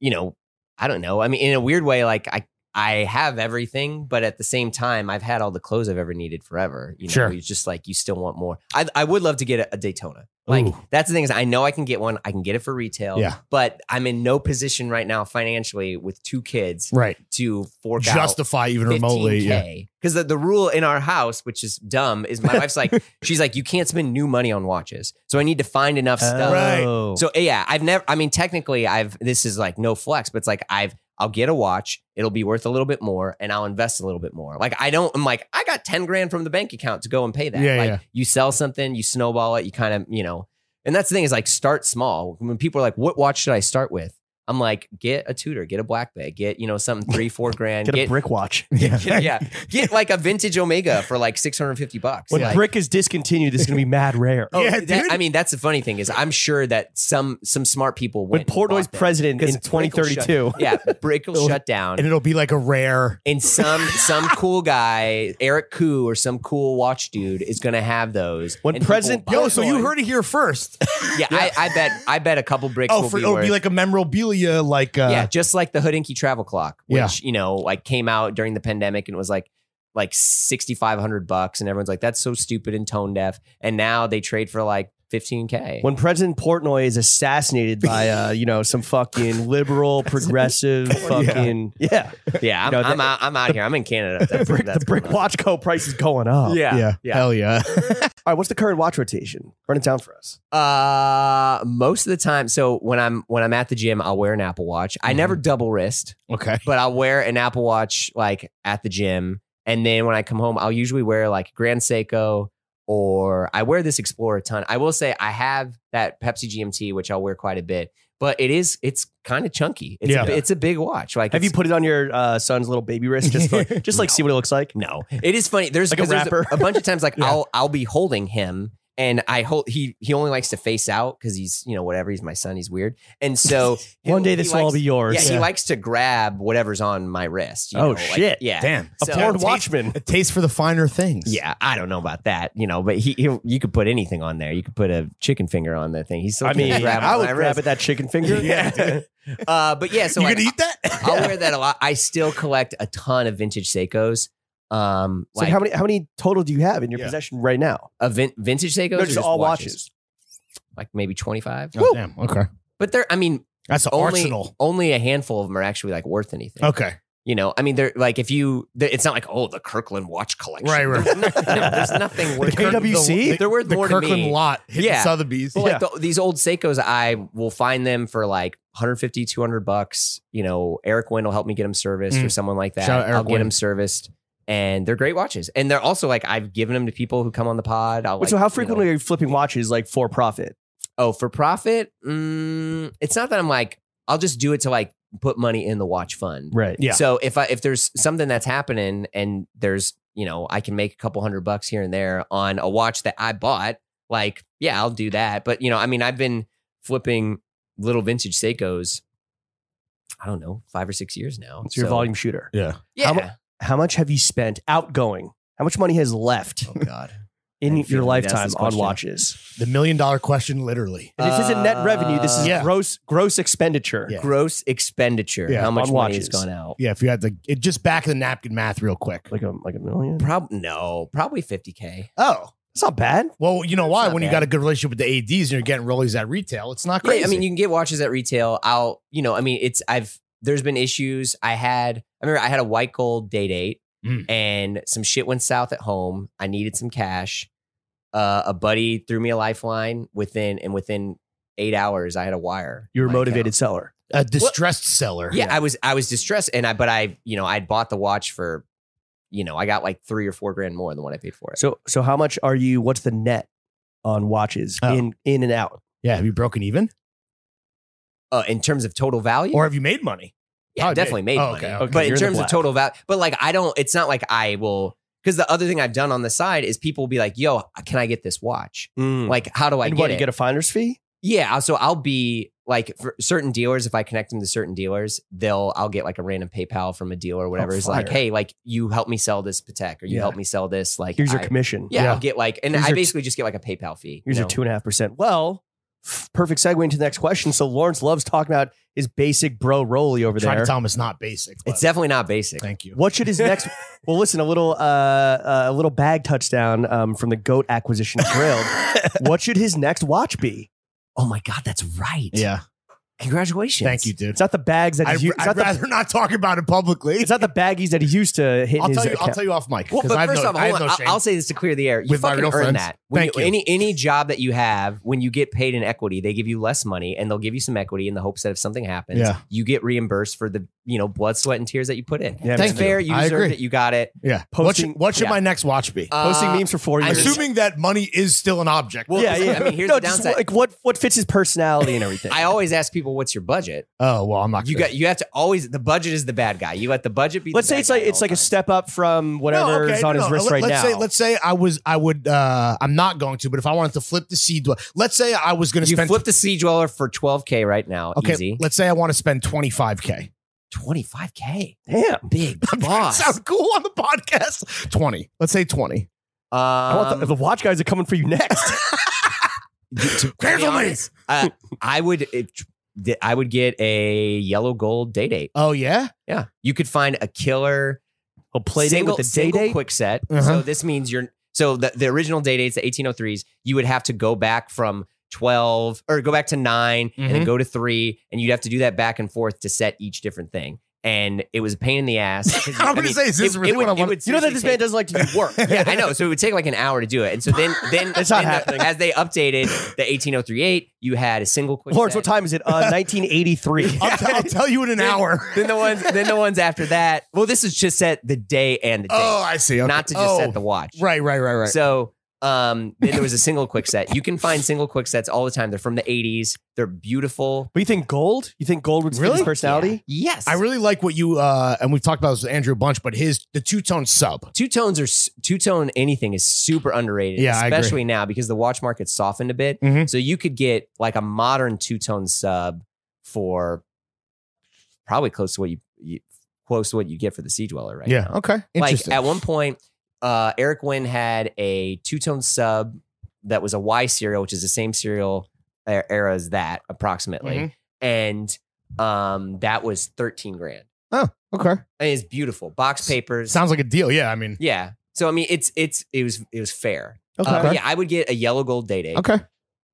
Speaker 2: you know, I don't know. I mean, in a weird way, like I I have everything, but at the same time, I've had all the clothes I've ever needed forever. You know,
Speaker 3: Sure.
Speaker 2: you just like you still want more. I I would love to get a, a Daytona. Like
Speaker 3: Ooh.
Speaker 2: that's the thing is I know I can get one. I can get it for retail.
Speaker 3: Yeah.
Speaker 2: But I'm in no position right now financially with two kids
Speaker 3: right
Speaker 2: to fork out
Speaker 3: justify even remotely. Yeah.
Speaker 2: because the, the rule in our house, which is dumb, is my wife's like, she's like, you can't spend new money on watches. So I need to find enough
Speaker 3: Oh.
Speaker 2: stuff.
Speaker 3: Right.
Speaker 1: Oh. So
Speaker 2: So eh, yeah, I've never, I mean, technically, I've, this is like no flex, but it's like, I've, I'll get a watch. It'll be worth a little bit more and I'll invest a little bit more. Like, I don't, I'm like, I got 10 grand from the bank account to go and pay that.
Speaker 3: Yeah,
Speaker 2: like,
Speaker 3: yeah.
Speaker 2: you sell something, you snowball it, you kind of, you know, and that's the thing is like, start small. When people are like, what watch should I start with? I'm like, get a Tudor, get a Black Bay, get, you know, something three, four grand,
Speaker 1: get, a brick watch.
Speaker 2: yeah, yeah. Get like a vintage Omega for like 650 bucks.
Speaker 1: When
Speaker 2: Like,
Speaker 1: brick is discontinued, it's going to be mad rare.
Speaker 2: oh,
Speaker 3: Yeah,
Speaker 2: that-
Speaker 3: dude.
Speaker 2: I mean, that's the funny thing is I'm sure that some some smart people
Speaker 1: when
Speaker 2: went and
Speaker 1: Portnoy's
Speaker 2: bought them.
Speaker 1: president in
Speaker 2: 'Cause Brick will shut-
Speaker 1: 2032.
Speaker 2: Yeah, Brick will shut
Speaker 3: and
Speaker 2: down.
Speaker 3: it'll be like a rare.
Speaker 2: And some some cool guy, Eric Koo or some cool watch dude is going to have those.
Speaker 1: When
Speaker 2: and
Speaker 1: President-
Speaker 2: people buy
Speaker 3: Yo, so you
Speaker 2: them.
Speaker 3: heard it here first.
Speaker 2: Yeah, I, I bet I bet a couple bricks
Speaker 3: oh,
Speaker 2: will
Speaker 3: for,
Speaker 2: be,
Speaker 3: it'll
Speaker 2: worth,
Speaker 3: be like a memorabilia, like uh,
Speaker 2: Yeah, just like the Hodinkee travel clock, which
Speaker 3: Yeah.
Speaker 2: you know, like came out during the pandemic and it was like like sixty five hundred bucks, and everyone's like, "That's so stupid and tone deaf." And now they trade for like 15K.
Speaker 1: When President Portnoy is assassinated by uh, you know, some fucking liberal, progressive, fucking yeah,
Speaker 2: yeah, I'm,
Speaker 1: You know,
Speaker 2: I'm
Speaker 1: the-
Speaker 2: out, I'm out here. I'm in Canada. That's,
Speaker 1: brick,
Speaker 2: that's
Speaker 1: the brick
Speaker 2: going on.
Speaker 1: watch co price is going up.
Speaker 2: Yeah.
Speaker 3: yeah, hell yeah.
Speaker 1: All right, what's the current watch rotation? Run it down for us.
Speaker 2: Uh, most of the time. So when I'm when I'm at the gym, I'll wear an Apple Watch. I never
Speaker 1: Mm-hmm.
Speaker 2: double wrist,
Speaker 3: okay,
Speaker 2: but I'll wear an Apple Watch like at the gym, and then when I come home, I'll usually wear like Grand Seiko or I wear this Explorer a ton. I will say I have that Pepsi GMT, which I'll wear quite a bit, but it is it's kind of chunky. It's
Speaker 3: Yeah.
Speaker 2: a, it's a big watch. Like
Speaker 1: Have you
Speaker 2: it's-
Speaker 1: put it on your uh, son's little baby wrist just for, just like see what it looks like?
Speaker 2: No, it is funny. There's
Speaker 1: Like a
Speaker 2: 'cause there's
Speaker 1: rapper.
Speaker 2: A, bunch of times, like
Speaker 1: Yeah.
Speaker 2: I'll I'll be holding him, and I hold he he only likes to face out because he's you know whatever he's my son he's weird, and so
Speaker 1: One day
Speaker 2: he
Speaker 1: this will all
Speaker 2: likes-
Speaker 1: be yours.
Speaker 2: Yeah, he likes to grab whatever's on my wrist. you
Speaker 1: Oh,
Speaker 2: know, like-
Speaker 1: shit.
Speaker 2: yeah,
Speaker 3: damn.
Speaker 1: a
Speaker 2: So-
Speaker 1: porn
Speaker 2: Taste-
Speaker 1: watchman.
Speaker 3: A taste for the finer things.
Speaker 2: yeah. I don't know about that, you know, but he, he you could put anything on there. You could put a chicken finger on the thing. He's still
Speaker 1: I
Speaker 2: gonna
Speaker 1: mean,
Speaker 2: grab it
Speaker 1: I
Speaker 2: on
Speaker 1: would
Speaker 2: my
Speaker 1: grab
Speaker 2: wrist.
Speaker 1: at that chicken finger.
Speaker 2: Yeah. uh, but yeah, so
Speaker 3: you
Speaker 2: like,
Speaker 3: gonna eat that?
Speaker 2: I'll wear that a lot. I still collect a ton of vintage Seikos. Um,
Speaker 1: So how many how many total do you have in your
Speaker 3: Yeah.
Speaker 1: possession right now?
Speaker 2: a vin- vintage Seikos?
Speaker 1: No,
Speaker 2: or
Speaker 1: just all
Speaker 2: Like maybe 25.
Speaker 3: Oh, damn. Okay,
Speaker 2: But they're, I mean,
Speaker 3: that's an
Speaker 2: Only-
Speaker 3: arsenal.
Speaker 2: only a handful of them are actually like worth anything.
Speaker 3: Okay,
Speaker 2: You know, I mean, they're like, if you, they're- it's not like, oh, the Kirkland watch collection.
Speaker 3: Right, right.
Speaker 2: There's, nothing, no, there's nothing worth
Speaker 1: Kirk- KWC?
Speaker 3: the-
Speaker 2: They're worth
Speaker 3: the
Speaker 2: more to
Speaker 3: Kirkland
Speaker 2: me.
Speaker 3: lot. Hitting
Speaker 2: Yeah.
Speaker 3: Sotheby's.
Speaker 2: But like the, these old Seikos, I will find them for like 150, 200 bucks. You know, Eric Wynn will help me get them serviced or
Speaker 3: Mm.
Speaker 2: someone like that.
Speaker 3: Shout out Eric
Speaker 2: I'll get
Speaker 3: Wynn.
Speaker 2: them serviced. And they're great watches. And they're also like, I've given them to people who come on the pod. I'll,
Speaker 1: Wait,
Speaker 2: like,
Speaker 1: so how
Speaker 2: you know-
Speaker 1: frequently are you flipping watches like for profit?
Speaker 2: oh, for profit, mm, it's not that I'm like, I'll just do it to like put money in the watch fund.
Speaker 1: Right.
Speaker 3: Yeah.
Speaker 2: So if I if there's something that's happening and there's you know I can make a couple hundred bucks here and there on a watch that I bought, like yeah, I'll do that. But you know, I mean, I've been flipping little vintage Seikos. I don't know, five or six years now.
Speaker 1: It's your
Speaker 2: So-
Speaker 1: volume shooter.
Speaker 3: Yeah.
Speaker 2: Yeah.
Speaker 1: How mu- How much have you spent outgoing? How much money has left
Speaker 2: oh God.
Speaker 1: in
Speaker 2: I feel
Speaker 1: your
Speaker 2: like that's
Speaker 1: lifetime
Speaker 2: this
Speaker 1: on
Speaker 2: question.
Speaker 1: watches?
Speaker 3: The million dollar question, literally.
Speaker 1: And this isn't net revenue. This
Speaker 2: Uh,
Speaker 1: is
Speaker 3: Yeah.
Speaker 1: gross gross expenditure.
Speaker 3: Yeah.
Speaker 2: Gross expenditure.
Speaker 3: Yeah,
Speaker 2: how
Speaker 1: on
Speaker 2: much money
Speaker 1: watches.
Speaker 2: has gone out?
Speaker 3: Yeah, if you had the it, just back the napkin math real quick.
Speaker 1: Like a like a million.
Speaker 2: Probably no. Probably fifty k.
Speaker 3: oh,
Speaker 1: It's not bad.
Speaker 3: well, you know why?
Speaker 2: not
Speaker 3: When you
Speaker 2: bad.
Speaker 3: got a good relationship with the ads and you're getting rollies at retail, it's not crazy.
Speaker 2: Yeah, I mean, you can get watches at retail. I'll, you know, I mean, it's I've there's been issues. I had, I remember I had a white gold day date,
Speaker 3: Mm.
Speaker 2: and some shit went south at home. I needed some cash. Uh, a buddy threw me a lifeline within, and within eight hours, I had a wire.
Speaker 1: You're a
Speaker 2: in my
Speaker 1: motivated
Speaker 2: account.
Speaker 1: seller.
Speaker 3: a distressed seller.
Speaker 2: Yeah, I was, I was distressed, and I, but I, you know, I bought the watch for, you know, I got like three or four grand more than what I paid for it.
Speaker 1: So so how much are you? What's the net on watches
Speaker 3: Oh.
Speaker 1: in in and out?
Speaker 3: yeah. Have you broken even,
Speaker 2: Uh, in terms of total value,
Speaker 3: or have you made money?
Speaker 2: Yeah,
Speaker 3: Probably
Speaker 2: definitely
Speaker 3: made-
Speaker 2: made,
Speaker 3: oh,
Speaker 2: money.
Speaker 3: okay, okay.
Speaker 1: You're
Speaker 2: But
Speaker 1: in
Speaker 2: in
Speaker 1: the
Speaker 2: terms of
Speaker 1: black.
Speaker 2: total value, but like I don't, it's not like I will, because the other thing I've done on the side is people will be like, yo, uh, can I get this watch?
Speaker 1: Mm.
Speaker 2: Like, how do I
Speaker 1: Hmm. and
Speaker 2: get
Speaker 1: what?
Speaker 2: it?
Speaker 1: You get a finder's fee?
Speaker 2: yeah. So I'll be like, for certain dealers, if I connect them to certain dealers, they'll, I'll get like a random PayPal from a dealer or whatever. it's
Speaker 1: Oh,
Speaker 2: like,
Speaker 1: fire.
Speaker 2: hey, like you help me sell this Patek or you
Speaker 1: Yeah.
Speaker 2: help me sell this. Like,
Speaker 1: Here's your
Speaker 2: I-
Speaker 1: commission.
Speaker 2: yeah,
Speaker 3: Yeah.
Speaker 2: I'll get like, and
Speaker 1: Here's
Speaker 2: I
Speaker 1: your-
Speaker 2: basically just get like a PayPal fee.
Speaker 1: Here's
Speaker 2: you
Speaker 1: your
Speaker 2: know?
Speaker 1: two and a half percent. Well, f- perfect segue into the next question. So Lawrence loves talking about his basic bro Rolly over
Speaker 3: Trying
Speaker 1: there.
Speaker 3: to tell him it's not basic. but
Speaker 2: It's definitely not basic.
Speaker 3: thank you.
Speaker 1: what should his next? well, listen, a little uh, uh, a little bag touchdown um, from the goat acquisition grilled. what should his next watch be?
Speaker 2: Oh my God, that's right.
Speaker 3: Yeah,
Speaker 2: Congratulations.
Speaker 3: thank you, dude.
Speaker 1: It's not the bags that
Speaker 3: I'd,
Speaker 1: he's. u- it's,
Speaker 3: I'd
Speaker 1: not the,
Speaker 3: rather not talk about it publicly.
Speaker 1: it's not the baggies that he used to hit. in
Speaker 3: I'll
Speaker 1: his
Speaker 3: tell you. I'll
Speaker 1: account.
Speaker 3: tell you off mic.
Speaker 2: Well,
Speaker 3: 'cause
Speaker 2: but
Speaker 3: I have
Speaker 2: first
Speaker 3: no-
Speaker 2: off,
Speaker 3: I have
Speaker 2: hold on.
Speaker 3: no
Speaker 2: I'll,
Speaker 3: shame.
Speaker 2: I'll say this to clear the air. You
Speaker 3: With my
Speaker 2: fucking
Speaker 3: real
Speaker 2: earn
Speaker 3: friends.
Speaker 2: that. When
Speaker 3: Thank you.
Speaker 2: Any any job that you have, when you get paid in equity, they give you less money and they'll give you some equity in the hopes that if something happens,
Speaker 3: Yeah.
Speaker 2: you get reimbursed for the you know blood, sweat, and tears that you put in.
Speaker 1: Yeah,
Speaker 2: it's
Speaker 3: Thank
Speaker 2: fair.
Speaker 3: you.
Speaker 2: You
Speaker 3: I
Speaker 2: deserved
Speaker 3: agree.
Speaker 2: it. You got it.
Speaker 3: Yeah.
Speaker 1: Posting-
Speaker 3: what should, what should
Speaker 2: yeah.
Speaker 3: my next watch be?
Speaker 1: posting
Speaker 2: Uh,
Speaker 1: memes for four
Speaker 2: I
Speaker 1: years.
Speaker 2: mean-
Speaker 3: Assuming that money is still an object.
Speaker 2: Well,
Speaker 1: yeah, yeah.
Speaker 2: I mean, here's
Speaker 1: no,
Speaker 2: the
Speaker 1: just
Speaker 2: downside.
Speaker 1: like what what fits his personality and everything.
Speaker 2: I always ask people, "What's your budget?"
Speaker 3: oh well, I'm not.
Speaker 2: You
Speaker 3: gonna-
Speaker 2: got you have to always the budget is the bad guy. You let the budget be.
Speaker 1: Let's
Speaker 2: the
Speaker 1: say
Speaker 2: bad
Speaker 1: it's like
Speaker 2: guy
Speaker 1: it's
Speaker 2: all
Speaker 1: like a
Speaker 2: the
Speaker 1: step up from whatever
Speaker 3: okay,
Speaker 1: is on
Speaker 3: no,
Speaker 1: his
Speaker 3: no.
Speaker 1: wrist
Speaker 3: Let-
Speaker 1: right now.
Speaker 3: let's Say, let's say I was, I would, uh, I'm not going to, but if I wanted to flip the seed, let's say I was going
Speaker 2: time.
Speaker 3: to
Speaker 2: You
Speaker 3: spend,
Speaker 2: flip the sea dweller for twelve k right now.
Speaker 3: okay,
Speaker 2: Easy.
Speaker 3: let's say I want to spend 25K.
Speaker 2: Twenty five k.
Speaker 1: Damn.
Speaker 2: Big
Speaker 3: I'm trying to
Speaker 2: boss. Um,
Speaker 3: Sound cool on the podcast? 20. Let's say 20.
Speaker 1: I want the,
Speaker 2: Um,
Speaker 1: the watch guys are coming for you next.
Speaker 2: be
Speaker 3: Cancel me.
Speaker 2: honest, uh, I would. It, th- I would get a yellow gold day date.
Speaker 3: Oh, yeah.
Speaker 2: Yeah, you could find a killer
Speaker 1: He'll play date
Speaker 2: single,
Speaker 1: with the day
Speaker 2: single
Speaker 1: date.
Speaker 2: quick set.
Speaker 3: Uh-huh.
Speaker 2: So this means you're So the, the original day dates, the 1803s, you would have to go back from 12 or go back to 9 and
Speaker 1: Mm-hmm.
Speaker 2: then
Speaker 3: Mhm.
Speaker 2: go to three. And you'd have to do that back and forth to set each different thing. And it was a pain in the ass. 'cause you-
Speaker 3: I'm gonna
Speaker 2: mean,
Speaker 3: say, is this really what I want?
Speaker 2: would
Speaker 1: You know that
Speaker 2: seriously
Speaker 1: this
Speaker 2: take-
Speaker 1: man doesn't like to do work.
Speaker 2: yeah, I know. So it would take like an hour to do it, and so then then,
Speaker 1: It's not
Speaker 2: then the-
Speaker 1: happening.
Speaker 2: as they updated the 18038, you had a single quick.
Speaker 1: Lawrence,
Speaker 2: set.
Speaker 1: what time is it? Uh, 1983.
Speaker 3: I'll, t- I'll tell you in an hour.
Speaker 2: Then the ones then the ones after that. Well, this is just set the day and the date,
Speaker 3: Oh, I see. Okay.
Speaker 2: not to just
Speaker 3: Oh,
Speaker 2: set the watch.
Speaker 3: Right, right, right, right.
Speaker 2: So um, then there was a single quick set. You can find single quick sets all the time. They're from the 80s. They're beautiful.
Speaker 1: But you think gold? You think gold would fit his
Speaker 3: Really?
Speaker 1: personality?
Speaker 2: Yes,
Speaker 3: I really like what you uh and we've talked about this with Andrew a bunch, but his the two tone sub.
Speaker 2: two tones are two tone anything is super underrated
Speaker 3: Yeah, I agree.
Speaker 2: especially now because the watch market softened a bit
Speaker 3: Mhm.
Speaker 2: so you could get like a modern two tone sub for probably close to what you, you close to what you get for the sea dweller right now.
Speaker 3: Okay.
Speaker 2: like
Speaker 3: Interesting.
Speaker 2: at one point uh eric Wynn had a two tone sub that was a y serial which is the same serial e- era as that approximately
Speaker 3: Mhm.
Speaker 2: and um that was 13 grand
Speaker 3: Oh, okay.
Speaker 2: I mean, it's beautiful box papers
Speaker 3: Sounds like a deal. Yeah. I mean.
Speaker 2: yeah. So I mean, it's it's it was it was fair. Uh, but yeah, I would get a yellow gold day date
Speaker 3: Okay.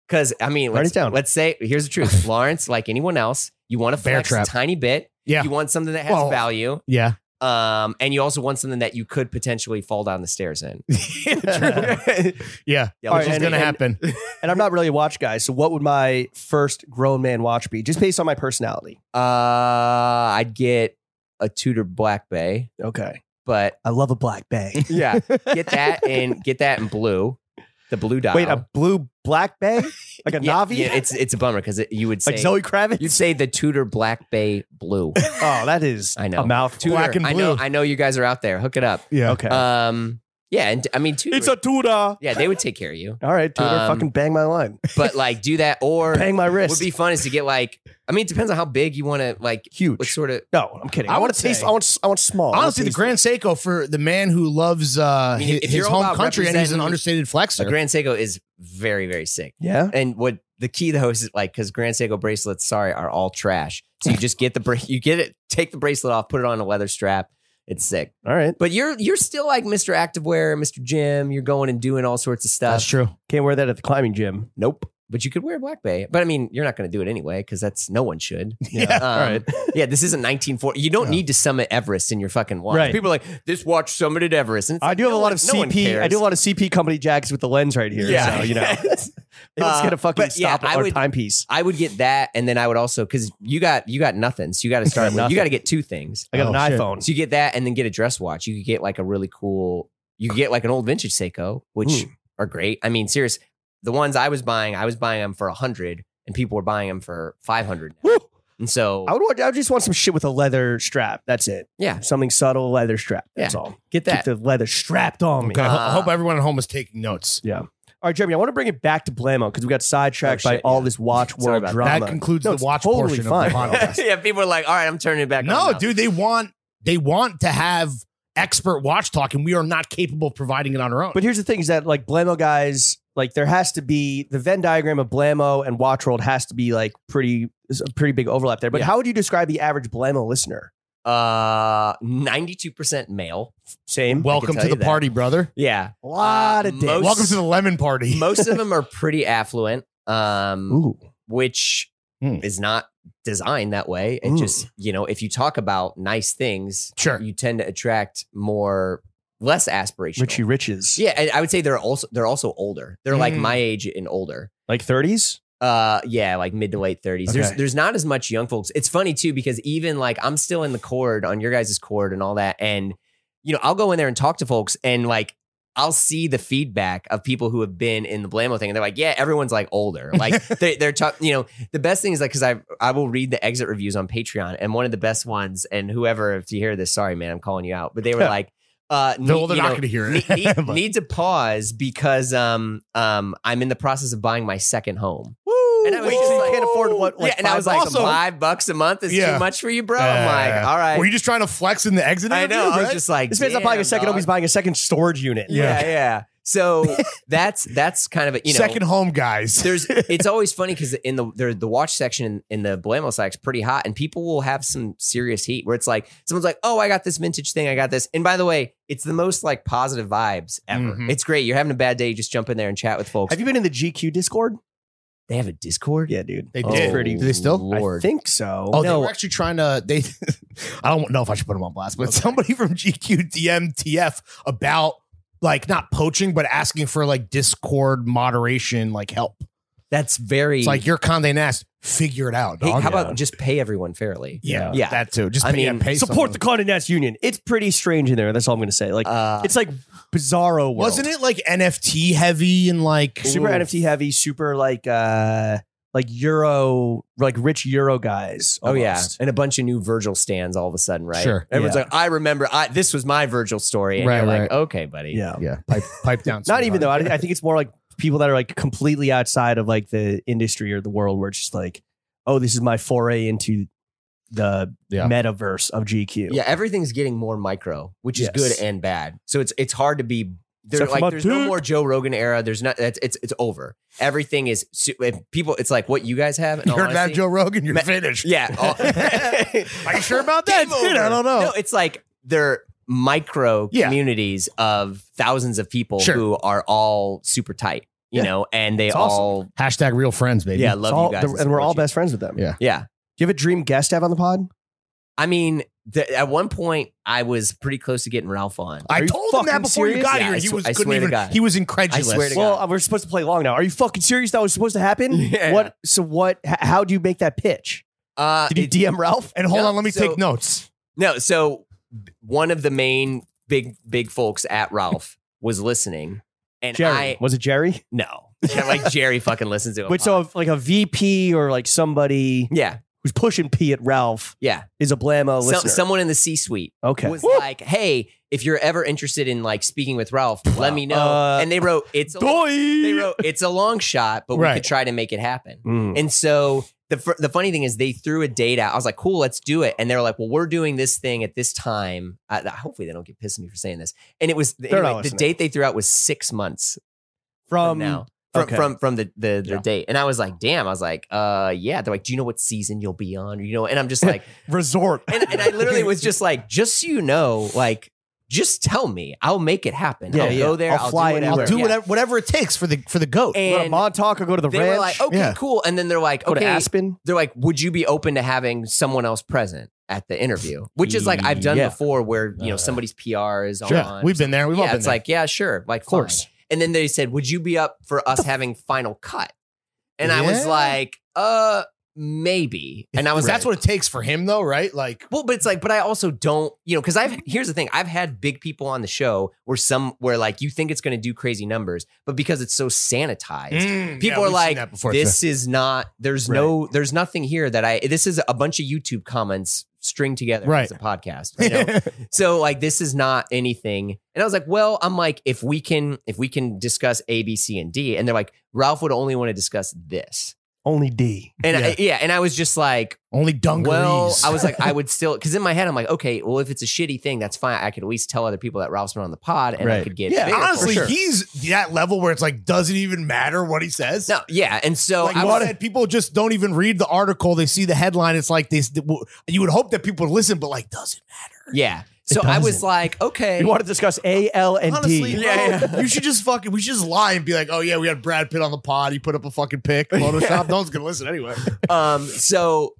Speaker 2: because I mean,
Speaker 1: Write
Speaker 2: let's,
Speaker 1: it down.
Speaker 2: let's say here's the truth, Lawrence. Like anyone else, you want to
Speaker 3: Bear
Speaker 2: flex a
Speaker 3: trap.
Speaker 2: tiny bit.
Speaker 3: Yeah.
Speaker 2: You want something that has
Speaker 3: Well-
Speaker 2: value,
Speaker 3: Yeah.
Speaker 2: um, and you also want something that you could potentially fall down the stairs in.
Speaker 3: True.
Speaker 1: All
Speaker 3: yeah.
Speaker 2: Yeah, which
Speaker 1: right,
Speaker 3: Which is
Speaker 2: is
Speaker 1: and-
Speaker 3: gonna
Speaker 2: gonna
Speaker 3: happen.
Speaker 1: And I'm not really a watch guy, so what would my first grown man watch be? Just based on my personality.
Speaker 2: Uh, I'd get a Tudor Black Bay,
Speaker 1: Okay.
Speaker 2: but
Speaker 1: I love a black bay.
Speaker 2: yeah, get that and get that in blue, the blue dial.
Speaker 1: Wait, a blue black bay? Like a
Speaker 2: yeah,
Speaker 1: Navi?
Speaker 2: Yeah, it's it's a bummer because you would say
Speaker 1: like Zoe Kravitz?
Speaker 2: you'd say the Tudor Black Bay blue.
Speaker 1: oh, that is
Speaker 2: I know.
Speaker 1: a mouthful.
Speaker 2: Tudor.
Speaker 3: Black and
Speaker 2: I know.
Speaker 3: blue.
Speaker 2: I know you guys are out there. Hook it up.
Speaker 3: Yeah.
Speaker 1: Okay.
Speaker 2: Um. Yeah, and I mean, Tudor.
Speaker 1: it's a Tudor.
Speaker 2: yeah, they would take care of you.
Speaker 1: All right, Tudor,
Speaker 2: Um,
Speaker 1: fucking bang my line.
Speaker 2: But like, do that or
Speaker 1: Bang my
Speaker 2: would
Speaker 1: wrist.
Speaker 2: be fun is to get like. I mean, it depends on how big you want to like.
Speaker 1: Huge.
Speaker 2: What sort of?
Speaker 1: no, I'm kidding. I,
Speaker 3: I
Speaker 1: want
Speaker 3: would
Speaker 1: to taste.
Speaker 3: say-
Speaker 1: I want. s- I want small. I want
Speaker 3: Honestly, the
Speaker 1: taste-
Speaker 3: Grand Seiko for the man who loves uh,
Speaker 2: I mean,
Speaker 3: his,
Speaker 2: if you're all
Speaker 3: home
Speaker 2: about
Speaker 3: country and he's an
Speaker 2: representing-
Speaker 3: understated
Speaker 2: A
Speaker 3: flexer.
Speaker 2: Grand Seiko is very very sick.
Speaker 1: Yeah.
Speaker 2: And what the key though is like because Grand Seiko bracelets, sorry, are all trash. So you just get the bra- you get it, take the bracelet off, put it on a leather strap. It's sick.
Speaker 1: All right.
Speaker 2: But you're you're still like Mr. Activewear, Mr. Gym. You're going and doing all sorts of stuff.
Speaker 3: true.
Speaker 1: Can't wear that at the climbing gym.
Speaker 2: Nope. But you could wear Black Bay. But I mean, you're not going to do it anyway because that's no one should.
Speaker 3: Yeah.
Speaker 2: Um,
Speaker 1: All right.
Speaker 2: yeah, this isn't 1940. You don't
Speaker 3: Yeah.
Speaker 2: need to summit Everest in your fucking watch.
Speaker 1: Right.
Speaker 2: People are like, this watch summited Everest. And it's
Speaker 1: I
Speaker 2: like,
Speaker 1: do have
Speaker 2: no
Speaker 1: a lot
Speaker 2: one-
Speaker 1: of
Speaker 2: no one
Speaker 1: CP. I
Speaker 2: cares.
Speaker 1: do have a lot of CP company jackets with the lens right here.
Speaker 2: Yeah.
Speaker 1: So, you know, let's
Speaker 2: Uh,
Speaker 1: get a fucking
Speaker 2: but yeah,
Speaker 1: stop
Speaker 2: I
Speaker 1: or
Speaker 2: would-
Speaker 1: timepiece.
Speaker 2: I would get that. And then I would also, because you got you got nothing. So you got to start with,
Speaker 1: Nothing.
Speaker 2: you got to get two things.
Speaker 1: I got
Speaker 3: Oh,
Speaker 1: an
Speaker 3: shit.
Speaker 1: iPhone.
Speaker 2: So you get that and then get a dress watch. You could get like a really cool, you could get like an old vintage Seiko, which
Speaker 1: Ooh.
Speaker 2: are great. I mean, serious. The ones I was buying, I was buying them for 100 and people were buying them for 500.
Speaker 1: Woo!
Speaker 2: And so
Speaker 1: I would. want- I would just want some shit with a leather strap. That's it.
Speaker 2: Yeah.
Speaker 1: Something subtle, leather strap. That's all.
Speaker 2: get
Speaker 1: Keep
Speaker 2: that.
Speaker 1: the leather strapped on me.
Speaker 3: Okay. I ho- I
Speaker 2: Uh,
Speaker 3: hope everyone at home is taking notes.
Speaker 1: All right, Jeremy. I want to bring it back to Blamo because we got sidetracked
Speaker 2: Oh,
Speaker 1: by
Speaker 2: shit,
Speaker 1: all
Speaker 2: yeah.
Speaker 1: this watch
Speaker 2: Sorry
Speaker 1: world
Speaker 2: about that.
Speaker 1: drama.
Speaker 3: That concludes
Speaker 1: No,
Speaker 3: the
Speaker 1: it's
Speaker 3: watch
Speaker 1: totally
Speaker 3: portion
Speaker 1: fine.
Speaker 3: of the podcast.
Speaker 2: yeah, people are like, all right, I'm turning it back on.
Speaker 3: No,
Speaker 2: now."
Speaker 3: dude, they want they want to have expert watch talk, and we are not capable of providing it on our own.
Speaker 1: But here's the thing: is that like Blamo guys, like there has to be the Venn diagram of Blamo and Watch World has to be like pretty, is a pretty big overlap there. But
Speaker 2: Yeah.
Speaker 1: how would you describe the average Blamo listener?
Speaker 2: Uh, 92% male.
Speaker 1: Same.
Speaker 2: I
Speaker 3: welcome
Speaker 2: can
Speaker 3: to
Speaker 2: tell
Speaker 3: the
Speaker 2: you that.
Speaker 3: party, brother.
Speaker 2: Yeah.
Speaker 1: a lot of
Speaker 2: Uh,
Speaker 1: dicks.
Speaker 2: most-
Speaker 3: Welcome to the lemon party.
Speaker 2: Most of them are pretty affluent, um,
Speaker 1: Ooh,
Speaker 2: which
Speaker 3: Hmm.
Speaker 2: is not designed that way. It
Speaker 1: Mm.
Speaker 2: just, you know, if you talk about nice things,
Speaker 3: Sure.
Speaker 2: you tend to attract more, less aspirational.
Speaker 1: Richie Riches.
Speaker 2: yeah, and I would say they're also they're also older. They're like
Speaker 3: Mm.
Speaker 2: my age and older.
Speaker 1: like thirties.
Speaker 2: Uh, yeah, like
Speaker 3: Mm.
Speaker 2: mid to late 30s. There's
Speaker 1: Okay.
Speaker 2: there's not as much young folks. It's funny too because even like I'm still in the cord on your guys' cord and all that, and you know I'll go in there and talk to folks and like I'll see the feedback of people who have been in the Blamo thing, and they're like, yeah, everyone's like older. Like they, they're talk, you know, the best thing is like because I I will read the exit reviews on Patreon, and one of the best ones, and whoever if you hear this, sorry man, I'm calling you out, but they were like. Uh,
Speaker 3: No,
Speaker 2: need-
Speaker 3: they're
Speaker 2: you
Speaker 3: not
Speaker 2: know,
Speaker 3: going to hear
Speaker 2: need,
Speaker 3: it.
Speaker 2: need-
Speaker 3: But-
Speaker 2: need to pause because um um I'm in the process of buying my second home.
Speaker 1: Woo!
Speaker 2: And I was just like-
Speaker 1: can't afford what? Like
Speaker 2: yeah, and I
Speaker 1: five
Speaker 2: was like,
Speaker 1: bucks a month?
Speaker 2: five bucks a month is
Speaker 3: Yeah.
Speaker 2: too much for you, bro.
Speaker 3: Yeah,
Speaker 2: I'm
Speaker 3: yeah,
Speaker 2: like,
Speaker 3: yeah.
Speaker 2: oh all right.
Speaker 3: Uh, Were you just trying to flex in the exit?
Speaker 2: I know.
Speaker 3: interview,
Speaker 2: I was
Speaker 3: right?
Speaker 2: just like,
Speaker 1: this man's not buying a second home; he's buying a second storage unit.
Speaker 2: yeah, yeah. So that's that's kind of a you know
Speaker 3: Second home guys.
Speaker 2: there's it's always funny because in the there, the watch section in, in the Blamo side is pretty hot, and people will have some serious heat where it's like someone's like, "Oh, I got this vintage thing, I got this," and by the way, it's the most like positive vibes ever.
Speaker 3: Mhm.
Speaker 2: It's great. You're having a bad day, you just jump in there and chat with folks.
Speaker 1: Have you been in the GQ Discord?
Speaker 2: they have a Discord.
Speaker 1: Yeah, dude.
Speaker 3: They
Speaker 2: Oh,
Speaker 3: did. Do they still?
Speaker 1: I
Speaker 2: Lord.
Speaker 1: think so.
Speaker 3: Oh, they
Speaker 2: No.
Speaker 3: were actually trying to. They, I don't know if I should put them on blast, but somebody from GQ DM TF about like not poaching, but asking for like Discord moderation, like help.
Speaker 2: that's very
Speaker 3: It's like you're Condé Nast, figure it out.
Speaker 2: Hey,
Speaker 3: dog.
Speaker 2: how about just pay everyone fairly?
Speaker 3: yeah,
Speaker 2: Yeah.
Speaker 3: that too. Just
Speaker 2: I
Speaker 3: pay, yeah,
Speaker 2: mean,
Speaker 3: pay
Speaker 1: Support
Speaker 3: someone.
Speaker 1: the Condé Nast Union. It's pretty strange in there. That's all I'm going to say. Like,
Speaker 2: Uh,
Speaker 1: it's like bizarro world.
Speaker 3: Wasn't it like NFT heavy and like
Speaker 1: Super NFT heavy, super like uh like Euro, like rich Euro guys.
Speaker 2: Oh yeah,
Speaker 1: almost.
Speaker 2: and a bunch of new Virgil stands all of a sudden, right?
Speaker 3: Sure.
Speaker 2: Everyone's
Speaker 1: Yeah.
Speaker 2: like, I remember, I this was my Virgil story, and
Speaker 3: Right,
Speaker 2: you're
Speaker 3: right.
Speaker 2: like, okay, buddy.
Speaker 1: yeah.
Speaker 3: Yeah, pipe, pipe down.
Speaker 1: Not even though.
Speaker 3: sweetheart.
Speaker 1: I, I think it's more like people that are like completely outside of like the industry or the world, where it's just like, oh, this is my foray into the
Speaker 3: Yeah.
Speaker 1: metaverse of GQ.
Speaker 2: Yeah, everything's getting more micro, which is
Speaker 1: Yes.
Speaker 2: good and bad. So it's it's hard to be. There,
Speaker 1: Except for my
Speaker 2: like, there's no
Speaker 1: dick.
Speaker 2: more Joe Rogan era. There's not. That's it's it's over. Everything is su- if people. It's like what you guys have. in
Speaker 3: you
Speaker 2: all
Speaker 3: heard that
Speaker 2: honesty-
Speaker 3: Joe Rogan, you're
Speaker 2: Ma-
Speaker 3: finished.
Speaker 2: Yeah. all-
Speaker 3: Are you sure about that?
Speaker 2: Game
Speaker 3: Dude, I
Speaker 2: over.
Speaker 3: don't know.
Speaker 2: No, it's like they're micro
Speaker 3: Yeah.
Speaker 2: communities of thousands of people
Speaker 3: Sure.
Speaker 2: who are all super tight. You
Speaker 3: Yeah.
Speaker 2: know, and they
Speaker 3: It's awesome.
Speaker 2: all
Speaker 3: Hashtag real friends, baby.
Speaker 2: yeah I
Speaker 1: It's
Speaker 2: love
Speaker 1: all-
Speaker 2: you guys,
Speaker 1: the- and we're
Speaker 2: support
Speaker 1: all
Speaker 2: you.
Speaker 1: best friends with them.
Speaker 3: Yeah.
Speaker 2: Yeah.
Speaker 1: Do you have a dream guest to have on the pod?
Speaker 2: I mean, th- at one point, I was pretty close to getting Ralph on.
Speaker 3: I
Speaker 1: Are you
Speaker 3: told him that
Speaker 1: fucking
Speaker 3: before you
Speaker 1: serious?
Speaker 3: got
Speaker 2: Yeah,
Speaker 3: here.
Speaker 2: I
Speaker 3: he
Speaker 2: sw-
Speaker 3: was
Speaker 2: I
Speaker 3: couldn't
Speaker 2: swear to
Speaker 3: even.
Speaker 2: God.
Speaker 3: He was incredulous.
Speaker 2: I swear to God.
Speaker 1: Well, we're supposed to play long now. Are you fucking serious? That was supposed to happen.
Speaker 2: Yeah.
Speaker 1: What? So what? h- how do you make that pitch?
Speaker 2: Uh,
Speaker 1: Did you
Speaker 2: it-
Speaker 1: DM Ralph?
Speaker 3: And hold
Speaker 2: No,
Speaker 3: on, let me
Speaker 2: so-
Speaker 3: take notes.
Speaker 2: no, so b- one of the main big big folks at Ralph was listening, and
Speaker 1: Jerry
Speaker 2: I
Speaker 1: was it Jerry?
Speaker 2: no, Yeah, like Jerry fucking listens to him.
Speaker 1: But so like a VP or like somebody
Speaker 2: yeah,
Speaker 1: who's pushing P at Ralph
Speaker 2: yeah,
Speaker 1: is a blammo
Speaker 2: Some-
Speaker 1: listener.
Speaker 2: someone in the C suite
Speaker 1: okay.
Speaker 2: was like, "Hey, if you're ever interested in like speaking with Ralph, let me know."
Speaker 1: Uh,
Speaker 2: and they wrote, "It's a, they
Speaker 1: Doi!
Speaker 2: wrote it's a long shot, but we
Speaker 3: Right.
Speaker 2: could try to make it happen."
Speaker 1: Mm.
Speaker 2: And so the fir- the funny thing is they threw a date out. I was like, cool, let's do it. And they're like, well, we're doing this thing at this time. I, I- hopefully they don't get pissed at me for saying this. And it was
Speaker 1: They're not
Speaker 2: anyway, the
Speaker 1: listening.
Speaker 2: date they threw out was six months from
Speaker 1: From
Speaker 2: now. From,
Speaker 1: okay.
Speaker 2: from from the the, the
Speaker 3: Yeah.
Speaker 2: date, and I was like, "Damn!" I was like, "Uh, yeah." They're like, "Do you know what season you'll be on?" Or, you know, and I'm just like,
Speaker 1: resort.
Speaker 2: and, and I literally was just like, "Just so you know, like, just tell me, I'll make it happen.
Speaker 1: Yeah,
Speaker 2: I'll
Speaker 1: yeah.
Speaker 2: go there.
Speaker 1: I'll
Speaker 2: I'll,
Speaker 1: fly
Speaker 2: do whatever.
Speaker 1: anywhere.
Speaker 3: I'll do
Speaker 2: Yeah.
Speaker 3: whatever, whatever it takes for the for the goat.
Speaker 1: go to
Speaker 2: And
Speaker 1: Montauk or go to the
Speaker 2: they
Speaker 1: ranch.
Speaker 2: were like, "Okay,
Speaker 3: Yeah.
Speaker 2: cool." And then they're like,
Speaker 1: go
Speaker 2: "Okay,
Speaker 1: to Aspen.
Speaker 2: they're like, would you be open to having someone else present at the interview? Which is like I've done
Speaker 1: Yeah.
Speaker 2: before where, you know,
Speaker 3: Uh,
Speaker 2: somebody's PR is
Speaker 3: Sure.
Speaker 2: on.
Speaker 3: We've been there. We've all
Speaker 2: yeah,
Speaker 3: been
Speaker 2: it's
Speaker 3: there.
Speaker 2: like, yeah, sure. Like, of
Speaker 1: course.
Speaker 2: And then they said, would you be up for us having final cut? And I was
Speaker 3: Yeah.
Speaker 2: like, uh, maybe. And I was,
Speaker 3: that's what it takes for him though, right? Like
Speaker 2: well, but it's like, but I also don't, you know, because
Speaker 3: Mm-hmm.
Speaker 2: I've here's the thing: I've had big people on the show where some where like you think it's going to do crazy numbers, but because it's so sanitized,
Speaker 3: mm, yeah, we've
Speaker 2: people are
Speaker 3: seen
Speaker 2: like
Speaker 3: that before,
Speaker 2: this is not there's no there's nothing here that i this is a bunch of youtube comments string together
Speaker 3: Right.
Speaker 2: as a podcast
Speaker 3: too.
Speaker 2: you know? so like this is not anything and i was like well i'm like if we can if we can discuss a b c and d and they're like ralph would only want to discuss this
Speaker 1: Only D.
Speaker 2: and
Speaker 3: Yeah.
Speaker 2: I, yeah and i was just like
Speaker 3: Only dungarees.
Speaker 2: well i was like i would still because in my head i'm like okay well if it's a shitty thing that's fine i could at least tell other people that ralph's been on the pod and i
Speaker 1: Right.
Speaker 2: could get
Speaker 3: yeah,
Speaker 2: bigger for
Speaker 3: honestly,
Speaker 2: sure.
Speaker 3: he's that level where it's like doesn't even matter what he says.
Speaker 2: no yeah and so
Speaker 3: like
Speaker 2: i
Speaker 3: you
Speaker 2: was
Speaker 3: said, people just don't even read the article. They see the headline. It's like they. You would hope that people would listen, but like, does it matter?
Speaker 2: yeah so i was like okay
Speaker 1: You want to discuss A, L, and D.
Speaker 3: Honestly, bro,
Speaker 2: Yeah, yeah.
Speaker 3: you should just fucking. We should just lie and be like, oh yeah, we had Brad Pitt on the pod. He put up a fucking pic, Photoshop. No one's gonna listen anyway.
Speaker 2: um so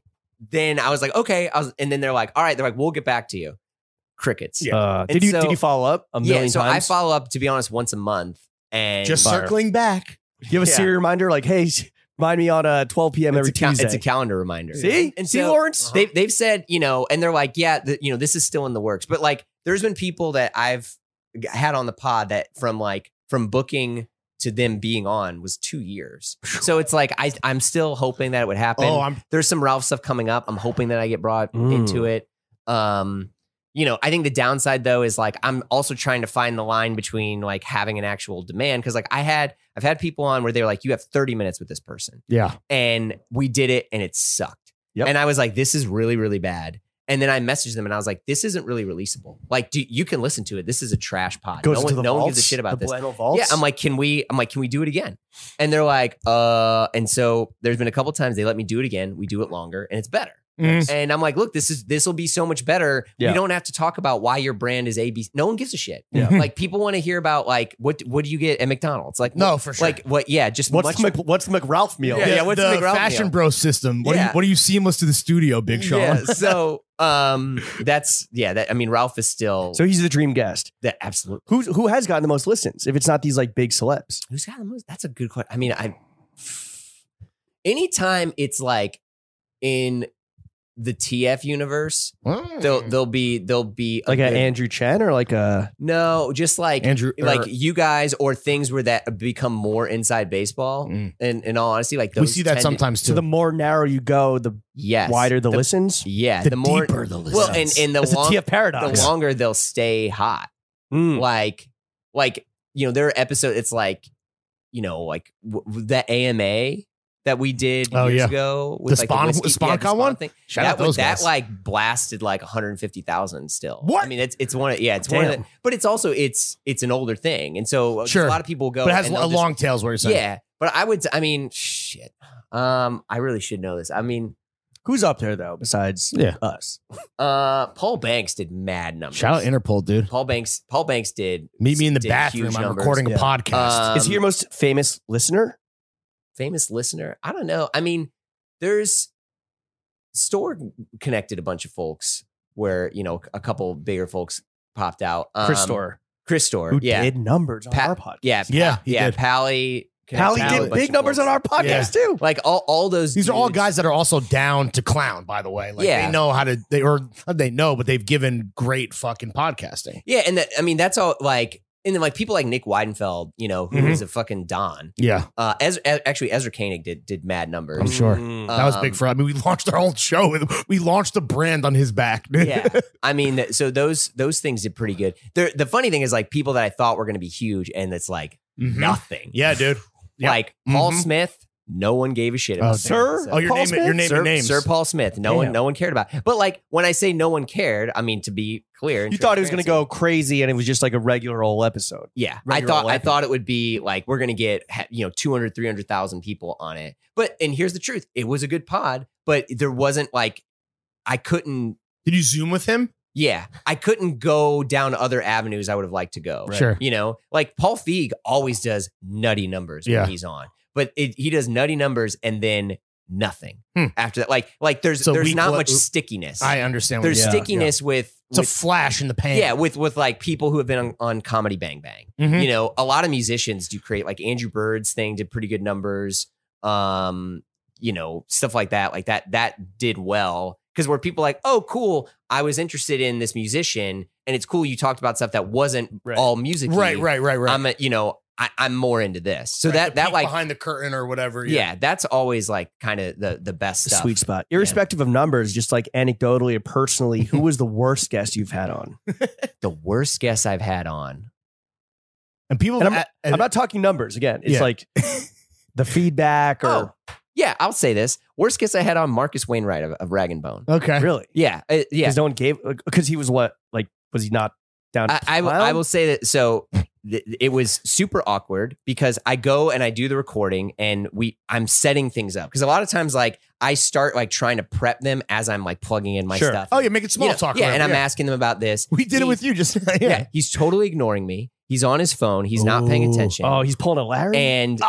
Speaker 2: then i was like okay I was, and then they're like all right they're like we'll get back to you crickets
Speaker 3: Yeah.
Speaker 1: Uh,
Speaker 2: And
Speaker 1: did you
Speaker 2: so-
Speaker 1: did you follow up a million
Speaker 2: yeah so
Speaker 1: times?
Speaker 2: i follow up to be honest once a month and
Speaker 3: Just
Speaker 1: Fire.
Speaker 3: circling back.
Speaker 1: Do you have a
Speaker 2: Yeah.
Speaker 1: Siri reminder like, hey, s- remind me on uh, 12 p.m.
Speaker 2: it's,
Speaker 1: every
Speaker 2: a cal-
Speaker 1: Tuesday.
Speaker 2: it's a calendar reminder
Speaker 1: See?
Speaker 2: and
Speaker 1: See,
Speaker 2: so Uh-huh.
Speaker 1: Lawrence?
Speaker 2: they, they've said you know and they're like yeah the, you know this is still in the works but like there's been people that i've g- had on the pod that from like from booking to them being on was two years so it's like I, i'm still hoping that it would happen
Speaker 3: Oh, I'm
Speaker 2: there's some Ralph stuff coming up. I'm hoping that I get brought
Speaker 1: Mm.
Speaker 2: into it. Um, you know, I think the downside though is like I'm also trying to find the line between like having an actual demand because like I had I've had people on where they were like, you have 30 minutes with this person,
Speaker 3: yeah.
Speaker 2: and we did it and it sucked.
Speaker 1: Yep.
Speaker 2: And I was like, this is really really bad. And then I messaged them and I was like, this isn't really releasable. Like, do, you can listen to it. This is a trash pod.
Speaker 1: Goes
Speaker 2: no
Speaker 1: to
Speaker 2: one,
Speaker 1: the
Speaker 2: no one
Speaker 1: vaults,
Speaker 2: gives a shit about
Speaker 1: the
Speaker 2: this.
Speaker 1: Bueno vaults.
Speaker 2: Yeah, I'm like, can we? I'm like, can we do it again? And they're like, uh. And so there's been a couple times they let me do it again. We do it longer, and it's better.
Speaker 3: Mm.
Speaker 2: And I'm like, look, this is this will be so much better.
Speaker 1: Yeah.
Speaker 2: We don't have to talk about why your brand is ABC. No one gives a shit.
Speaker 3: Yeah.
Speaker 2: like people want to hear about like what what do you get at McDonald's? Like
Speaker 3: No, for sure.
Speaker 2: Like what? Yeah, just
Speaker 1: what's
Speaker 2: much
Speaker 1: the Mc, what's the McRalph meal?
Speaker 2: Yeah, yeah, what's
Speaker 3: the
Speaker 2: the McGraw
Speaker 3: fashion
Speaker 2: meal?
Speaker 3: bro system? What, do
Speaker 2: Yeah.
Speaker 3: you, what do you seamless to the studio, Big Sean?
Speaker 2: Yeah, so um, that's yeah. That I mean, Ralph is still
Speaker 1: So he's the dream guest.
Speaker 2: the absolute.
Speaker 1: Who's who has gotten the most listens? If it's not these like big celebs,
Speaker 2: Who's got the most? That's a good question. I mean, I anytime it's like in the TF universe,
Speaker 3: Mm.
Speaker 2: they'll they'll be they'll be a
Speaker 1: like
Speaker 2: good-
Speaker 1: a Andrew Chen or like a
Speaker 2: no, just like
Speaker 3: Andrew, er, or-
Speaker 2: like you guys or things where that become more inside baseball.
Speaker 3: Mm.
Speaker 2: And in all honesty, like those
Speaker 3: we see that
Speaker 2: tend-
Speaker 3: sometimes too.
Speaker 1: so the more narrow you go, the
Speaker 2: yes
Speaker 1: wider the, listens.
Speaker 2: Yeah,
Speaker 3: The
Speaker 2: the, more
Speaker 3: deeper the listens.
Speaker 2: well, and and the
Speaker 1: That's a
Speaker 2: long,
Speaker 1: TF
Speaker 2: the
Speaker 1: paradox.
Speaker 2: longer they'll stay hot.
Speaker 3: Hmm.
Speaker 1: Mm.
Speaker 2: like like you know there are episodes it's like you know like w- w- that ama that we did
Speaker 3: Oh,
Speaker 2: years
Speaker 3: yeah.
Speaker 2: ago
Speaker 3: The
Speaker 2: with like
Speaker 3: Spawn-
Speaker 2: whiskey-
Speaker 3: Spawn
Speaker 2: yeah,
Speaker 3: Con one?
Speaker 2: thing.
Speaker 3: Shout
Speaker 2: that
Speaker 3: out
Speaker 2: was
Speaker 3: those
Speaker 2: that
Speaker 3: guys.
Speaker 2: like blasted like 150,000 still
Speaker 3: What?
Speaker 2: i mean it's it's one of yeah it's one of
Speaker 1: Damn.
Speaker 2: the, but it's also it's it's an older thing and so uh,
Speaker 3: Sure.
Speaker 2: a lot of people go
Speaker 3: but it has a
Speaker 2: and they'll just-
Speaker 3: long tails where you're saying.
Speaker 2: yeah but i would i mean shit um i really should know this i mean
Speaker 1: Who's up there though besides
Speaker 3: Yeah.
Speaker 1: us?
Speaker 2: uh paul banks did mad numbers
Speaker 3: Shout out Interpol, dude.
Speaker 2: paul banks paul banks did
Speaker 3: Meet me in the
Speaker 2: did
Speaker 3: bathroom.
Speaker 2: huge
Speaker 3: I'm
Speaker 2: numbers.
Speaker 3: recording
Speaker 1: Yeah.
Speaker 3: a podcast.
Speaker 1: Is he your
Speaker 2: Um,
Speaker 1: most famous listener?
Speaker 2: famous listener. I don't know. I mean, there's store connected a bunch of folks where you know a couple bigger folks popped out. Um,
Speaker 1: Chris Store,
Speaker 2: Chris Store,
Speaker 1: who
Speaker 2: yeah,
Speaker 1: did numbers on
Speaker 2: Pat-
Speaker 1: our podcast.
Speaker 2: yeah,
Speaker 3: Yeah, he
Speaker 2: yeah.
Speaker 3: did.
Speaker 2: Pally,
Speaker 1: Pally
Speaker 2: connected a
Speaker 1: did
Speaker 2: bunch
Speaker 1: big
Speaker 2: of
Speaker 1: numbers on
Speaker 2: folks.
Speaker 1: our podcast too.
Speaker 2: Like all all those.
Speaker 3: These are all
Speaker 2: dudes-
Speaker 3: guys that are also down to clown, by the way. Like
Speaker 2: Yeah.
Speaker 3: they know how to they or not they know, but they've given great fucking podcasting.
Speaker 2: Yeah, and that I mean that's all like. And then like people like Nick Weidenfeld, you know, who is
Speaker 3: Mhm.
Speaker 2: a fucking don.
Speaker 3: Yeah.
Speaker 2: Uh, Ezra, actually, Ezra Koenig did did mad numbers.
Speaker 3: I'm sure.
Speaker 1: Mm.
Speaker 3: That was
Speaker 2: Um,
Speaker 3: big for I mean, we launched our own show. with- We launched the brand on his back. dude.
Speaker 2: yeah i mean th- so those those things did pretty good There the funny thing is like people that i thought were going to be huge and it's like
Speaker 3: Mhm.
Speaker 2: nothing
Speaker 3: Yeah, dude. Yeah.
Speaker 2: like paul
Speaker 3: Mhm.
Speaker 2: smith no one gave a shit about
Speaker 3: Oh,
Speaker 2: him.
Speaker 1: Sir?
Speaker 2: So-
Speaker 3: Oh, you're
Speaker 1: Paul
Speaker 3: naming you're
Speaker 1: Smith?
Speaker 3: naming
Speaker 2: Sir,
Speaker 3: names.
Speaker 2: Sir Paul Smith. No
Speaker 1: Damn.
Speaker 2: one, no one cared about. But like when I say no one cared, I mean to be clear. and
Speaker 1: You thought it was going to
Speaker 2: transparency.
Speaker 1: go crazy, and it was just like a regular old episode.
Speaker 2: Yeah, I
Speaker 1: regular
Speaker 2: thought I
Speaker 1: episode.
Speaker 2: thought it would be like we're going to get ha- you know 200 300,000 people on it. But and here's the truth. It was a good pod, but there wasn't like I couldn't
Speaker 3: Did you zoom with him?
Speaker 2: yeah, I couldn't go down other avenues I would have liked to go.
Speaker 3: Sure.
Speaker 2: You know, like Paul Feig always does nutty numbers
Speaker 3: Yeah.
Speaker 2: when he's on, but it, he does nutty numbers and then nothing
Speaker 3: Hmm.
Speaker 2: after that. Like, like there's
Speaker 3: So
Speaker 2: there's
Speaker 3: weak
Speaker 2: not
Speaker 3: lo-
Speaker 2: much stickiness.
Speaker 3: I understand. what
Speaker 2: there's
Speaker 3: you're saying.
Speaker 2: stickiness with,
Speaker 3: It's a
Speaker 2: with-
Speaker 3: flash in the pan.
Speaker 2: yeah with with like people who have been on, on Comedy Bang Bang.
Speaker 3: Mhm.
Speaker 2: You know, a lot of musicians do create like Andrew Bird's thing did pretty good numbers. Um, you know, stuff like that, like that that did well because where people like, oh, cool, I was interested in this musician, and it's cool you talked about stuff that wasn't
Speaker 1: Right.
Speaker 2: all music.
Speaker 3: Right, right, right, right.
Speaker 2: I'm, a, you know, I, I'm more into this. So
Speaker 3: Right, the
Speaker 2: that that
Speaker 3: peek
Speaker 2: like,
Speaker 3: behind the curtain or whatever.
Speaker 2: yeah, that's always like kind of the the best
Speaker 1: The
Speaker 2: stuff.
Speaker 1: sweet spot, irrespective of numbers, just like anecdotally or personally, who was the worst guest you've had on?
Speaker 2: The worst guess I've had on.
Speaker 3: And people
Speaker 1: And I'm-
Speaker 3: a-
Speaker 1: I'm not talking numbers again. It's
Speaker 3: Yeah.
Speaker 1: like the feedback or
Speaker 2: Oh, Yeah, I'll say this. Worst guess I had on Marcus Wainwright of, of Rag and Bone.
Speaker 3: okay.
Speaker 1: really
Speaker 2: Yeah, uh, yeah.
Speaker 1: because no one gave because he was what like was he not down?
Speaker 2: I,
Speaker 1: to
Speaker 2: I, will- I
Speaker 1: clown?
Speaker 2: will say that. So th- it was super awkward because I go and I do the recording and we I'm setting things up because a lot of times like I start like trying to prep them as I'm like plugging in my
Speaker 1: Sure.
Speaker 2: stuff.
Speaker 3: Oh yeah, make it small
Speaker 2: You know,
Speaker 3: talk.
Speaker 2: Yeah,
Speaker 3: around,
Speaker 2: and I'm asking them about this.
Speaker 3: We did it
Speaker 2: He-
Speaker 3: with you just
Speaker 2: Yeah.
Speaker 3: yeah.
Speaker 2: he's totally ignoring me. He's on his phone. He's not paying
Speaker 3: Ooh.
Speaker 2: attention.
Speaker 1: Oh, he's pulling a Larry.
Speaker 2: and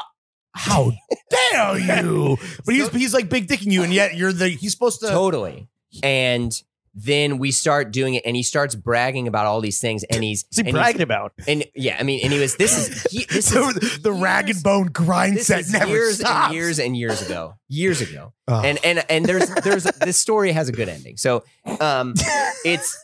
Speaker 3: How dare you? But he's he's like big dicking you, and yet you're the he's supposed to.
Speaker 2: totally. And then we start doing it, and he starts bragging about all these things, and he's
Speaker 1: What's he
Speaker 2: and he's-
Speaker 1: bragging about?
Speaker 2: and yeah, I mean, and he was this is he, this is
Speaker 3: the, the rag
Speaker 2: years-
Speaker 3: and bone grind
Speaker 2: this
Speaker 3: set
Speaker 2: is
Speaker 3: never
Speaker 2: years
Speaker 3: stops.
Speaker 2: and years and years ago, years ago,
Speaker 3: Oh.
Speaker 2: and and and there's there's this story has a good ending. So, um, it's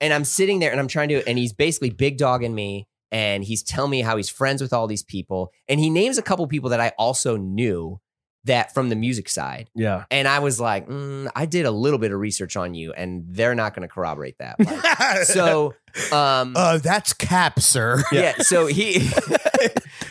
Speaker 2: and I'm sitting there and I'm trying to, and he's basically big dogging me, and he's telling me how he's friends with all these people, and he names a couple people that I also knew that from the music side,
Speaker 1: Yeah,
Speaker 2: and I was like, mm, I did a little bit of research on you, and they're not going to corroborate that. Like, so, um,
Speaker 3: uh, that's cap, sir.
Speaker 2: yeah. So he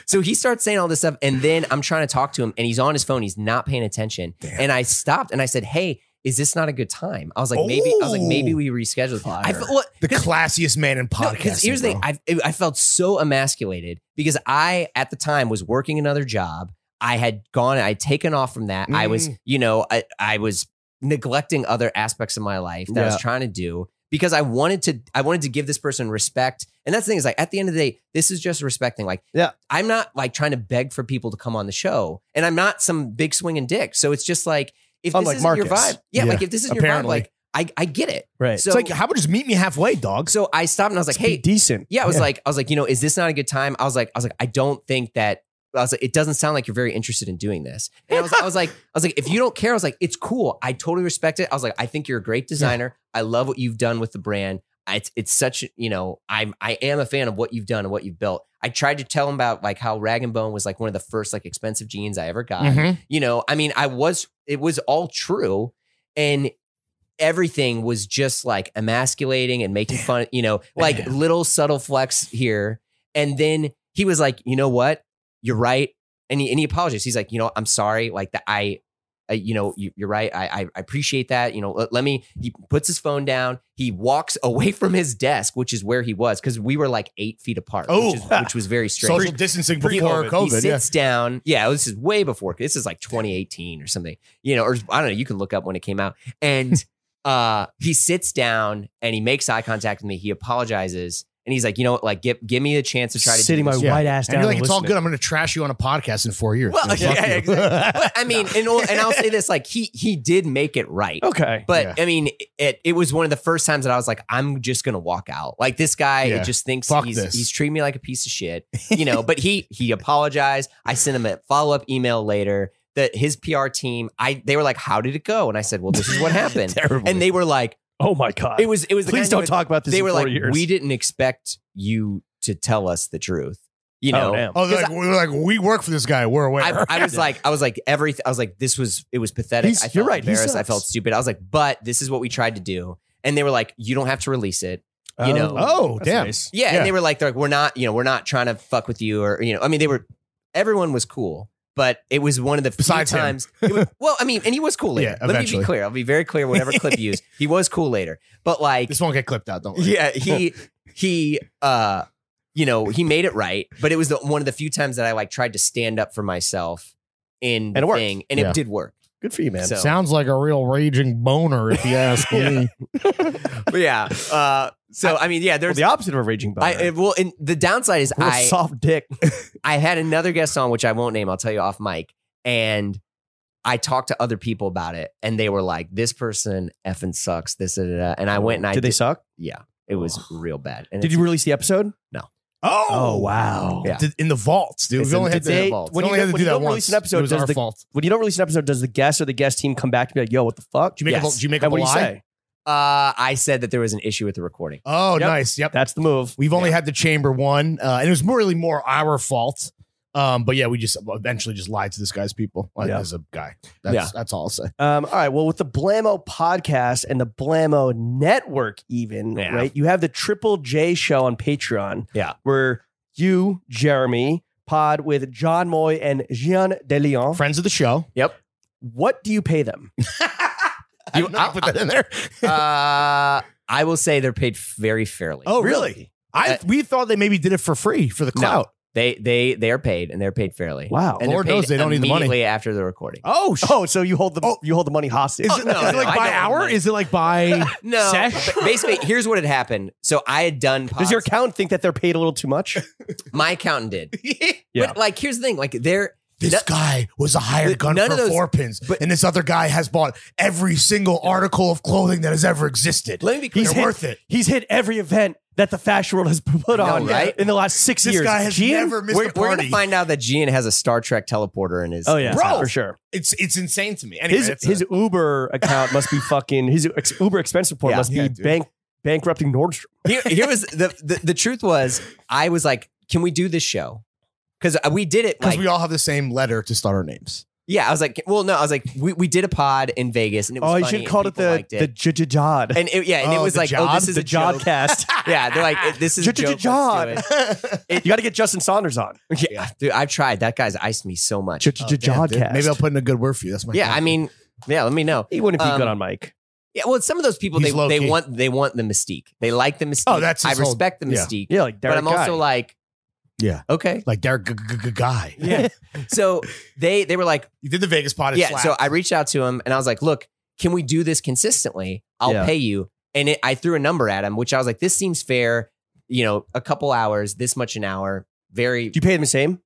Speaker 2: so he starts saying all this stuff, and then I'm trying to talk to him, and he's on his phone. He's not paying attention, and I stopped and I said, "Hey." is this not a good time? I was like, maybe. I was like, maybe we reschedule. I fe- well,
Speaker 3: The classiest man in
Speaker 2: no,
Speaker 3: podcast.
Speaker 2: because here's the thing. I I felt so emasculated because I at the time was working another job. I had gone. I had taken off from that. I was,
Speaker 1: Mm.
Speaker 2: you know, I I was neglecting other aspects of my life that I was
Speaker 1: Yeah.
Speaker 2: trying to do because I wanted to. I wanted to give this person respect. And that's the thing is like at the end of the day, this is just respecting. Like,
Speaker 1: Yeah.
Speaker 2: I'm not like trying to beg for people to come on the show, and I'm not some big swinging dick. So it's just like if
Speaker 1: Unlike
Speaker 2: this isn't your
Speaker 1: Marcus.
Speaker 2: vibe, yeah,
Speaker 3: Yeah.
Speaker 2: like if this is
Speaker 3: Apparently.
Speaker 2: your vibe, like I I get it.
Speaker 1: Right.
Speaker 2: So
Speaker 3: it's like, how about just meet me halfway, dog?
Speaker 2: so I stopped and I was like,
Speaker 1: Let's be
Speaker 2: hey,
Speaker 1: decent.
Speaker 2: yeah, I was like, I was like, you know, is this not a good time? I was like, I was like, I don't think that. I was like, it doesn't sound like you're very interested in doing this. And I was, I was like, I was like, if you don't care, I was like, it's cool. I totally respect it. I was like, I think you're a great designer. I love what you've done with the brand. I- It's it's such you know, I'm I am a fan of what you've done and what you've built. I tried to tell him about like how Rag and Bone was like one of the first like expensive jeans I ever got
Speaker 3: Mhm.
Speaker 2: you know i mean i was it was all true and everything was just like emasculating and making fun you know like
Speaker 3: Damn.
Speaker 2: little subtle flex here and then he was like you know what you're right and he, and he apologized he's like you know i'm sorry like that i uh, you know you, you're right I, I I appreciate that you know let, let me he puts his phone down he walks away from his desk which is where he was because we were like eight feet apart
Speaker 3: Oh.
Speaker 2: which, is, which was very strange
Speaker 3: Social distancing
Speaker 2: Pre-
Speaker 3: before
Speaker 2: he
Speaker 3: COVID. yeah.
Speaker 2: sits down. Yeah, this is way before. This is like 2018 or something. You know, or I don't know. You can look up when it came out. And uh, he sits down and he makes eye contact with me. He apologizes and he's like, you know, what, like give give me the chance to try to
Speaker 1: sitting
Speaker 2: do
Speaker 1: my
Speaker 2: this.
Speaker 3: Yeah.
Speaker 1: white ass
Speaker 3: And
Speaker 1: down.
Speaker 3: you're like,
Speaker 1: and
Speaker 3: it's all
Speaker 1: listening.
Speaker 3: good. I'm going to trash you on a podcast in four years.
Speaker 2: Well,
Speaker 3: No,
Speaker 2: yeah,
Speaker 3: fuck you.
Speaker 2: exactly. But, I mean, and, and I'll say this: like he he did make it right.
Speaker 1: Okay.
Speaker 2: But I mean, it, it was one of the first times that I was like, I'm just gonna walk out. Like this guy,
Speaker 3: Yeah.
Speaker 2: it just thinks
Speaker 3: Fuck
Speaker 2: he's
Speaker 3: this.
Speaker 2: he's treating me like a piece of shit, you know. but he he apologized. I sent him a follow up email later that his PR team, I they were like, how did it go? And I said, well, this is what happened.
Speaker 1: Terrible.
Speaker 2: and they were like,
Speaker 1: oh my god.
Speaker 2: it was it was. the
Speaker 1: Please
Speaker 2: kind
Speaker 1: don't
Speaker 2: of-
Speaker 1: talk about this.
Speaker 2: They
Speaker 1: in
Speaker 2: were
Speaker 1: four
Speaker 2: like,
Speaker 1: years.
Speaker 2: we didn't expect you to tell us the truth, you
Speaker 1: Oh,
Speaker 2: know.
Speaker 1: damn.
Speaker 3: Oh, they're like, we're like, we work for this guy. We're aware.
Speaker 2: I, I was like, I was like, everything. I was like, this was, it was pathetic.
Speaker 1: He's-
Speaker 2: I felt
Speaker 1: you're right, he
Speaker 2: embarrassed. I
Speaker 1: sucks.
Speaker 2: felt stupid. I was like, but this is what we tried to do. And they were like, you don't have to release it. you know.
Speaker 3: Oh,
Speaker 1: that's
Speaker 3: damn.
Speaker 1: nice.
Speaker 2: Yeah.
Speaker 3: Yeah.
Speaker 2: And they were like, they're like, we're not, you know, we're not trying to fuck with you or, you know, I mean, they were, everyone was cool, but it was one of the few
Speaker 3: Besides him.
Speaker 2: times. it was- well, I mean, and he was cool later.
Speaker 3: Yeah,
Speaker 2: Let me be
Speaker 3: eventually.
Speaker 2: clear. I'll be very clear. Whatever clip you use, he was cool later. But like,
Speaker 3: this won't get clipped out. Don't worry.
Speaker 2: yeah, he he uh you know, he made it right, but it was the, one of the few times that I like tried to stand up for myself in
Speaker 1: And it
Speaker 2: the
Speaker 1: worked.
Speaker 2: thing and
Speaker 3: Yeah.
Speaker 2: it did work.
Speaker 1: Good for you, man.
Speaker 2: So-
Speaker 3: Sounds like a real raging boner, if you ask me.
Speaker 2: But yeah. Uh so I, mean, yeah,
Speaker 1: Well,
Speaker 2: there's
Speaker 1: the opposite of a raging boner.
Speaker 2: I it- well, and the downside is
Speaker 1: Real
Speaker 2: I
Speaker 1: soft dick.
Speaker 2: I had another guest on which I won't name, I'll tell you off mic, and I talked to other people about it and they were like this person effing sucks this da, da, da. and I went and I
Speaker 1: did they suck?
Speaker 2: yeah, it was real bad. And
Speaker 1: Did you release the episode?
Speaker 3: Oh,
Speaker 1: wow.
Speaker 2: Yeah.
Speaker 3: Did- In the vaults, dude.
Speaker 2: It's
Speaker 3: we only
Speaker 2: in-
Speaker 3: had
Speaker 2: it's
Speaker 3: to,
Speaker 2: in the
Speaker 3: we
Speaker 2: vaults.
Speaker 1: When you,
Speaker 3: only had to
Speaker 1: when
Speaker 3: do
Speaker 1: you
Speaker 3: that
Speaker 1: don't
Speaker 3: once.
Speaker 1: release an
Speaker 3: it
Speaker 1: episode,
Speaker 3: was
Speaker 1: does
Speaker 3: our
Speaker 1: the
Speaker 3: fault.
Speaker 1: when you don't release an episode, does the guest or the guest team come back to be like, "Yo, what the fuck?"
Speaker 3: Did you make
Speaker 2: Yes.
Speaker 3: up? Did you make
Speaker 1: and
Speaker 3: up a
Speaker 1: what do you
Speaker 3: lie?
Speaker 1: say?
Speaker 2: uh I said that there was an issue with the recording.
Speaker 3: Oh,
Speaker 1: Yep.
Speaker 3: nice. Yep.
Speaker 1: That's the move.
Speaker 3: We've only had the chamber one, uh, and it was more, really more our fault. Um, but yeah, we just eventually just lied to this guy's people like,
Speaker 1: Yeah.
Speaker 3: as a guy. That's,
Speaker 2: Yeah.
Speaker 3: that's all I'll say.
Speaker 1: Um, all right. Well, with the Blamo podcast and the Blamo network, even
Speaker 2: Yeah.
Speaker 1: right, you have the Triple J show on Patreon.
Speaker 2: Yeah.
Speaker 1: where you, Jeremy, pod with John Moy and Jean DeLeon.
Speaker 3: Friends of the show.
Speaker 1: What do you pay them?
Speaker 3: You,
Speaker 2: You-
Speaker 3: I, put that in there.
Speaker 2: uh, I will say they're paid very fairly.
Speaker 3: Oh, really? I
Speaker 2: Uh,
Speaker 3: we thought they maybe did it for free for the
Speaker 2: No.
Speaker 3: clout.
Speaker 2: They they they are paid and they're paid fairly.
Speaker 1: Wow.
Speaker 2: And they're
Speaker 3: Lord
Speaker 2: paid
Speaker 3: knows they don't need the money.
Speaker 2: immediately after the recording.
Speaker 3: Oh, sh-
Speaker 1: Oh, so you hold the
Speaker 3: Oh.
Speaker 1: you hold the money hostage.
Speaker 3: is,
Speaker 2: Oh,
Speaker 3: it,
Speaker 2: no,
Speaker 3: is it
Speaker 2: no,
Speaker 3: like
Speaker 2: I
Speaker 3: by
Speaker 2: don't
Speaker 3: hour?
Speaker 2: mind.
Speaker 3: Is it like by?
Speaker 2: No,
Speaker 3: Sesh?
Speaker 2: but basically, here's what had happened. So I had done. Pods.
Speaker 1: Does your accountant think that they're paid a little too much?
Speaker 2: my accountant did?
Speaker 1: Yeah.
Speaker 2: But like, here's the thing. Like, they're
Speaker 3: this
Speaker 2: No-
Speaker 3: guy was a hired
Speaker 2: Th-
Speaker 3: gun
Speaker 2: none
Speaker 3: for
Speaker 2: of those-
Speaker 3: four pins,
Speaker 2: but-
Speaker 3: and this other guy has bought every single article of clothing that has ever existed.
Speaker 2: let me be clear.
Speaker 3: He's
Speaker 1: He's hit-
Speaker 3: worth it.
Speaker 1: He's hit every event that the fashion world has put
Speaker 2: I know,
Speaker 1: on
Speaker 2: right?
Speaker 1: in the last six
Speaker 3: This
Speaker 1: years.
Speaker 3: guy has
Speaker 1: Gian?
Speaker 3: never missed
Speaker 2: We're,
Speaker 3: a
Speaker 2: we're
Speaker 3: party.
Speaker 2: gonna find out that Gian has a Star Trek teleporter in his.
Speaker 1: Oh yeah,
Speaker 3: Bro.
Speaker 1: for sure.
Speaker 3: it's it's insane to me. Anyway,
Speaker 1: his
Speaker 3: it's a-
Speaker 1: his Uber account must be fucking his ex- Uber expense report
Speaker 2: Yeah.
Speaker 1: must be
Speaker 3: Yeah, dude.
Speaker 1: bank bankrupting Nordstrom.
Speaker 2: here, here was the, the the truth was I was like, can we do this show? Because we did it
Speaker 3: because
Speaker 2: like
Speaker 3: we all have the same letter to start our names.
Speaker 2: yeah. I was like, well, no, I was like, we, we did a pod in Vegas and it was.
Speaker 1: Oh, you
Speaker 2: funny
Speaker 1: should
Speaker 2: and
Speaker 1: call it
Speaker 2: people
Speaker 1: the
Speaker 2: liked
Speaker 1: the Jajajad.
Speaker 2: And it, yeah, and
Speaker 3: Oh,
Speaker 2: it was
Speaker 3: the
Speaker 2: like, oh,
Speaker 3: job?
Speaker 2: this is
Speaker 1: The
Speaker 2: a joke.
Speaker 1: Jodcast.
Speaker 2: Yeah, they're like, it- this is a joke.
Speaker 1: Jod.
Speaker 2: Let's do
Speaker 1: You got to get Justin Saunders on.
Speaker 2: it. Yeah, dude, I've tried. That guy's iced me so much.
Speaker 3: Oh, damn, dude.
Speaker 1: Jajajadcast.
Speaker 3: Maybe I'll put in a good word for you. That's my
Speaker 2: Yeah,
Speaker 3: guy.
Speaker 2: I mean, Yeah, let me know.
Speaker 1: He wouldn't be
Speaker 2: Um,
Speaker 1: good on Mike.
Speaker 2: Yeah, well, some of those people
Speaker 3: He's
Speaker 2: they
Speaker 3: low
Speaker 2: they
Speaker 3: key.
Speaker 2: want they want the mystique. They like the mystique.
Speaker 3: Oh, that's
Speaker 2: I
Speaker 3: his whole-
Speaker 2: respect the
Speaker 3: yeah.
Speaker 2: mystique.
Speaker 1: Yeah, like
Speaker 2: but
Speaker 1: Derek
Speaker 2: I'm also
Speaker 1: Guy.
Speaker 2: like,
Speaker 3: Yeah.
Speaker 2: okay.
Speaker 3: Like Derek G- G- G- Guy.
Speaker 1: Yeah.
Speaker 2: So they they were like,
Speaker 3: You did the Vegas pot. Oh, it
Speaker 2: yeah.
Speaker 3: slapped.
Speaker 2: So I reached out to him and I was like, look, can we do this consistently? I'll
Speaker 1: Yeah.
Speaker 2: pay you. And it, I threw a number at him, which I was like, this seems fair. You know, a couple hours, this much an hour. Very.
Speaker 1: Do you pay him the same?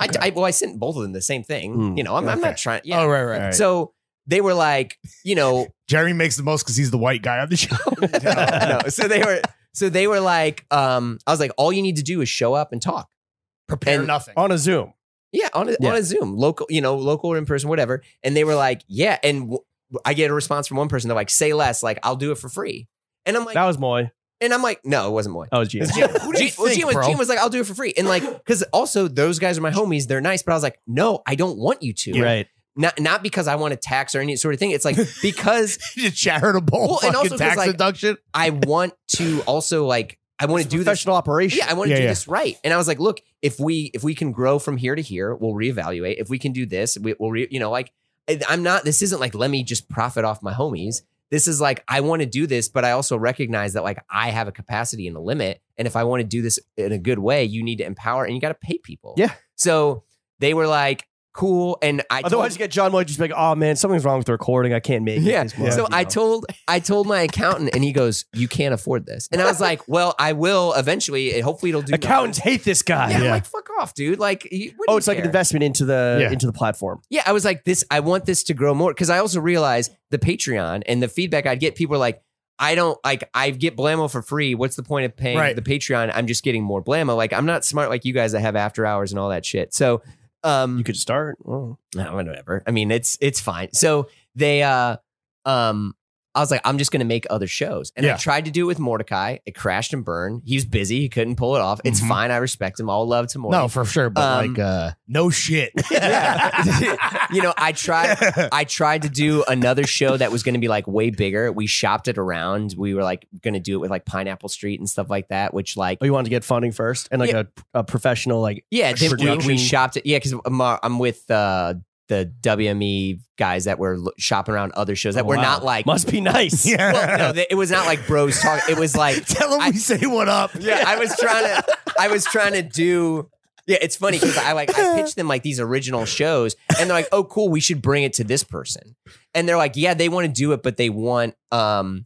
Speaker 2: I, I well, I sent both of them the same thing.
Speaker 1: Mm.
Speaker 2: You know, I'm, I'm
Speaker 3: Hmm. Okay.
Speaker 2: not trying. Yeah.
Speaker 3: Oh, right, right.
Speaker 1: All right.
Speaker 2: So they were like, you know,
Speaker 3: Jeremy makes the most because he's the white guy on the show.
Speaker 2: no. So they were so they were like, um, I was like, all you need to do is show up and talk.
Speaker 3: Prepare
Speaker 2: And-
Speaker 3: nothing.
Speaker 1: on a Zoom.
Speaker 2: Yeah, on a,
Speaker 1: Yeah.
Speaker 2: on a Zoom, local, you know, local or in person, whatever. And they were like, yeah. And w- I get a response from one person. They're like, say less. Like, I'll do it for free. And I'm like,
Speaker 1: That was Moy.
Speaker 2: and I'm like, no, it wasn't Moy.
Speaker 1: That was Gene.
Speaker 3: Gene. Oh, Who do you
Speaker 2: Gene, well,
Speaker 3: think,
Speaker 2: Gene was,
Speaker 3: bro?
Speaker 2: Gene was like, I'll do it for free. And like, because also those guys are my homies. They're nice. But I was like, no, I don't want you to.
Speaker 1: Right.
Speaker 2: Not, not because I want to tax or any sort of thing. It's like, because
Speaker 3: Just charitable
Speaker 2: Well,
Speaker 3: fucking
Speaker 2: and also 'cause,
Speaker 3: tax
Speaker 2: like-
Speaker 3: deduction.
Speaker 2: I want to also like, I want to do this
Speaker 1: professional operation.
Speaker 2: Yeah, I want to
Speaker 3: Yeah,
Speaker 2: do
Speaker 3: yeah.
Speaker 2: this right. And I was like, look, if we if we can grow from here to here, we'll reevaluate. If we can do this, we, we'll re, you know like I- I'm not. This isn't like let me just profit off my homies. This is like I want to do this, but I also recognize that like I have a capacity and a limit. And if I want to do this in a good way, you need to empower and you got to pay people.
Speaker 1: Yeah.
Speaker 2: So they were like, cool. And I told-
Speaker 1: Otherwise, you get John Moy just be like, oh man, something's wrong with the recording. I can't make
Speaker 2: yeah.
Speaker 1: it. this month,"
Speaker 2: So
Speaker 1: you
Speaker 2: I
Speaker 1: know.
Speaker 2: told I told my accountant, and he goes, "You can't afford this." And I was like, "Well, I will eventually. and Hopefully, it'll do." numbers."
Speaker 1: accountants hate this guy.
Speaker 2: Yeah, I'm
Speaker 3: Yeah.
Speaker 2: like fuck off, dude. Like, you- what do
Speaker 1: Oh,
Speaker 2: you
Speaker 1: it's like an
Speaker 2: care?
Speaker 1: investment into the
Speaker 3: Yeah.
Speaker 1: into the platform.
Speaker 2: Yeah, I was like, this. I want this to grow more because I also realized the Patreon and the feedback I'd get. People are like, I don't like. I get Blammo for free. What's the point of paying
Speaker 3: Right.
Speaker 2: the Patreon? I'm just getting more Blammo. Like, I'm not smart like you guys that have after hours and all that shit. So, um,
Speaker 1: You could start. Oh.
Speaker 2: no, Uh, whatever. I mean, it's it's fine. So they uh um I was like, I'm just gonna make other shows. And I
Speaker 3: Yeah.
Speaker 2: tried to do it with Mordecai. It crashed and burned. He was busy, he couldn't pull it off. It's
Speaker 3: Mhm.
Speaker 2: fine, I respect him. All love to
Speaker 3: No,
Speaker 2: Mordecai.
Speaker 3: for sure. But
Speaker 2: Um,
Speaker 3: like, uh, no shit.
Speaker 2: Yeah. You know, I tried I tried to do another show that was gonna be like way bigger. We shopped it around. We were like gonna do it with like Pineapple Street and stuff like that, which like
Speaker 1: oh, you wanted to get funding first and like a, a professional like
Speaker 2: Yeah, then we, we
Speaker 1: Production.
Speaker 2: shopped it. Yeah, because I'm, uh, I'm with uh, the WME guys that were lo- shopping around other shows that
Speaker 1: oh,
Speaker 2: were
Speaker 1: wow,
Speaker 2: not like
Speaker 1: must be nice.
Speaker 3: Yeah.
Speaker 2: well, no, th- it was not like bros talk. It was like,
Speaker 3: Tell him
Speaker 2: I-
Speaker 3: we say what up.
Speaker 2: yeah, I was trying to, I was trying to do. Yeah, it's funny because I like I pitched them like these original shows, and they're like, "Oh, cool, we should bring it to this person," and they're like, "Yeah, they want to do it, but they want, um,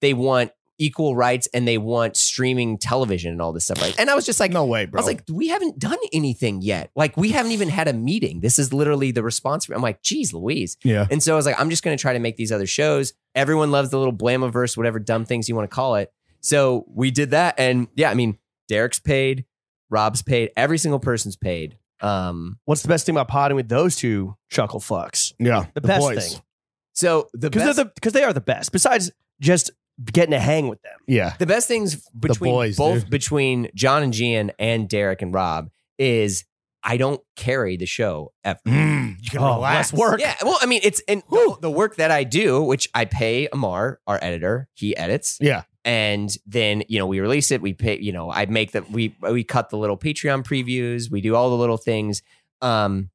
Speaker 2: they want equal rights and they want streaming television and all this stuff." Right? And I was just like,
Speaker 3: no way, bro.
Speaker 2: I was like, we haven't done anything yet. Like, we haven't even had a meeting. This is literally the response. I'm like, geez, Louise.
Speaker 3: yeah.
Speaker 2: And so I was like, I'm just going to try to make these other shows. Everyone loves the little blamiverse, whatever dumb things you want to call it. So we did that. And yeah, I mean, Derek's paid, Rob's paid, every single person's paid. Um,
Speaker 1: What's the best thing about potting with those two chuckle fucks?
Speaker 3: Yeah.
Speaker 1: The, best
Speaker 3: boys.
Speaker 1: thing
Speaker 2: so the
Speaker 1: because
Speaker 2: best,
Speaker 1: they're the because they are the best. Besides just getting to hang with them.
Speaker 3: Yeah.
Speaker 2: the best things between
Speaker 3: boys,
Speaker 2: both
Speaker 3: dude.
Speaker 2: between John and Gian and Derek and Rob is I don't carry the show ever.
Speaker 3: Mm, you can
Speaker 1: Oh,
Speaker 3: relax.
Speaker 1: less work.
Speaker 2: Yeah, well, I mean, it's and the, the work that I do, which I pay Amar, our editor, he edits,
Speaker 3: Yeah.
Speaker 2: and then you know we release it. We pay, you know, I make the we we cut the little Patreon previews. We do all the little things, um,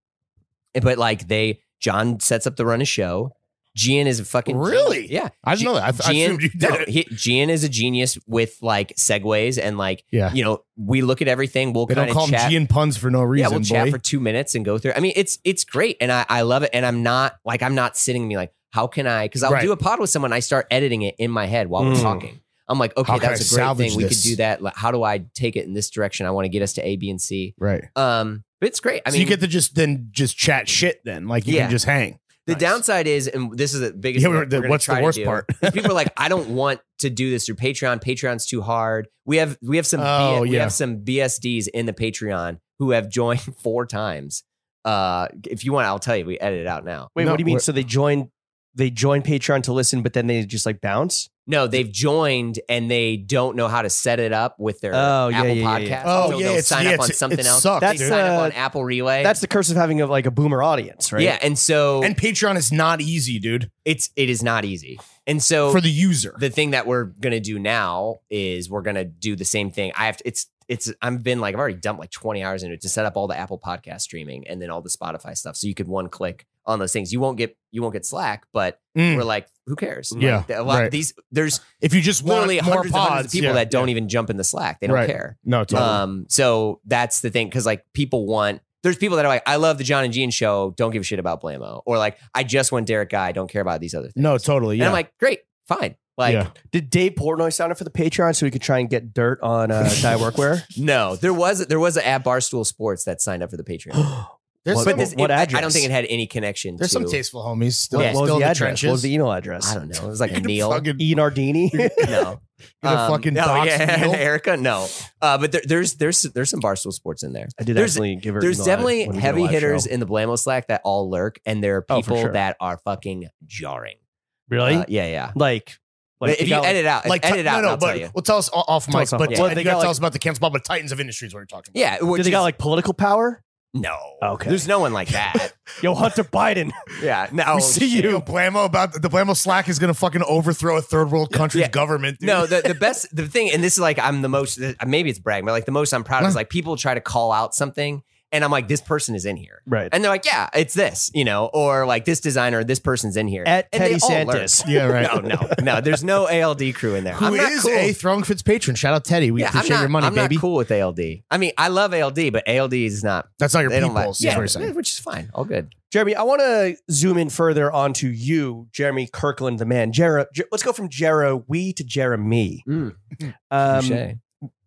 Speaker 2: but like they John sets up the run of show. Gian is a fucking
Speaker 3: Really?
Speaker 2: yeah.
Speaker 3: I didn't know that. I, th- I
Speaker 2: Gian,
Speaker 3: assumed you did
Speaker 2: no,
Speaker 3: it.
Speaker 2: he- Gian is a genius with like segues and like
Speaker 3: Yeah.
Speaker 2: you know we look at everything. We'll
Speaker 3: They
Speaker 2: kind
Speaker 3: don't
Speaker 2: of
Speaker 3: call
Speaker 2: chat.
Speaker 3: him Gian puns for no reason,
Speaker 2: Yeah, we'll chat
Speaker 3: boy.
Speaker 2: for two minutes and go through. I mean, it's it's great, and I I love it. And I'm not like I'm not sitting me like how can I? Because I'll
Speaker 3: Right.
Speaker 2: do a pod with someone, I start editing it in my head while we're
Speaker 1: Mm.
Speaker 2: talking. I'm like, okay,
Speaker 3: How can
Speaker 2: that's
Speaker 3: I
Speaker 2: a great
Speaker 3: salvage
Speaker 2: thing. We could
Speaker 3: this?
Speaker 2: do that. Like, how do I take it in this direction? I want to get us to A, B, and C.
Speaker 3: right.
Speaker 2: Um, but it's great. I
Speaker 3: so
Speaker 2: mean,
Speaker 3: you get to just then just chat shit then. Like you
Speaker 2: Yeah.
Speaker 3: can just hang.
Speaker 2: the
Speaker 3: nice.
Speaker 2: downside is, and this is the biggest.
Speaker 3: Yeah,
Speaker 2: thing
Speaker 3: we're-
Speaker 2: that we're gonna
Speaker 3: what's the
Speaker 2: try to
Speaker 3: worst
Speaker 2: do,
Speaker 3: part?
Speaker 2: is people are like, I don't want to do this through Patreon. Patreon's too hard. We have we have some
Speaker 3: Oh,
Speaker 2: we
Speaker 3: yeah.
Speaker 2: have some BSDs in the Patreon who have joined four times. Uh, if you want, I'll tell you. We edit it out now.
Speaker 1: Wait,
Speaker 3: No,
Speaker 1: what do you mean?
Speaker 3: we're-
Speaker 1: So they join they join Patreon to listen, but then they just like bounce.
Speaker 2: No, they've joined and they don't know how to set it up with their
Speaker 1: Oh, yeah,
Speaker 2: Apple
Speaker 1: yeah,
Speaker 2: Podcast.
Speaker 1: yeah,
Speaker 3: Oh,
Speaker 2: so
Speaker 3: yeah,
Speaker 2: they'll
Speaker 3: it's-
Speaker 2: sign
Speaker 3: yeah,
Speaker 2: up on
Speaker 3: it's-
Speaker 2: something
Speaker 3: it
Speaker 2: else.
Speaker 3: sucks,
Speaker 2: they
Speaker 1: dude.
Speaker 2: sign up
Speaker 1: Uh,
Speaker 2: on Apple Relay.
Speaker 1: That's the curse of having a, like a boomer audience, right?
Speaker 2: yeah, and so
Speaker 3: And Patreon is not easy, dude,
Speaker 2: it's it is not easy. And so
Speaker 3: for the user.
Speaker 2: the thing that we're gonna do now is we're gonna do the same thing. I have to, it's it's I've been like I've already dumped like 20 hours into it to set up all the Apple podcast streaming and then all the Spotify stuff. So you could one click on those things. You won't get you won't get slack, but
Speaker 3: Mm.
Speaker 2: we're like, who cares? Like,
Speaker 3: Yeah,
Speaker 2: a lot of
Speaker 3: right.
Speaker 2: these there's
Speaker 3: If you just want
Speaker 2: literally
Speaker 3: more
Speaker 2: hundreds,
Speaker 3: pods,
Speaker 2: and hundreds of people
Speaker 3: yeah,
Speaker 2: that don't
Speaker 3: yeah.
Speaker 2: even jump in the slack. They don't
Speaker 3: Right.
Speaker 2: care.
Speaker 3: No, totally.
Speaker 2: Um, so that's the thing because like people want. There's people that are like, I love the John and Gene show. Don't give a shit about Blamo. Or like, I just want Derek Guy. Don't care about these other things.
Speaker 3: no, totally.
Speaker 2: And
Speaker 3: Yeah.
Speaker 2: I'm like, great, fine. Like,
Speaker 3: Yeah.
Speaker 1: Did Dave Portnoy sign up for the Patreon so we could try and get dirt on uh, Die Workwear?
Speaker 2: no, there was there was a at Barstool Sports that signed up for the Patreon.
Speaker 3: there's
Speaker 1: What-
Speaker 3: some,
Speaker 2: but this,
Speaker 1: what
Speaker 2: it- I don't
Speaker 1: address?
Speaker 2: think it had any connection.
Speaker 3: there's
Speaker 2: to,
Speaker 3: some tasteful homies still,
Speaker 1: What,
Speaker 2: Yeah.
Speaker 1: what was
Speaker 3: still
Speaker 1: the
Speaker 3: in the
Speaker 1: address?
Speaker 3: trenches.
Speaker 1: What was the email address?
Speaker 2: I don't know. It was like a
Speaker 3: Gonna
Speaker 2: Neil.
Speaker 3: fucking-
Speaker 1: Ian Ardini.
Speaker 2: no. Um,
Speaker 3: Gonna fucking
Speaker 2: no,
Speaker 3: dox
Speaker 2: yeah,
Speaker 3: Neil?
Speaker 2: Erica, no. Uh, but there, there's there's there's some Barstool Sports in there.
Speaker 1: I did
Speaker 2: There's-
Speaker 1: actually give her.
Speaker 2: There's
Speaker 1: email
Speaker 2: definitely
Speaker 1: when we did a
Speaker 2: heavy
Speaker 1: live
Speaker 2: hitters
Speaker 1: show.
Speaker 2: in the Blamo Slack that all lurk, and there are
Speaker 1: Oh, for
Speaker 2: people
Speaker 1: sure.
Speaker 2: that are fucking jarring.
Speaker 1: Really?
Speaker 2: Uh, yeah, yeah.
Speaker 1: like, like
Speaker 2: if you edit out,
Speaker 3: Like,
Speaker 2: like edit out,
Speaker 3: no, no,
Speaker 2: I'll
Speaker 3: but
Speaker 2: tell you.
Speaker 3: well, tell us o- off
Speaker 1: Tell
Speaker 3: mic.
Speaker 1: us off
Speaker 3: But
Speaker 1: mic.
Speaker 3: t-
Speaker 1: Well,
Speaker 3: you
Speaker 1: they
Speaker 3: gotta
Speaker 1: got,
Speaker 3: tell
Speaker 1: like-
Speaker 3: us about the Ken Spot, but Titans of Industry is what you're talking about.
Speaker 2: Yeah, which
Speaker 1: did they
Speaker 2: is,
Speaker 1: got like political power?
Speaker 2: no.
Speaker 1: Okay.
Speaker 2: There's no one like that.
Speaker 1: Yo, Hunter Biden.
Speaker 2: yeah, no.
Speaker 1: we see you.
Speaker 3: Yo, Blamo about the Blamo Slack is gonna fucking overthrow a third world country's
Speaker 2: Yeah.
Speaker 3: government. Dude.
Speaker 2: No, the, the best the thing, and this is like I'm the most maybe it's brag, but like the most I'm proud of is like people try to call out something, and I'm like, this person is in here.
Speaker 1: Right.
Speaker 2: And they're like, yeah, it's this, you know, or like this designer, this person's in here.
Speaker 1: At
Speaker 2: and
Speaker 1: Teddy
Speaker 2: they all learn.
Speaker 1: Santis.
Speaker 3: yeah, right.
Speaker 2: No, no, no. There's no ALD crew in there.
Speaker 3: Who
Speaker 2: I'm not
Speaker 3: is
Speaker 2: cool.
Speaker 3: a Throwing Fits patron? Shout out Teddy. We
Speaker 2: Yeah, I'm
Speaker 3: appreciate
Speaker 2: not-
Speaker 3: your money,
Speaker 2: I'm
Speaker 3: baby.
Speaker 2: not cool with ALD. I mean, I love ALD, but ALD is not.
Speaker 3: That's not your
Speaker 2: They
Speaker 3: people's.
Speaker 2: don't like.
Speaker 3: is what
Speaker 2: Yeah,
Speaker 3: you're saying.
Speaker 2: which is fine. All good.
Speaker 1: Jeremy, I want to zoom in further onto you, Jeremy Kirkland, the man. Jera, Jer- let's go from Jera we to Jeremy.
Speaker 2: Mm,
Speaker 1: Um,
Speaker 2: touche.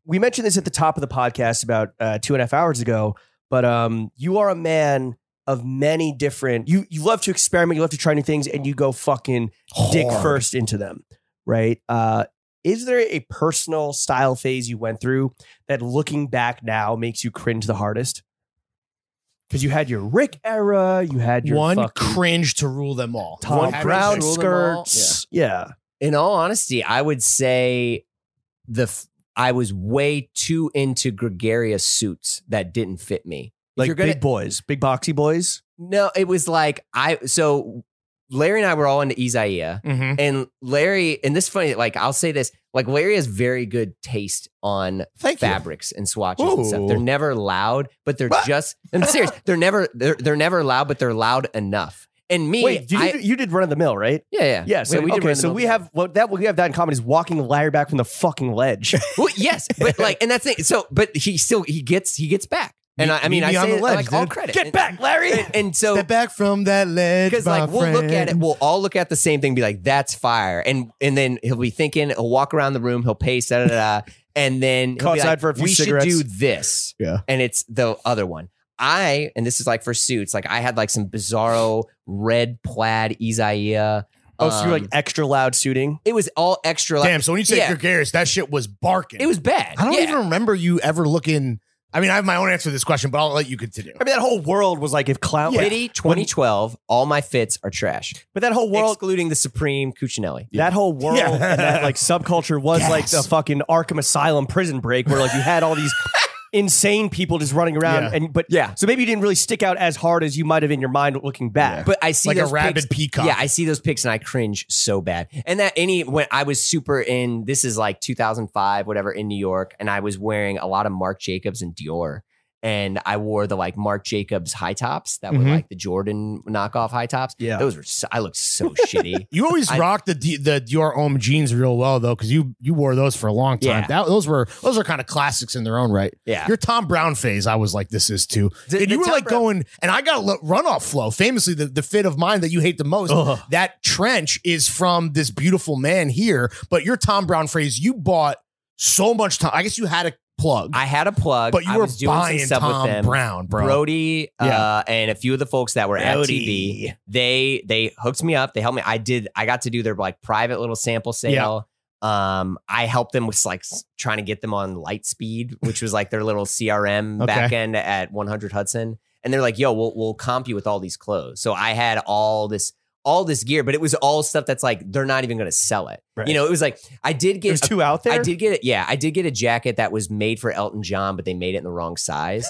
Speaker 1: we mentioned this at the top of the podcast about uh, two and a half hours ago, but um, you are a man of many different. You you love to experiment, you love to try new things, and you go fucking dick
Speaker 3: Hard.
Speaker 1: first into them, right? Uh, is there a personal style phase you went through that, looking back now, makes you cringe the hardest? Because you had your Rick era, you had your
Speaker 3: One
Speaker 1: fucking
Speaker 3: cringe to rule them all.
Speaker 1: Tom
Speaker 3: Having
Speaker 1: Brown
Speaker 3: sex-
Speaker 2: rule them all.
Speaker 1: skirts. Yeah.
Speaker 2: in all honesty, I would say the f- I was way too into gregarious suits that didn't fit me. If
Speaker 1: like
Speaker 2: you're gonna-
Speaker 1: big boys, big boxy boys.
Speaker 2: no, it was like I so Larry and I were all into Isaiah.
Speaker 3: Mhm.
Speaker 2: And Larry, and this is funny, like I'll say this, like Larry has very good taste on
Speaker 3: Thank you.
Speaker 2: fabrics and swatches and stuff.
Speaker 3: Ooh.
Speaker 2: They're never loud, but they're
Speaker 3: What?
Speaker 2: just I'm serious. They're never they're, they're never loud, but they're loud enough. And me,
Speaker 1: Wait, did you,
Speaker 2: I-
Speaker 1: do- you did run of the mill, right?
Speaker 2: yeah, yeah,
Speaker 1: Yeah, so
Speaker 2: Wait,
Speaker 1: we
Speaker 2: did
Speaker 1: okay,
Speaker 2: Run the
Speaker 1: so
Speaker 2: Mill
Speaker 1: we
Speaker 2: together.
Speaker 1: have what that what we have that in common is walking Larry back from the fucking ledge.
Speaker 2: Well, yes, but like, and that's it. So, but he still he gets he gets back, and I, I
Speaker 3: Meet
Speaker 2: mean, I
Speaker 3: me
Speaker 2: say
Speaker 3: on the
Speaker 2: it,
Speaker 3: ledge,
Speaker 2: like all
Speaker 3: dude.
Speaker 2: credit.
Speaker 1: Get
Speaker 2: And-
Speaker 1: back, Larry.
Speaker 2: And, and so
Speaker 3: Step back from that ledge,
Speaker 2: because like
Speaker 3: my
Speaker 2: we'll look at it,
Speaker 3: friend.
Speaker 2: we'll all look at the same thing, be like, "That's fire," and and then he'll be thinking, he'll walk around the room, he'll pace, da da da, and then
Speaker 1: Go
Speaker 2: he'll be
Speaker 1: outside
Speaker 2: like,
Speaker 1: for a few
Speaker 2: "We
Speaker 1: cigarettes."
Speaker 2: should do this,"
Speaker 3: Yeah.
Speaker 2: and it's the other one. I and this is like for suits, like I had like some bizarro red plaid Isaiah.
Speaker 1: oh, so you're like
Speaker 2: um,
Speaker 1: extra loud suiting.
Speaker 2: it was all extra. Like,
Speaker 3: Damn. So when you say
Speaker 2: yeah.
Speaker 3: gregarious, that shit was barking.
Speaker 2: it was bad.
Speaker 3: I don't
Speaker 2: Yeah.
Speaker 3: even remember you ever looking. I mean, I have my own answer to this question, but I'll let you continue.
Speaker 1: I mean, that whole world was like if clown,
Speaker 2: Pity 2012, all my fits are trash.
Speaker 1: but that whole world,
Speaker 2: excluding the Supreme Cuccinelli.
Speaker 1: that whole world,
Speaker 3: Yeah.
Speaker 1: and that like subculture was
Speaker 3: Yes.
Speaker 1: like the fucking Arkham Asylum prison break, where like you had all these insane people just running around,
Speaker 3: Yeah.
Speaker 1: and but
Speaker 2: Yeah.
Speaker 1: so maybe you didn't really stick out as hard as you might have in your mind looking back.
Speaker 2: But I see
Speaker 3: Like a
Speaker 2: those
Speaker 3: rabid
Speaker 2: pics-
Speaker 3: peacock.
Speaker 2: Yeah, I see those pics and I cringe so bad. And that any when I was super in this is like 2005 whatever in New York and I was wearing a lot of Marc Jacobs and Dior and I wore the like Marc Jacobs high tops that were
Speaker 3: Mhm.
Speaker 2: like the Jordan knockoff high tops.
Speaker 1: Yeah.
Speaker 2: Those were so, I looked so shitty.
Speaker 3: You always
Speaker 2: I-
Speaker 3: rocked the D, the Dior Homme jeans real well though, because you you wore those for a long time.
Speaker 2: Yeah.
Speaker 3: That those were those are kind of classics in their own right.
Speaker 2: Yeah.
Speaker 3: Your Tom Brown phase, I was like, this is too.
Speaker 2: The-
Speaker 3: and you
Speaker 2: the
Speaker 3: were
Speaker 2: Tom
Speaker 3: like
Speaker 2: Brown-
Speaker 3: going, and I got a lo- runoff flow. Famously, the, the fit of mine that you hate the most,
Speaker 1: Ugh.
Speaker 3: that trench is from this beautiful man here. But your Tom Brown phrase, you bought so much time. I guess you had a plug,
Speaker 2: I had a plug,
Speaker 3: but you
Speaker 2: I
Speaker 3: were
Speaker 2: was doing
Speaker 3: buying
Speaker 2: some stuff
Speaker 3: Tom
Speaker 2: with them.
Speaker 3: Brown, bro.
Speaker 2: Brody
Speaker 3: Yeah.
Speaker 2: uh, and a few of the folks that were
Speaker 1: Brody.
Speaker 2: at TV, they they hooked me up. They helped me. I did. I got to do their like private little sample sale. Um, I helped them with like s- trying to get them on Lightspeed, which was like their little CRM
Speaker 3: Okay.
Speaker 2: backend at 100 Hudson. And they're like, "Yo, we'll we'll comp you with all these clothes." So I had all this all this gear, but it was all stuff that's like they're not even going to sell it.
Speaker 1: Right.
Speaker 2: You know, it was like I did
Speaker 1: it
Speaker 2: get
Speaker 1: was
Speaker 2: a
Speaker 1: too out there.
Speaker 2: I did get it. Yeah, I did get a jacket that was made for Elton John, but they made it in the wrong size.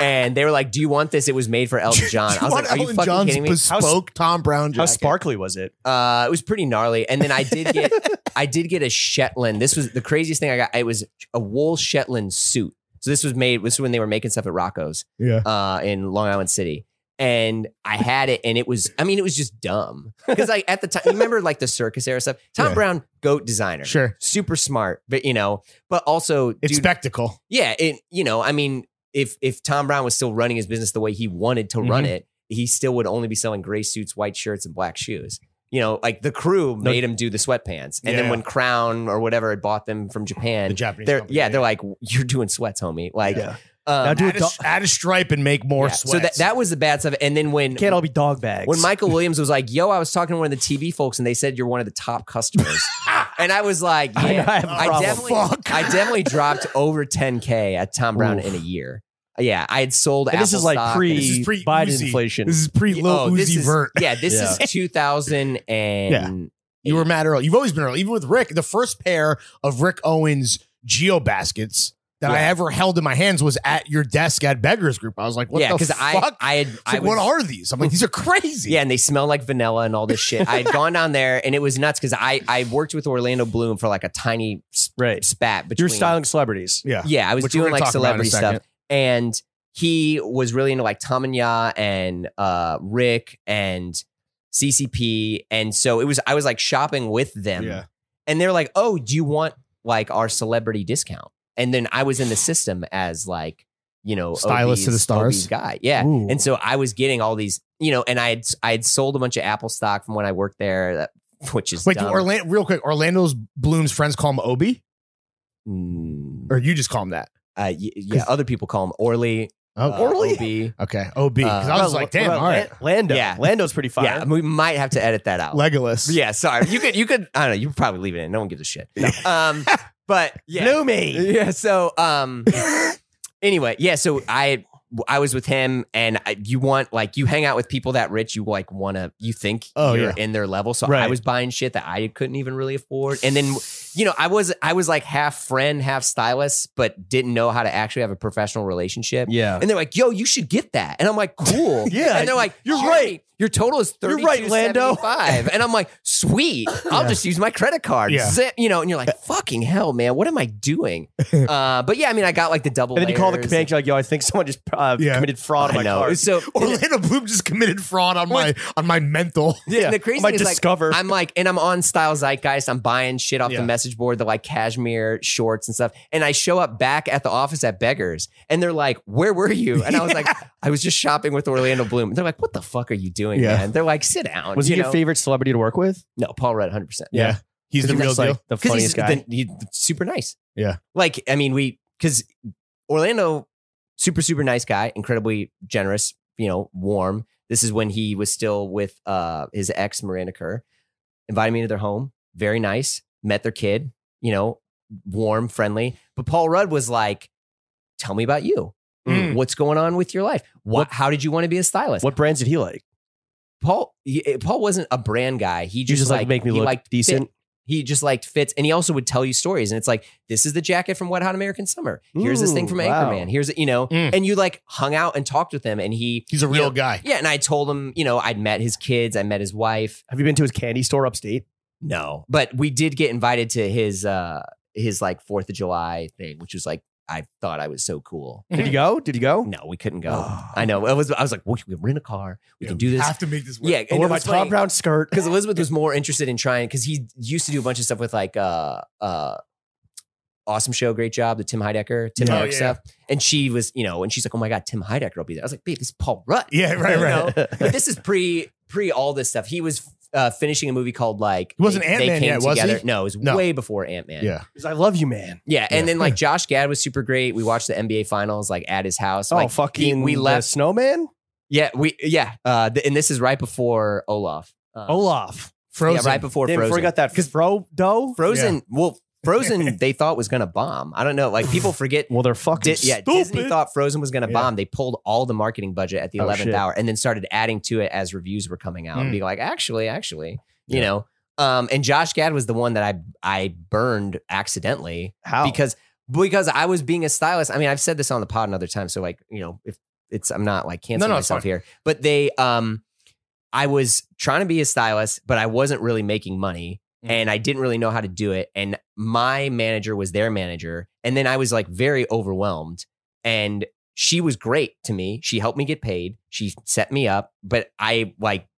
Speaker 2: and they were like, "Do you want this?" It was made for Elton John. I was like, "Are you
Speaker 3: Elton
Speaker 2: fucking
Speaker 3: John's
Speaker 2: kidding me?"
Speaker 3: bespoke Tom Brown
Speaker 1: How
Speaker 3: jacket?
Speaker 1: sparkly was it?
Speaker 2: Uh, it was pretty gnarly. And then I did get, I did get a Shetland. This was the craziest thing I got. It was a wool Shetland suit. So this was made. This was when they were making stuff at Rocco's
Speaker 3: yeah.
Speaker 2: uh, in Long Island City. and I had it, and it was, I mean, it was just dumb. Because like at the time, you remember like the circus era stuff? Tom
Speaker 3: Yeah.
Speaker 2: Brown, goat designer.
Speaker 3: Sure.
Speaker 2: Super smart, but you know, but also
Speaker 3: It's
Speaker 2: dude,
Speaker 3: spectacle.
Speaker 2: yeah, it you know, I mean, if if Tom Brown was still running his business the way he wanted to run it, he still would only be selling gray suits, white shirts, and black shoes. You know, like the crew made him do the sweatpants, and
Speaker 3: Yeah.
Speaker 2: then when Crown or whatever had bought them from Japan,
Speaker 3: The Japanese
Speaker 2: they're
Speaker 3: company,
Speaker 2: yeah,
Speaker 3: yeah.
Speaker 2: they're like, you're doing sweats, homie. Like,
Speaker 1: Yeah.
Speaker 2: um,
Speaker 1: Now do
Speaker 3: Add
Speaker 1: it.
Speaker 3: a, add a stripe and make more
Speaker 2: yeah.
Speaker 3: sweats.
Speaker 2: so that that was the bad stuff. And then when
Speaker 1: Can't all be dog bags.
Speaker 2: when Michael Williams was like, "Yo, I was talking to one of the TV folks, and they said you're one of the top customers," and I was like,
Speaker 1: I know,
Speaker 2: "Yeah,
Speaker 1: I have a problem.
Speaker 2: definitely,
Speaker 3: Fuck.
Speaker 2: I definitely dropped over 10k at Tom Brown in a year. Yeah, I had sold.
Speaker 1: And this
Speaker 2: Apple
Speaker 1: is like
Speaker 2: stock
Speaker 1: pre
Speaker 2: and-
Speaker 3: This is pre-
Speaker 1: Biden
Speaker 3: Uzi.
Speaker 1: inflation.
Speaker 3: this is pre
Speaker 2: Oh,
Speaker 3: low
Speaker 2: this
Speaker 3: Uzi
Speaker 2: is-
Speaker 3: Vert.
Speaker 2: Yeah, this is 2000 and
Speaker 3: You were mad early. You've always been early. Even with Rick, the first pair of Rick Owens geo baskets that I
Speaker 2: Yeah.
Speaker 3: ever held in my hands was at your desk at Beggars Group. I was like, what
Speaker 2: yeah,
Speaker 3: the
Speaker 2: because
Speaker 3: fuck?
Speaker 2: I I had
Speaker 3: It's
Speaker 2: I
Speaker 3: like,
Speaker 2: was,
Speaker 3: what are these? I'm like, these are crazy.
Speaker 2: Yeah, and they smell like vanilla and all this shit. I had gone down there and it was nuts because I I worked with Orlando Bloom for like a tiny s-
Speaker 1: right.
Speaker 2: spat between
Speaker 1: You're styling celebrities.
Speaker 3: Yeah.
Speaker 2: Yeah, I was
Speaker 3: Which we're
Speaker 2: doing
Speaker 3: gonna
Speaker 2: like
Speaker 3: talk about in a
Speaker 2: celebrity
Speaker 3: second.
Speaker 2: stuff, and he was really into like Tamanya and uh, Rick and CCP, and so it was. I was like shopping with them,
Speaker 3: Yeah.
Speaker 2: and they're like, "Oh, do you want like our celebrity discount?" And then I was in the system as like you know
Speaker 3: Stylist to the
Speaker 2: OB's
Speaker 3: stars.
Speaker 2: OB's guy, yeah.
Speaker 1: Ooh.
Speaker 2: And so I was getting all these, you know, and I had I had sold a bunch of Apple stock from when I worked there, that, which is
Speaker 3: Wait, do
Speaker 2: dumb.
Speaker 3: Orlando, real quick, Orlando's Bloom's friends call him Obi?
Speaker 2: Mm,
Speaker 3: Or you just call him that?
Speaker 2: uh, y- yeah, other people call him Orly,
Speaker 3: Oh,
Speaker 2: uh,
Speaker 3: Orly?
Speaker 2: OB.
Speaker 3: Okay, OB. 'Cause
Speaker 2: Uh,
Speaker 3: I was like, damn, all right.
Speaker 1: Lando.
Speaker 2: Yeah.
Speaker 1: Lando's pretty fire.
Speaker 2: Yeah, we might have to edit that out.
Speaker 3: Legolas.
Speaker 2: yeah, sorry. You could, you could. I don't know. You could probably leave it in. No one gives a shit. Um, but yeah,
Speaker 1: Bloomy.
Speaker 2: yeah. So, um, anyway, yeah. So I, I was with him, and I, you want like you hang out with people that rich. You like want to. You think
Speaker 3: Oh,
Speaker 2: you're
Speaker 3: yeah.
Speaker 2: in their level. So I
Speaker 1: Right.
Speaker 2: was buying shit that I couldn't even really afford, and then. You know, I was I was like half friend, half stylist, but didn't know how to actually have a professional relationship.
Speaker 1: Yeah.
Speaker 2: And they're like, yo, you should get that. And I'm like, cool.
Speaker 1: Yeah,
Speaker 2: And they're like,
Speaker 1: you're
Speaker 2: "Jeremy,
Speaker 1: right.
Speaker 2: Your total is
Speaker 1: You're
Speaker 2: 32
Speaker 1: right, Lando."
Speaker 2: And I'm like, sweet. I'll just use my credit card.
Speaker 3: Yeah.
Speaker 2: Zip, you know, and you're like, fucking hell, man. What am I doing? Uh, but yeah, I mean, I got like the double.
Speaker 1: And then you call the
Speaker 2: layers.
Speaker 1: bank. You're like, yo, I think someone just uh,
Speaker 3: Yeah.
Speaker 1: committed fraud on
Speaker 2: I
Speaker 1: my
Speaker 2: know.
Speaker 1: card.
Speaker 2: So
Speaker 3: Orlando Bloom just committed fraud on my on my mental.
Speaker 1: Yeah.
Speaker 2: And the crazy
Speaker 1: I might
Speaker 2: thing is, like,
Speaker 1: discover.
Speaker 2: I'm like, and I'm on Style Zeitgeist. I'm buying shit off
Speaker 3: Yeah.
Speaker 2: the message board, the like cashmere shorts and stuff. And I show up back at the office at Beggars, and they're like, "Where were you?" And I was like, "I was just shopping with Orlando Bloom." And they're like, "What the fuck are you doing,
Speaker 3: Yeah.
Speaker 2: man?" They're like, "Sit down."
Speaker 1: was he
Speaker 2: you
Speaker 1: your
Speaker 2: know?
Speaker 1: favorite celebrity to work with?
Speaker 2: No, Paul Rudd, 100. percent
Speaker 3: Yeah. He's the
Speaker 1: Because
Speaker 3: real
Speaker 1: that's, like,
Speaker 3: deal.
Speaker 1: the
Speaker 2: because
Speaker 1: funniest
Speaker 2: he's
Speaker 1: guy.
Speaker 2: the- he's super nice.
Speaker 3: Yeah.
Speaker 2: like I mean, we because Orlando, super super nice guy, incredibly generous. You know, warm. This is when he was still with uh his ex Miranda Kerr. Invited me to their home. Very nice. Met their kid. You know, warm, friendly. But Paul Rudd was like, "Tell me about you.
Speaker 3: Mm.
Speaker 2: What's going on with your life? What?
Speaker 1: What-
Speaker 2: how did you want to be a stylist?
Speaker 1: What brands did he like?
Speaker 2: Paul? he- Paul wasn't a brand guy. He
Speaker 1: You
Speaker 2: just,
Speaker 1: just like, make me
Speaker 2: he
Speaker 1: look
Speaker 2: liked
Speaker 1: decent.
Speaker 2: he just like fits, and he also would tell you stories. And it's like, this is the jacket from Wet Hot American Summer. Here's this thing
Speaker 1: Ooh,
Speaker 2: from
Speaker 1: wow.
Speaker 2: Anchorman. Here's you know,
Speaker 3: Mm.
Speaker 2: and you like hung out and talked with him, and he,
Speaker 3: He's a real
Speaker 2: Yeah.
Speaker 3: guy.
Speaker 2: yeah, and I told him, you know, I'd met his kids, I met his wife.
Speaker 1: Have you been to his candy store upstate?
Speaker 2: No, but we did get invited to his uh his like Fourth of July thing, which was like, I thought I was so cool.
Speaker 1: Did you go? Did you go?
Speaker 2: No, we couldn't go.
Speaker 1: Oh.
Speaker 2: I know. I was, I was like, we can rent a car. We can do this.
Speaker 3: Have to make this work. Oh,
Speaker 2: Yeah,
Speaker 1: I
Speaker 2: and
Speaker 1: wore
Speaker 2: it
Speaker 1: my
Speaker 2: was
Speaker 1: Tom
Speaker 2: funny.
Speaker 1: Brown skirt.
Speaker 2: because Elizabeth was more interested in trying because he used to do a bunch of stuff with like uh uh awesome show, great job, the Tim Heidecker, Tim
Speaker 3: Yeah.
Speaker 2: Heidecker
Speaker 3: Oh, yeah.
Speaker 2: stuff. And she was, you know, and she's like, Oh my god, Tim Heidecker will be there. I was like, babe, this is Paul Rudd.
Speaker 3: Yeah, right,
Speaker 2: You
Speaker 3: right.
Speaker 2: know? But this is pre pre all this stuff. He was uh finishing a movie called like
Speaker 3: He wasn't
Speaker 2: They- They
Speaker 3: Ant-Man
Speaker 2: Came
Speaker 3: yet, was he?
Speaker 2: Together. No, it was
Speaker 3: No.
Speaker 2: way before Ant Man.
Speaker 3: Yeah.
Speaker 1: He's like, I love you, man.
Speaker 2: Yeah, and
Speaker 3: Yeah.
Speaker 2: then like Josh Gad was super great. We watched the NBA finals like at his house.
Speaker 1: oh,
Speaker 2: like, he-
Speaker 1: fucking
Speaker 2: we
Speaker 1: the
Speaker 2: left.
Speaker 1: snowman
Speaker 2: Yeah, we yeah. Uh, th- and this is right before Olaf. Uh,
Speaker 1: Olaf.
Speaker 2: yeah,
Speaker 3: Frozen.
Speaker 2: right before
Speaker 1: Damn, before
Speaker 2: Frozen.
Speaker 1: he got that fro dough.
Speaker 2: Frozen, well, Frozen they thought was going to bomb. I don't know. Like people forget.
Speaker 1: Well, they're fucking
Speaker 2: Di- yeah, Disney
Speaker 1: stupid.
Speaker 2: thought Frozen was going to
Speaker 3: Yeah.
Speaker 2: bomb. They pulled all the marketing budget at the
Speaker 1: Oh,
Speaker 2: eleventh
Speaker 1: shit. Hmm.
Speaker 2: hour, and then started adding to it as reviews were coming out,
Speaker 3: Mm.
Speaker 2: and being like, actually, actually, you know. Um, and Josh Gad was the one that I I burned accidentally
Speaker 1: How?
Speaker 2: because because I was being a stylist. I mean, I've said this on the pod another time, so like you know, if it's I'm not like canceling
Speaker 3: no, it's
Speaker 2: myself here, but they um, I was trying to be a stylist, but I wasn't really making money,
Speaker 3: Mm.
Speaker 2: and I didn't really know how to do it. And my manager was their manager, and then I was like very overwhelmed, and she was great to me. She helped me get paid. She set me up, but I like,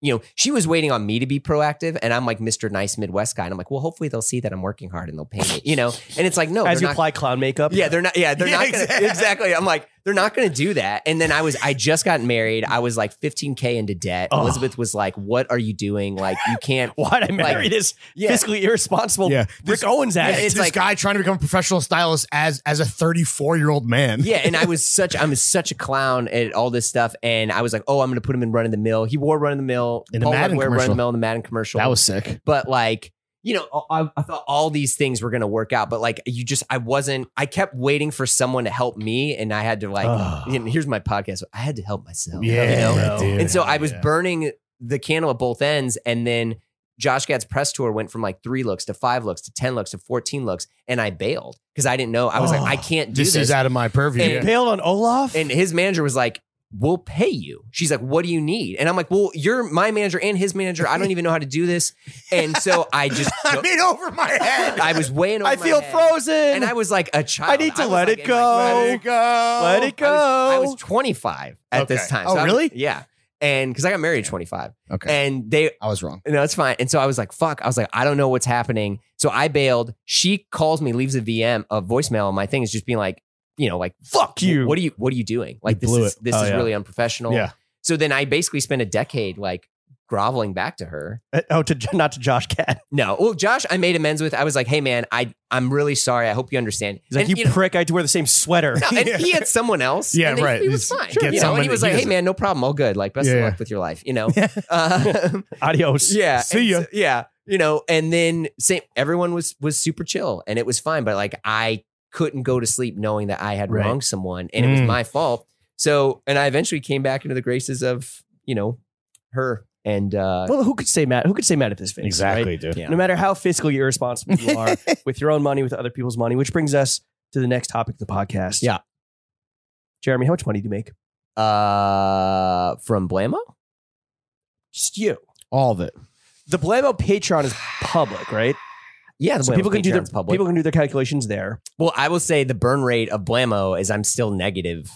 Speaker 2: you know, she was waiting on me to be proactive, and I'm like Mr. Nice Midwest guy, and I'm like, well, hopefully they'll see that I'm working hard and they'll pay me, you know. And it's like, no,
Speaker 1: As
Speaker 2: they're
Speaker 1: you
Speaker 2: not-
Speaker 1: apply clown makeup.
Speaker 2: yeah, they're not. Yeah, they're
Speaker 3: Yeah,
Speaker 2: not gonna,
Speaker 3: exactly.
Speaker 2: exactly. I'm like, they're not going to do that. And then I was, I just got married. I was like 15k into debt.
Speaker 1: Oh.
Speaker 2: Elizabeth was like, "What are you doing? Like, you can't."
Speaker 1: Why'd I marry
Speaker 2: Like,
Speaker 1: this
Speaker 2: yeah.
Speaker 1: fiscally irresponsible
Speaker 3: Yeah.
Speaker 1: Rick Owens
Speaker 3: Yeah,
Speaker 1: addict?
Speaker 3: it's
Speaker 2: it's
Speaker 3: this
Speaker 2: like-
Speaker 3: guy trying to become a professional stylist as as a 34 year old man.
Speaker 2: Yeah, and I was such, I'm such a clown at all this stuff. And I was like, "Oh, I'm going to put him in Run in the Mill." He wore Run in the Mill
Speaker 3: In the
Speaker 2: Paul
Speaker 3: Madden
Speaker 2: Rudd wore Run in
Speaker 3: commercial.
Speaker 2: the Mill in the Madden commercial.
Speaker 3: that was sick.
Speaker 2: but like you know I, I thought all these things were going to work out but like you just i wasn't i kept waiting for someone to help me and i had to like
Speaker 1: Ah.
Speaker 2: and here's my podcast i had to help myself you
Speaker 3: Yeah,
Speaker 2: know
Speaker 1: dude.
Speaker 2: and so i was
Speaker 3: Yeah.
Speaker 2: burning the candle at both ends and then josh gad's press tour went from like three looks to five looks to ten looks to 14 looks and i bailed because i didn't know i was like
Speaker 1: Oh,
Speaker 2: i can't do
Speaker 3: This
Speaker 2: this,
Speaker 3: is out of my purview.
Speaker 2: And-
Speaker 3: Yeah.
Speaker 1: bailed on Olaf.
Speaker 2: and his manager was like we'll pay you she's like what do you need and i'm like well you're my manager and his manager i don't even know how to do this and so i just
Speaker 3: I'm in over my head.
Speaker 2: I was way in over
Speaker 1: I
Speaker 2: my
Speaker 1: feel
Speaker 2: head.
Speaker 1: frozen.
Speaker 2: And I was like a child.
Speaker 1: I need to
Speaker 2: was
Speaker 1: let
Speaker 2: like
Speaker 1: it
Speaker 2: in my-
Speaker 1: go.
Speaker 3: Let it go.
Speaker 1: Let it go.
Speaker 2: I was, I was 25 at this
Speaker 3: Okay.
Speaker 2: time.
Speaker 3: Oh,
Speaker 2: I was-
Speaker 3: really?
Speaker 2: yeah. And because I got married at 25.
Speaker 3: Okay.
Speaker 2: And they,
Speaker 3: I was wrong.
Speaker 2: no, it's fine. And so I was like, fuck. I was like, I don't know what's happening. So I bailed. She calls me, leaves a VM, a voicemail on my thing is just being like, you know, like,
Speaker 1: Fuck you.
Speaker 2: what are you, what are you doing? Like, this
Speaker 1: blew
Speaker 2: is,
Speaker 1: it.
Speaker 2: this
Speaker 1: Oh,
Speaker 2: is
Speaker 1: yeah.
Speaker 2: really unprofessional.
Speaker 3: Yeah.
Speaker 2: So then I basically spent a decade like groveling back to her.
Speaker 1: Uh, oh, to not to Josh Cat.
Speaker 2: No. Well, Josh, I made amends with. I was like, hey, man, I, I'm really sorry. I hope you understand.
Speaker 1: He's like,
Speaker 2: And,
Speaker 1: you,
Speaker 2: know,
Speaker 1: prick. I had to wear the same sweater.
Speaker 2: No, and he had someone else.
Speaker 3: Yeah,
Speaker 2: and they-
Speaker 3: right.
Speaker 2: He was
Speaker 3: Just
Speaker 2: fine.
Speaker 3: get
Speaker 2: you know,
Speaker 3: someone
Speaker 2: and he was
Speaker 3: that-
Speaker 2: like,
Speaker 3: he
Speaker 2: "Hey, man, no problem. All good. Like, best
Speaker 3: Yeah.
Speaker 2: of luck with your life." You know. uh,
Speaker 1: Adios.
Speaker 2: yeah.
Speaker 3: See
Speaker 2: and
Speaker 3: ya.
Speaker 2: so- yeah. You know. And then same. Everyone was was super chill, and it was fine. But like, I couldn't go to sleep knowing that I had
Speaker 3: Right.
Speaker 2: wronged someone, and it was
Speaker 3: Mm.
Speaker 2: my fault. So, and I eventually came back into the graces of you know her and uh,
Speaker 1: Well, who could say mad? Who could say mad at this face? right?
Speaker 3: dude.
Speaker 2: Yeah.
Speaker 1: No matter how fiscally irresponsible you are with your own money, with other people's money, which brings us to the next topic of the podcast.
Speaker 2: Yeah.
Speaker 1: Jeremy, how much money do you make?
Speaker 2: uh from Blamo.
Speaker 1: Just you.
Speaker 3: All of it.
Speaker 1: The Blamo Patreon is public, right?
Speaker 2: Yeah, the
Speaker 1: so
Speaker 2: Blamo
Speaker 1: people can do their
Speaker 2: Patreon's public.
Speaker 1: people can do their calculations there.
Speaker 2: Well, I will say the burn rate of Blamo is I'm still negative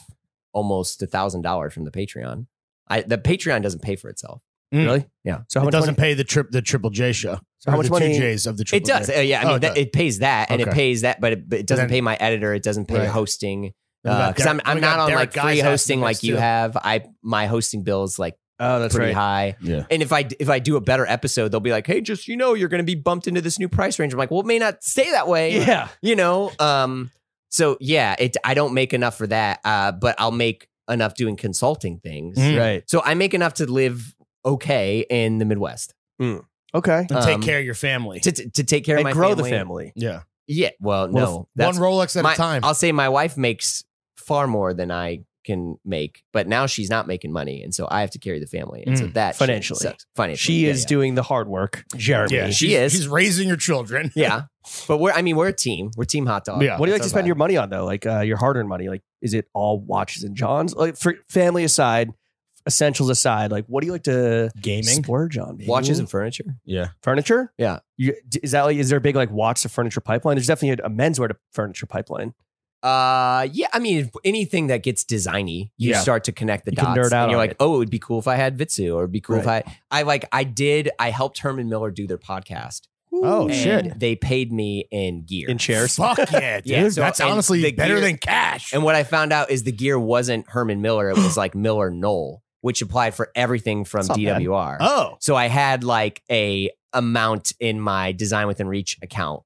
Speaker 2: almost a thousand dollars from the Patreon. I the Patreon doesn't pay for itself.
Speaker 3: Mm.
Speaker 2: Really? Yeah.
Speaker 1: So how
Speaker 3: it
Speaker 1: much
Speaker 3: doesn't
Speaker 1: money?
Speaker 3: pay the trip the triple J show.
Speaker 1: So how
Speaker 3: Or
Speaker 1: much
Speaker 3: the
Speaker 1: money-
Speaker 3: Two J's of the
Speaker 2: It
Speaker 3: triple
Speaker 2: does.
Speaker 3: J.
Speaker 2: Uh, yeah. I
Speaker 3: Oh,
Speaker 2: mean,
Speaker 3: it
Speaker 2: that-
Speaker 3: does.
Speaker 2: it pays that and it
Speaker 3: Okay.
Speaker 2: pays that, but it, but it doesn't
Speaker 3: then-
Speaker 2: pay my editor. It doesn't pay
Speaker 3: Right.
Speaker 2: hosting.
Speaker 3: Then we got
Speaker 2: Because
Speaker 3: Derek- then
Speaker 2: I'm, I'm
Speaker 3: we got
Speaker 2: not on
Speaker 3: Derek
Speaker 2: like
Speaker 3: Guy's
Speaker 2: free
Speaker 3: asking
Speaker 2: hosting
Speaker 3: us
Speaker 2: like you
Speaker 3: too.
Speaker 2: have. I my hosting bill's like
Speaker 1: Oh, that's
Speaker 2: pretty
Speaker 1: right.
Speaker 2: high.
Speaker 3: Yeah.
Speaker 2: And if I d- if I do a better episode, they'll be like, hey, just you know, you're going to be bumped into this new price range. I'm like, well, it may not stay that way.
Speaker 1: Yeah.
Speaker 2: you know um so yeah it i don't make enough for that uh but i'll make enough doing consulting things
Speaker 3: Mm.
Speaker 1: Right.
Speaker 2: so i make enough to live okay in the midwest
Speaker 1: Okay.
Speaker 3: And take
Speaker 2: Um,
Speaker 3: care of your family.
Speaker 2: to, to, to take care of
Speaker 1: And
Speaker 2: my
Speaker 1: grow
Speaker 2: family.
Speaker 1: the family.
Speaker 3: yeah.
Speaker 2: yeah well
Speaker 1: Well,
Speaker 2: no that's
Speaker 3: One Rolex at
Speaker 2: my,
Speaker 3: a time.
Speaker 2: i'll say my wife makes far more than i can make but now she's not making money and so i have to carry the family and so
Speaker 3: Mm.
Speaker 2: that shit
Speaker 1: Financially.
Speaker 2: sucks. financially
Speaker 1: She
Speaker 2: yeah,
Speaker 1: is
Speaker 2: yeah.
Speaker 1: doing the hard work. Jeremy.
Speaker 3: yeah.
Speaker 2: she
Speaker 3: she's-
Speaker 2: is.
Speaker 3: She's raising your children.
Speaker 2: yeah but we're i mean we're a team we're team hot dog
Speaker 3: Yeah.
Speaker 1: What do you like to
Speaker 2: That's
Speaker 1: spend
Speaker 2: our
Speaker 1: your money on though? Like uh, your hard-earned money? Like is it all watches and Johns? Like for family aside, essentials aside, like what do you like to
Speaker 3: Gaming.
Speaker 1: splurge on? baby?
Speaker 2: watches and furniture
Speaker 3: Yeah.
Speaker 1: furniture.
Speaker 2: Yeah.
Speaker 1: you, d- is that like is there a big like watch to furniture pipeline? There's definitely a, a menswear to furniture pipeline.
Speaker 2: Uh, yeah. I mean, if anything that gets designy, you
Speaker 1: Yeah.
Speaker 2: start to connect the
Speaker 1: You can
Speaker 2: dots,
Speaker 1: nerd out
Speaker 2: and you're
Speaker 1: on
Speaker 2: like,
Speaker 1: it.
Speaker 2: oh, it would be cool if I had Vitsu, or it'd be cool if I, I like, I did, I helped Herman Miller do their podcast.
Speaker 3: Oh,
Speaker 2: and
Speaker 3: shit.
Speaker 2: They paid me in gear
Speaker 1: in chairs.
Speaker 3: Fuck yeah, dude.
Speaker 2: Yeah, so-
Speaker 3: That's
Speaker 2: and
Speaker 3: honestly
Speaker 2: the
Speaker 3: better
Speaker 2: gear-
Speaker 3: than cash.
Speaker 2: And what I found out is the gear wasn't Herman Miller; it was like Miller Knoll, which applied for everything from
Speaker 1: That's not bad.
Speaker 2: DWR.
Speaker 3: oh.
Speaker 2: So I had like a amount in my Design Within Reach account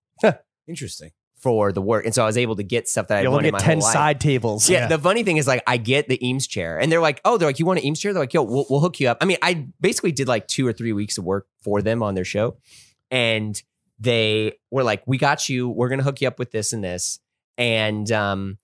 Speaker 3: Interesting.
Speaker 2: for the work, and so I was able to get stuff that
Speaker 1: You'll
Speaker 2: I wanted
Speaker 1: only
Speaker 2: my
Speaker 1: get
Speaker 2: whole
Speaker 1: ten
Speaker 2: life.
Speaker 1: side tables.
Speaker 2: Yeah, the funny thing is like I get the Eames chair, and they're like, oh, they're like, you want an Eames chair? They're like, yo, we'll, we'll hook you up. I mean, I basically did like two or three weeks of work for them on their show, and they were like, we got you. We're gonna hook you up with this and this, and um,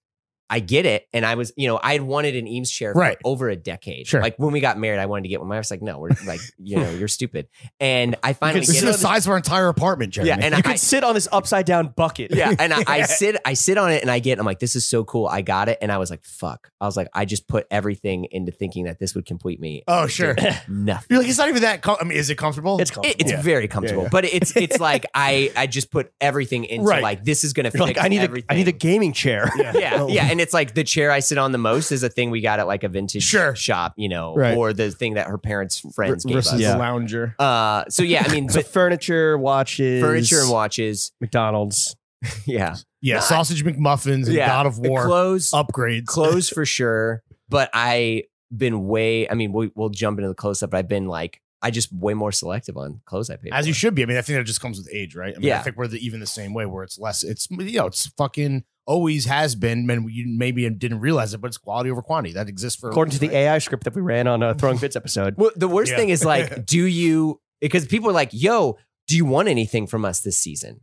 Speaker 2: I get it. And I was, you know, I had wanted an Eames chair for
Speaker 3: Right.
Speaker 2: over a decade.
Speaker 3: Sure.
Speaker 2: Like when we got married, I wanted to get one. My wife's like, no, we're like, you know, you're stupid. And I finally
Speaker 3: This is
Speaker 2: get
Speaker 3: the
Speaker 2: it.
Speaker 3: size of our entire apartment, Jeremy.
Speaker 2: Yeah, and
Speaker 1: you
Speaker 2: I,
Speaker 1: could sit on this upside down bucket.
Speaker 2: yeah, and I, I sit, I sit on it, and I get. I'm like, this is so cool. I got it, and I was like, fuck. I was like, I just put everything into thinking that this would complete me.
Speaker 3: oh, sure.
Speaker 2: Nothing.
Speaker 3: You're like, it's not even that. Com- I mean, is it comfortable?
Speaker 1: it's
Speaker 2: It-
Speaker 1: comfortable.
Speaker 2: it's
Speaker 3: Yeah.
Speaker 2: very comfortable,
Speaker 3: yeah.
Speaker 2: but it's it's like I I just put everything into
Speaker 3: Right.
Speaker 2: like this is gonna
Speaker 1: You're
Speaker 2: fix
Speaker 1: like I need
Speaker 2: everything.
Speaker 1: a I need a gaming chair.
Speaker 2: yeah, yeah, and and it's like the chair I sit on the most is a thing we got at like a vintage
Speaker 3: Sure.
Speaker 2: shop, you know,
Speaker 3: Right.
Speaker 2: or the thing that her parents' friends gave
Speaker 3: versus
Speaker 2: us.
Speaker 1: Yeah.
Speaker 3: the lounger.
Speaker 2: Uh, so yeah, I mean,
Speaker 1: So
Speaker 2: but
Speaker 1: furniture, watches,
Speaker 2: furniture and watches.
Speaker 1: McDonald's.
Speaker 2: Yeah,
Speaker 3: Yeah,
Speaker 2: Nah.
Speaker 3: sausage McMuffins and
Speaker 2: yeah.
Speaker 3: God of
Speaker 2: The
Speaker 3: War
Speaker 2: clothes,
Speaker 3: upgrades.
Speaker 2: clothes for sure. But I been way. I mean, we, we'll jump into the close up. But I've been like, I just way more selective on clothes I pay.
Speaker 3: As
Speaker 2: for.
Speaker 3: you should be. I mean, I think that just comes with age, right? I mean,
Speaker 2: Yeah.
Speaker 3: I think we're the, even the same way where it's less, it's, you know, it's fucking always has been. And you maybe didn't realize it, but it's quality over quantity. That exists for.
Speaker 1: According to the AI script that we ran on a Throwing Fits episode.
Speaker 2: Well, the worst
Speaker 3: Yeah.
Speaker 2: thing is like, do you? Because people are like, "Yo, do you want anything from us this season?"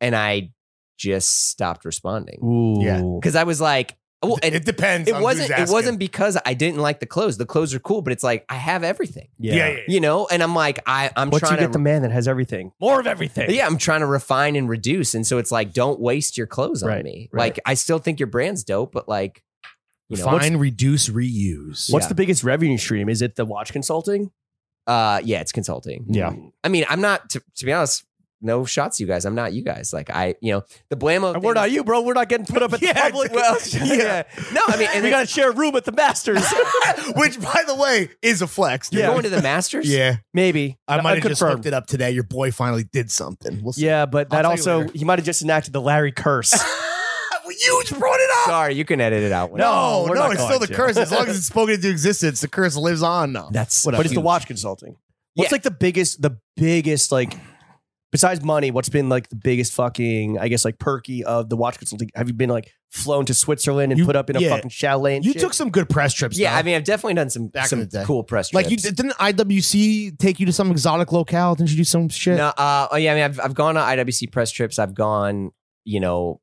Speaker 2: And I just stopped responding
Speaker 1: Ooh.
Speaker 2: because I was like, "Well, and
Speaker 3: it depends.
Speaker 2: it
Speaker 3: on
Speaker 2: wasn't.
Speaker 3: who's
Speaker 2: It
Speaker 3: asking.
Speaker 2: wasn't because I didn't like the clothes. The clothes are cool, but it's like I have everything,
Speaker 3: Yeah. yeah, yeah.
Speaker 2: you know. And I'm like, I, I'm
Speaker 1: Once you
Speaker 2: trying
Speaker 1: get
Speaker 2: to.
Speaker 1: the man that has everything, more of everything.
Speaker 2: yeah, I'm trying to refine and reduce, and so it's like, don't waste your clothes on
Speaker 1: Right,
Speaker 2: me.
Speaker 1: right.
Speaker 2: Like, I still think your brand's dope, but like, you know,
Speaker 3: Find, reduce, reuse.
Speaker 1: What's
Speaker 2: Yeah.
Speaker 1: the biggest revenue stream? Is it the watch consulting?
Speaker 2: uh, yeah, it's consulting.
Speaker 3: Yeah.
Speaker 2: I mean, I'm not to, to be honest. No shots, you guys. I'm not you guys. Like I, you know, the blamo.
Speaker 1: And we're not you, bro. We're not getting put up at the
Speaker 3: Yeah,
Speaker 1: public.
Speaker 2: well,
Speaker 1: yeah.
Speaker 2: No, I mean, and
Speaker 1: we got to share a room at the Masters.
Speaker 3: Which, by the way, is a flex. dude.
Speaker 2: you're
Speaker 1: Yeah.
Speaker 2: going to the Masters.
Speaker 3: Yeah.
Speaker 1: Maybe
Speaker 3: I might have just
Speaker 1: confirmed.
Speaker 3: looked it up today. Your boy finally did something. We'll see.
Speaker 1: Yeah, but that
Speaker 3: I'll tell
Speaker 1: also
Speaker 3: you later.
Speaker 1: he might have just enacted the Larry curse.
Speaker 3: Well, you just brought it up.
Speaker 2: Sorry, you can edit it out.
Speaker 1: No,
Speaker 3: No,
Speaker 1: we're
Speaker 3: no,
Speaker 1: not
Speaker 3: it's still
Speaker 1: going
Speaker 3: the
Speaker 1: to.
Speaker 3: curse. As long as it's spoken into existence, the curse lives on. Now.
Speaker 2: that's
Speaker 1: but it's the watch consulting. What's
Speaker 2: Yeah.
Speaker 1: like the biggest, the biggest like besides money? What's been like the biggest fucking I guess like perky of the watch consulting? Have you been like flown to Switzerland and
Speaker 3: You-
Speaker 1: put up in a
Speaker 3: yeah.
Speaker 1: fucking chalet? And
Speaker 3: You
Speaker 1: shit?
Speaker 3: took some good press trips.
Speaker 2: Yeah,
Speaker 3: though.
Speaker 2: I mean, I've definitely done some
Speaker 3: Back in
Speaker 2: some
Speaker 3: the day.
Speaker 2: cool press.
Speaker 3: like you
Speaker 2: trips.
Speaker 3: didn't IWC take you to some exotic locale? Didn't you do some shit?
Speaker 2: No, uh, oh yeah, I mean, I've I've gone to IWC press trips. I've gone, you know,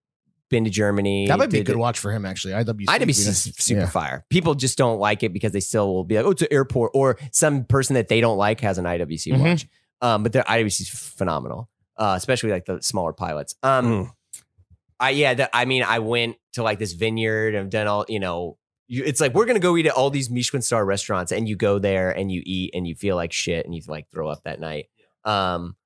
Speaker 2: been to Germany.
Speaker 3: that might be a
Speaker 2: did-
Speaker 3: good watch for him actually. IWC,
Speaker 2: IWC is super fire. People just don't like it because they still will be like, oh, it's an airport, or some person that they don't like has an IWC
Speaker 3: Mhm.
Speaker 2: watch. Um, but their IWC is phenomenal, uh, especially like the smaller pilots. Um,
Speaker 1: Mm.
Speaker 2: I yeah, the, I mean, I went to like this vineyard. I've done all you know. You, it's like we're gonna go eat at all these Michelin star restaurants, and you go there and you eat and you feel like shit, and you like throw up that night. Um,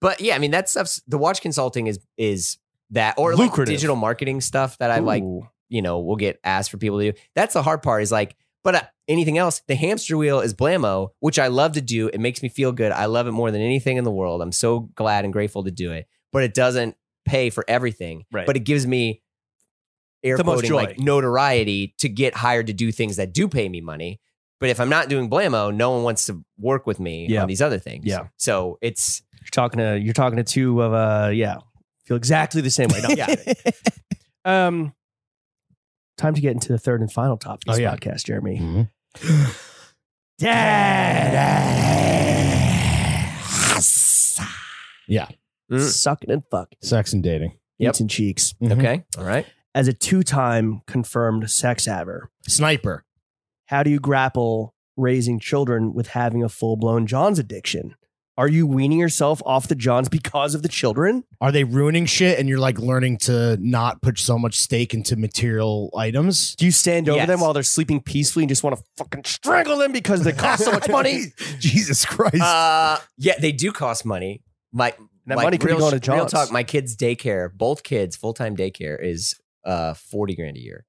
Speaker 2: but yeah, I mean that stuff's the watch consulting is is that or like
Speaker 1: Lucrative.
Speaker 2: digital marketing stuff that I like
Speaker 1: Ooh.
Speaker 2: you know, we'll get asked for people to do. That's the hard part is like, but uh, anything else, the hamster wheel is blammo, which I love to do. It makes me feel good. I love it more than anything in the world. I'm so glad and grateful to do it, but it doesn't pay for everything.
Speaker 1: Right.
Speaker 2: But it gives me air
Speaker 1: The most
Speaker 2: quoting, like
Speaker 1: joy.
Speaker 2: notoriety to get hired to do things that do pay me money. But if I'm not doing blammo, no one wants to work with me
Speaker 1: Yeah.
Speaker 2: on these other things.
Speaker 1: Yeah.
Speaker 2: So it's
Speaker 1: You're talking to you're talking to two of uh yeah feel exactly the same way. No, I'm
Speaker 2: Yeah.
Speaker 1: kidding. Um, time to get into the third and final topic of
Speaker 3: Oh,
Speaker 1: this
Speaker 3: yeah.
Speaker 1: podcast, Jeremy.
Speaker 3: Mhm. Mm-hmm. Yeah.
Speaker 2: Mm.
Speaker 1: Sucking and fucking,
Speaker 3: Sex and dating.
Speaker 2: Yep.
Speaker 1: eats and cheeks.
Speaker 3: Mhm.
Speaker 2: okay. All right.
Speaker 1: As a two-time confirmed sex haver,
Speaker 3: Sniper.
Speaker 1: how do you grapple raising children with having a full-blown John's addiction? Are you weaning yourself off the Johns because of the children?
Speaker 3: Are they ruining shit and you're like learning to not put so much stake into material items?
Speaker 1: Do you stand over
Speaker 2: Yes.
Speaker 1: them while they're sleeping peacefully and just want to fucking strangle them because they cost so much money? And
Speaker 3: Jesus Christ.
Speaker 2: Uh, yeah, they do cost money. My
Speaker 1: that
Speaker 2: like,
Speaker 1: money could
Speaker 2: real,
Speaker 1: be going to John's.
Speaker 2: Real talk. My kids' daycare, both kids, full time daycare is uh forty grand a year.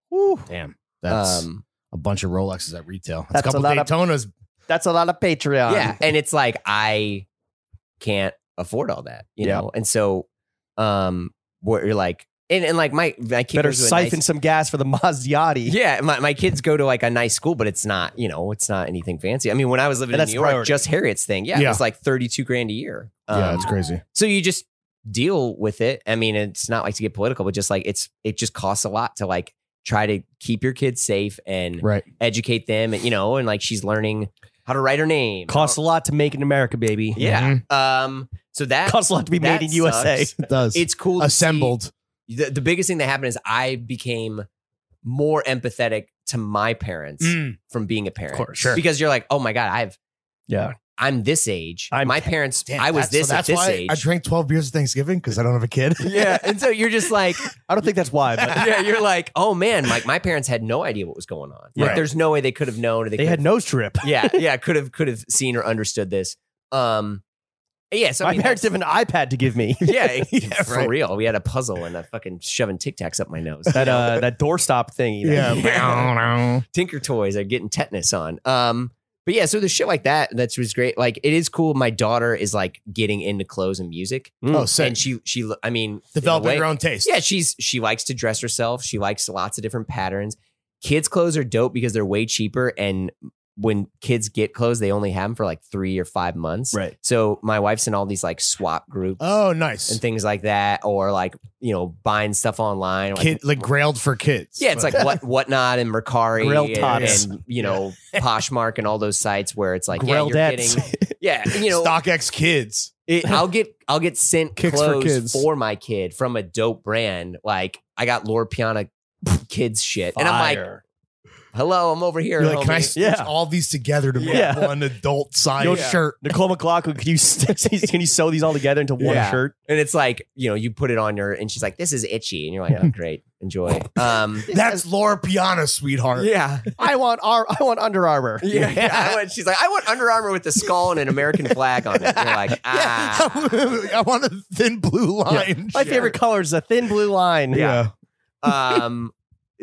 Speaker 3: Damn. That's
Speaker 2: um,
Speaker 3: a bunch of Rolexes at retail. That's,
Speaker 1: That's
Speaker 3: a
Speaker 1: a
Speaker 3: couple
Speaker 1: lot of-
Speaker 3: Daytonas.
Speaker 1: That's a lot of Patreon.
Speaker 2: yeah, and it's like I can't afford all that, you
Speaker 1: Yeah.
Speaker 2: know. And so, um, where you're like, and, and like my my kid
Speaker 1: Better
Speaker 2: goes to a
Speaker 1: siphon
Speaker 2: nice-
Speaker 1: some gas for the Maserati.
Speaker 2: yeah, my, my kids go to like a nice school, but it's not, you know, it's not anything fancy. I mean, when I was living
Speaker 1: And
Speaker 2: in
Speaker 1: that's
Speaker 2: New York,
Speaker 1: priority.
Speaker 2: just Harriet's thing, yeah, it
Speaker 3: Yeah.
Speaker 2: was like thirty two grand a year.
Speaker 3: yeah,
Speaker 2: Um,
Speaker 3: it's crazy.
Speaker 2: so you just deal with it i mean it's not like to get political but just like it's it just costs a lot to like try to keep your kids safe and
Speaker 3: Right.
Speaker 2: educate them and you know and like she's learning how to write her name
Speaker 1: Costs a lot to make in America, baby.
Speaker 2: yeah um so that
Speaker 1: Costs a lot to be
Speaker 2: that
Speaker 1: made in USA.
Speaker 2: sucks.
Speaker 3: It does.
Speaker 2: it's cool to
Speaker 3: assembled.
Speaker 2: see- the, the biggest thing that happened is i became more empathetic to my parents from being a parent
Speaker 1: course, sure.
Speaker 2: because you're like oh my god i've
Speaker 1: Yeah.
Speaker 2: i'm this age
Speaker 1: I'm-
Speaker 2: my parents i was this at this age
Speaker 3: I drank 12 beers at Thanksgiving because I don't have a kid.
Speaker 2: yeah and so you're just like
Speaker 1: I don't think that's why, but
Speaker 2: yeah, you're like, oh man, like my parents had no idea what was going on. Like,
Speaker 3: Right.
Speaker 2: there's no way they could have known. Or they
Speaker 1: they had
Speaker 2: could've-
Speaker 1: no strip.
Speaker 2: yeah, yeah, could have could have seen or understood this. Um, yeah, so I
Speaker 1: My
Speaker 2: mean,
Speaker 1: parents have an iPad to give me.
Speaker 2: yeah, yeah, for
Speaker 3: right.
Speaker 2: real. We had a puzzle and a fucking shoving Tic Tacs up my nose.
Speaker 1: That uh, that doorstop thingy. that-
Speaker 3: Yeah.
Speaker 2: Tinker Toys are getting tetanus on. Um, but yeah, so there's shit like that that's was great. Like it is cool. My daughter is like getting into clothes and music,
Speaker 3: oh, sick.
Speaker 2: and she she I mean in a
Speaker 3: Developing
Speaker 2: way-
Speaker 3: your own taste.
Speaker 2: Yeah, she's she likes to dress herself. She likes lots of different patterns. Kids' clothes are dope because they're way cheaper, and when kids get clothes, they only have them for like three or five months.
Speaker 1: Right.
Speaker 2: So my wife's in all these like swap groups
Speaker 3: Oh, nice.
Speaker 2: and things like that, or like you know buying stuff online. Like,
Speaker 3: Kid, like grailed for kids.
Speaker 2: yeah, it's like what whatnot and Mercari
Speaker 1: Grill tots.
Speaker 2: and, and, you know Poshmark and all those sites where it's like yeah, you're
Speaker 1: Grillettes.
Speaker 2: getting yeah, you know
Speaker 3: StockX kids.
Speaker 2: it, I'll get I'll get sent
Speaker 3: Kicks for
Speaker 2: clothes for,
Speaker 3: kids.
Speaker 2: my kid from a dope brand. Like I got Lord Piana kids shit, and I'm like,
Speaker 1: Fire.
Speaker 2: hello, I'm over here.
Speaker 3: You're like, can I
Speaker 2: homie."
Speaker 3: stitch
Speaker 1: Yeah.
Speaker 3: all these together to make
Speaker 1: Yeah.
Speaker 3: one adult size
Speaker 1: Yo,
Speaker 3: shirt?
Speaker 1: Nicole McLaughlin, can you st- can you sew these all together into one
Speaker 3: Yeah.
Speaker 1: shirt?
Speaker 2: and it's like you know you put it on your, and she's like, this is itchy, and you're like, oh, great, enjoy. Um,
Speaker 3: That's Laura Piana, sweetheart.
Speaker 2: yeah.
Speaker 1: I want our I want Under Armour.
Speaker 2: Yeah, I want- she's like, I want Under Armour with the skull and an American flag on it. You're like, ah,
Speaker 3: I want a thin blue line.
Speaker 1: My
Speaker 3: shirt.
Speaker 1: favorite color is a thin blue line.
Speaker 3: Yeah.
Speaker 2: um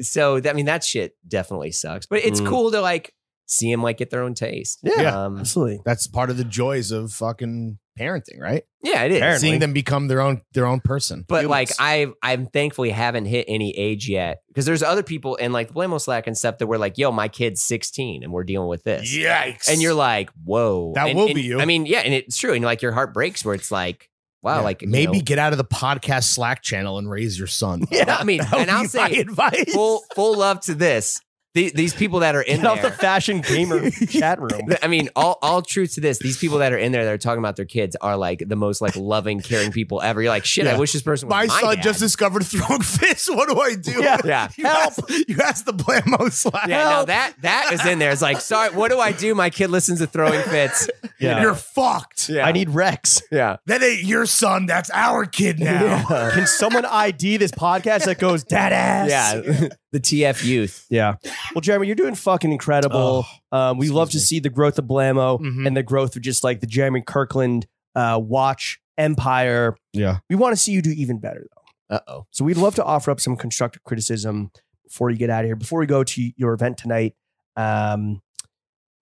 Speaker 2: so that, i mean that shit definitely sucks but it's
Speaker 1: Mm.
Speaker 2: cool to like see them like get their own taste
Speaker 1: Yeah.
Speaker 2: um,
Speaker 1: absolutely.
Speaker 3: That's part of the joys of fucking parenting, right?
Speaker 2: yeah it is
Speaker 1: Apparently.
Speaker 3: Seeing them become their own their own person.
Speaker 2: but
Speaker 3: Humans.
Speaker 2: like i i'm thankfully haven't hit any age yet because there's other people in like the blamo slack and stuff that were like yo my kid's 16 and we're dealing with this
Speaker 3: yikes.
Speaker 2: and you're like whoa
Speaker 3: That
Speaker 2: And-
Speaker 3: will
Speaker 2: and-
Speaker 3: be you.
Speaker 2: i mean yeah and it's true and like your heart breaks where it's like wow
Speaker 3: Yeah.
Speaker 2: like you
Speaker 3: maybe
Speaker 2: know-
Speaker 3: get out of the podcast Slack channel and raise your son.
Speaker 2: yeah i mean
Speaker 3: That would
Speaker 2: and i'll
Speaker 3: be my
Speaker 2: say
Speaker 3: advice.
Speaker 2: full full love to this the, these people that are in
Speaker 1: Get
Speaker 2: there
Speaker 1: off the fashion gamer chat room.
Speaker 2: Th- I mean, all all truth to this, these people that are in there that are talking about their kids are like the most like loving, caring people ever. You're like, shit,
Speaker 3: Yeah.
Speaker 2: I wish this person was
Speaker 3: my
Speaker 2: my,
Speaker 3: son
Speaker 2: dad.
Speaker 3: just discovered throwing fists. What do I do?
Speaker 1: Yeah.
Speaker 2: yeah.
Speaker 3: You Help! Asked, you asked the Blamo Slack.
Speaker 2: Yeah, no,
Speaker 3: Help.
Speaker 2: that that is in there. It's like, sorry, what do I do? My kid listens to throwing fits.
Speaker 1: Yeah.
Speaker 3: You're fucked.
Speaker 2: Yeah.
Speaker 1: I need Rex.
Speaker 2: Yeah.
Speaker 3: That ain't your son. That's our kid now.
Speaker 1: Can someone ID this podcast that goes dad ass?
Speaker 2: Yeah. the TF youth.
Speaker 1: Yeah. Well, Jeremy, you're doing fucking incredible. um, we love to
Speaker 3: excuse me.
Speaker 1: see the growth of Blamo
Speaker 3: Mhm.
Speaker 1: and the growth of just like the Jeremy Kirkland uh, watch empire.
Speaker 3: Yeah.
Speaker 1: We want to see you do even better, though.
Speaker 2: Uh oh.
Speaker 1: So we'd love to offer up some constructive criticism before you get out of here, before we go to your event tonight. Um,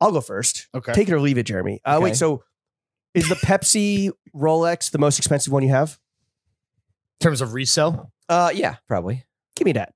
Speaker 1: I'll go first.
Speaker 3: Okay.
Speaker 1: Take it or leave it, Jeremy. Uh,
Speaker 2: Okay.
Speaker 1: Wait, so is the Pepsi Rolex the most expensive one you have?
Speaker 3: In terms of resale,
Speaker 2: Uh yeah, probably.
Speaker 1: Give me that.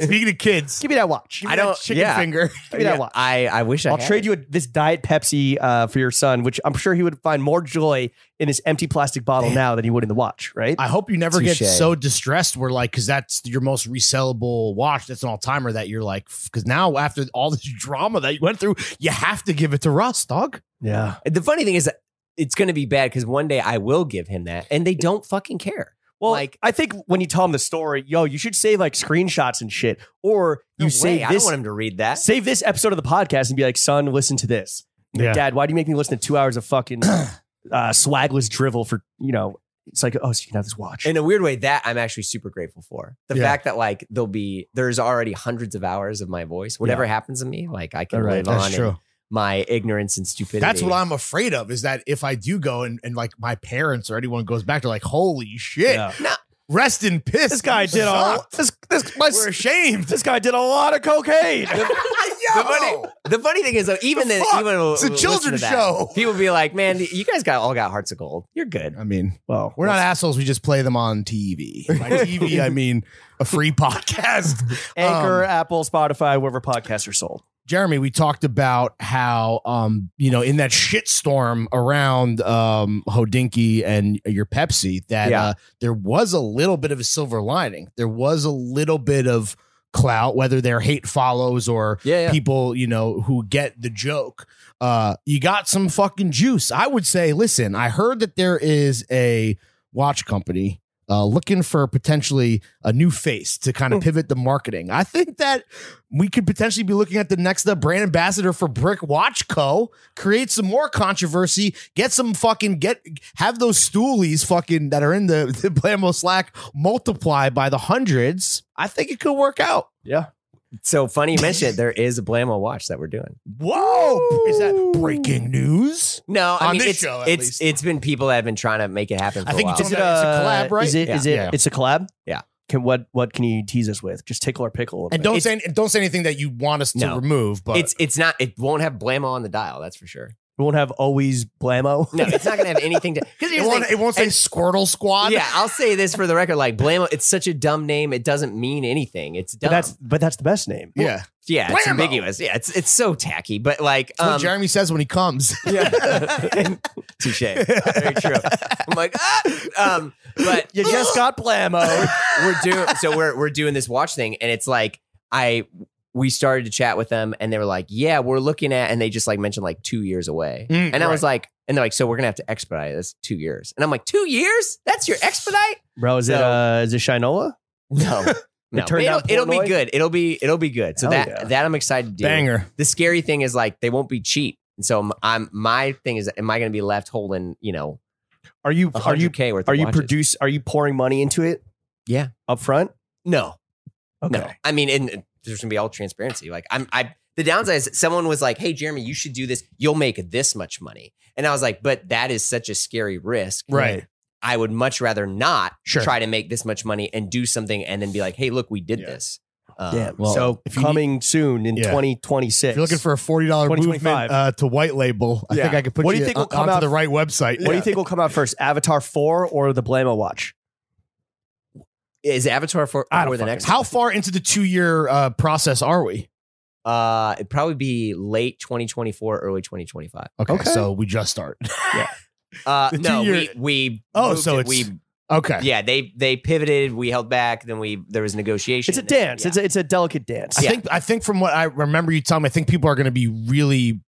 Speaker 3: speaking of kids,
Speaker 1: Give me that watch.
Speaker 2: I don't-
Speaker 3: chicken
Speaker 2: yeah.
Speaker 3: finger.
Speaker 1: Give me that
Speaker 2: Yeah,
Speaker 1: watch.
Speaker 2: I, I wish I
Speaker 1: I'll trade you a, this Diet Pepsi uh, for your son, which I'm sure he would find more joy in his empty plastic bottle now than he would in the watch, right?
Speaker 3: I hope you never get
Speaker 2: Touche.
Speaker 3: so distressed. We're like, because that's your most resellable watch. That's an all timer that you're like, because now after all this drama that you went through, you have to give it to Russ, dog.
Speaker 1: yeah.
Speaker 2: The funny thing is that it's gonna be bad because one day I will give him that and they don't fucking care.
Speaker 1: Well,
Speaker 2: Like-
Speaker 1: I think when you tell him the story, yo, you should save like screenshots and shit, or you
Speaker 2: No way.
Speaker 1: save
Speaker 2: I don't
Speaker 1: this
Speaker 2: want him to read that.
Speaker 1: save this episode of the podcast and be like, son, listen to this. Like,
Speaker 3: Yeah.
Speaker 1: Dad, why do you make me listen to two hours of fucking uh, swagless drivel for you know? It's like, oh, so you can have this watch.
Speaker 2: in a weird way that i'm actually super grateful for the
Speaker 3: Yeah.
Speaker 2: fact that like there'll be there's already hundreds of hours of my voice whatever happens to me like i can
Speaker 1: All right,
Speaker 2: live on in my ignorance and stupidity
Speaker 3: That's what I'm afraid of is that if I do go and, and like my parents or anyone goes back, they're like, holy shit,
Speaker 1: Yeah.
Speaker 3: rest in piss.
Speaker 1: This guy did all this. This my,
Speaker 3: We're ashamed.
Speaker 1: this guy did a lot of cocaine.
Speaker 2: the funny, the funny thing is though even
Speaker 3: The
Speaker 2: the,
Speaker 3: fuck?
Speaker 2: even
Speaker 3: It's a
Speaker 2: listen to
Speaker 3: children's
Speaker 2: that,
Speaker 3: show.
Speaker 2: people be like man you guys got all got hearts of gold you're good
Speaker 3: I mean,
Speaker 1: well,
Speaker 3: we're not assholes. We just play them on TV. By TV, I mean a free podcast.
Speaker 1: Anchor,
Speaker 3: Um,
Speaker 1: Apple, Spotify, wherever podcasts are sold.
Speaker 3: Jeremy, we talked about how um, you know, in that shitstorm around um Hodinky and your Pepsi, that
Speaker 2: Yeah.
Speaker 3: uh, there was a little bit of a silver lining. There was a little bit of clout, whether they're hate follows or
Speaker 2: yeah, yeah.
Speaker 3: people, you know, who get the joke. Uh, you got some fucking juice. I would say, listen, I heard that there is a watch company uh, looking for potentially a new face to kind
Speaker 2: Hmm.
Speaker 3: of pivot the marketing. I think that we could potentially be looking at the next uh, brand ambassador for Brick Watch Co. Create some more controversy. Get some fucking get have those stoolies fucking that are in the, the Blamo Slack multiply by the hundreds. I think it could work out.
Speaker 1: Yeah.
Speaker 2: So funny you mentioned it. There is a Blammo watch that we're doing.
Speaker 3: Whoa! Is that breaking news?
Speaker 2: No, I
Speaker 3: On
Speaker 2: mean
Speaker 3: this
Speaker 2: it's
Speaker 3: show, at
Speaker 2: it's
Speaker 3: least.
Speaker 2: it's been people that have been trying to make it happen. For
Speaker 3: I think
Speaker 2: a
Speaker 3: you
Speaker 2: while.
Speaker 3: just- It's a collab, right?
Speaker 1: Is it?
Speaker 2: Yeah.
Speaker 1: Is it?
Speaker 3: Yeah.
Speaker 1: It's a collab.
Speaker 2: Yeah.
Speaker 1: Can what? What can you tease us with? Just tickle our pickle. a little
Speaker 3: And
Speaker 1: bit.
Speaker 3: don't
Speaker 2: It's-
Speaker 3: say and don't say anything that you want us to
Speaker 2: No.
Speaker 3: remove. But
Speaker 2: it's it's not it won't have Blammo on the dial. That's for sure.
Speaker 1: We won't have always blammo.
Speaker 2: No, it's not gonna have anything to because
Speaker 3: it won't, it won't say Squirtle Squad.
Speaker 2: Yeah, I'll say this for the record. Like Blammo, it's such a dumb name. It doesn't mean anything. It's
Speaker 1: But
Speaker 2: dumb.
Speaker 1: that's but that's the best name.
Speaker 3: yeah.
Speaker 2: yeah, it's
Speaker 3: Blammo.
Speaker 2: ambiguous. Yeah, it's it's so tacky. But like,
Speaker 3: That's what
Speaker 2: um,
Speaker 3: Jeremy says when he comes.
Speaker 2: yeah, touche. Very true. I'm like, ah! um, but
Speaker 1: You just got blammo.
Speaker 2: we're doing so we're we're doing this watch thing and it's like I we started to chat with them and they were like, Yeah, we're looking at and they just like mentioned like two years away.
Speaker 3: Mm,
Speaker 2: and I was like, and they're like, so we're gonna have to expedite this two years. And I'm like, two years? That's your expedite?
Speaker 1: Bro, is it
Speaker 2: So-
Speaker 1: uh is it Shinola?
Speaker 2: No. No, But
Speaker 1: turned
Speaker 2: it'll,
Speaker 1: down
Speaker 2: it'll be
Speaker 1: Portnoy?
Speaker 2: good. It'll be it'll be good. So
Speaker 1: Hell
Speaker 2: that
Speaker 1: yeah.
Speaker 2: that I'm excited to do.
Speaker 3: banger.
Speaker 2: The scary thing is like they won't be cheap. And so I'm, I'm my thing is am I going to be left holding you know
Speaker 1: Are you are you
Speaker 2: 100k worth?
Speaker 1: are
Speaker 2: of
Speaker 1: you
Speaker 2: watches?
Speaker 1: produce are you pouring money into it?
Speaker 2: Yeah.
Speaker 1: Up front?
Speaker 2: No,
Speaker 1: Okay.
Speaker 2: No, I mean, and there's gonna be all transparency. Like, I'm, I, the downside is that someone was like, "Hey, Jeremy, you should do this. You'll make this much money." And I was like, "But that is such a scary risk.
Speaker 3: Right.
Speaker 2: I would much rather not
Speaker 3: Sure.
Speaker 2: try to make this much money and do something, and then be like, "Hey, look, we did this." Um,
Speaker 1: Damn.
Speaker 3: well,
Speaker 1: so
Speaker 3: if you
Speaker 1: coming soon in
Speaker 3: Yeah.
Speaker 1: twenty twenty six.
Speaker 3: If you're looking for a forty dollar
Speaker 1: 2025.
Speaker 3: movement uh, to white label, I
Speaker 1: Yeah.
Speaker 3: think I could put
Speaker 1: What do you
Speaker 3: you
Speaker 1: think will
Speaker 3: on-
Speaker 1: come
Speaker 3: onto
Speaker 1: out-
Speaker 3: the right website.
Speaker 1: what do you think will come out first? Avatar four or the Blamo watch?
Speaker 2: Is Avatar for,
Speaker 1: I don't
Speaker 2: for the
Speaker 1: fucking
Speaker 2: next?
Speaker 3: How far into the two year uh, process are we?
Speaker 2: Uh, it'd probably be late 2024, early 2025.
Speaker 3: Okay,
Speaker 1: Okay.
Speaker 3: so we just start.
Speaker 2: Uh,
Speaker 3: The
Speaker 2: no,
Speaker 3: two-year-
Speaker 2: we, we
Speaker 3: Oh,
Speaker 2: moved
Speaker 3: so
Speaker 2: it.
Speaker 3: it's-
Speaker 2: we
Speaker 3: Okay,
Speaker 2: yeah they they pivoted. We held back. Then we there was negotiation.
Speaker 1: It's a dance.
Speaker 2: Yeah.
Speaker 1: It's a it's a delicate dance.
Speaker 3: I
Speaker 2: Yeah.
Speaker 3: think I think from what I remember you telling me, I think people are going to be really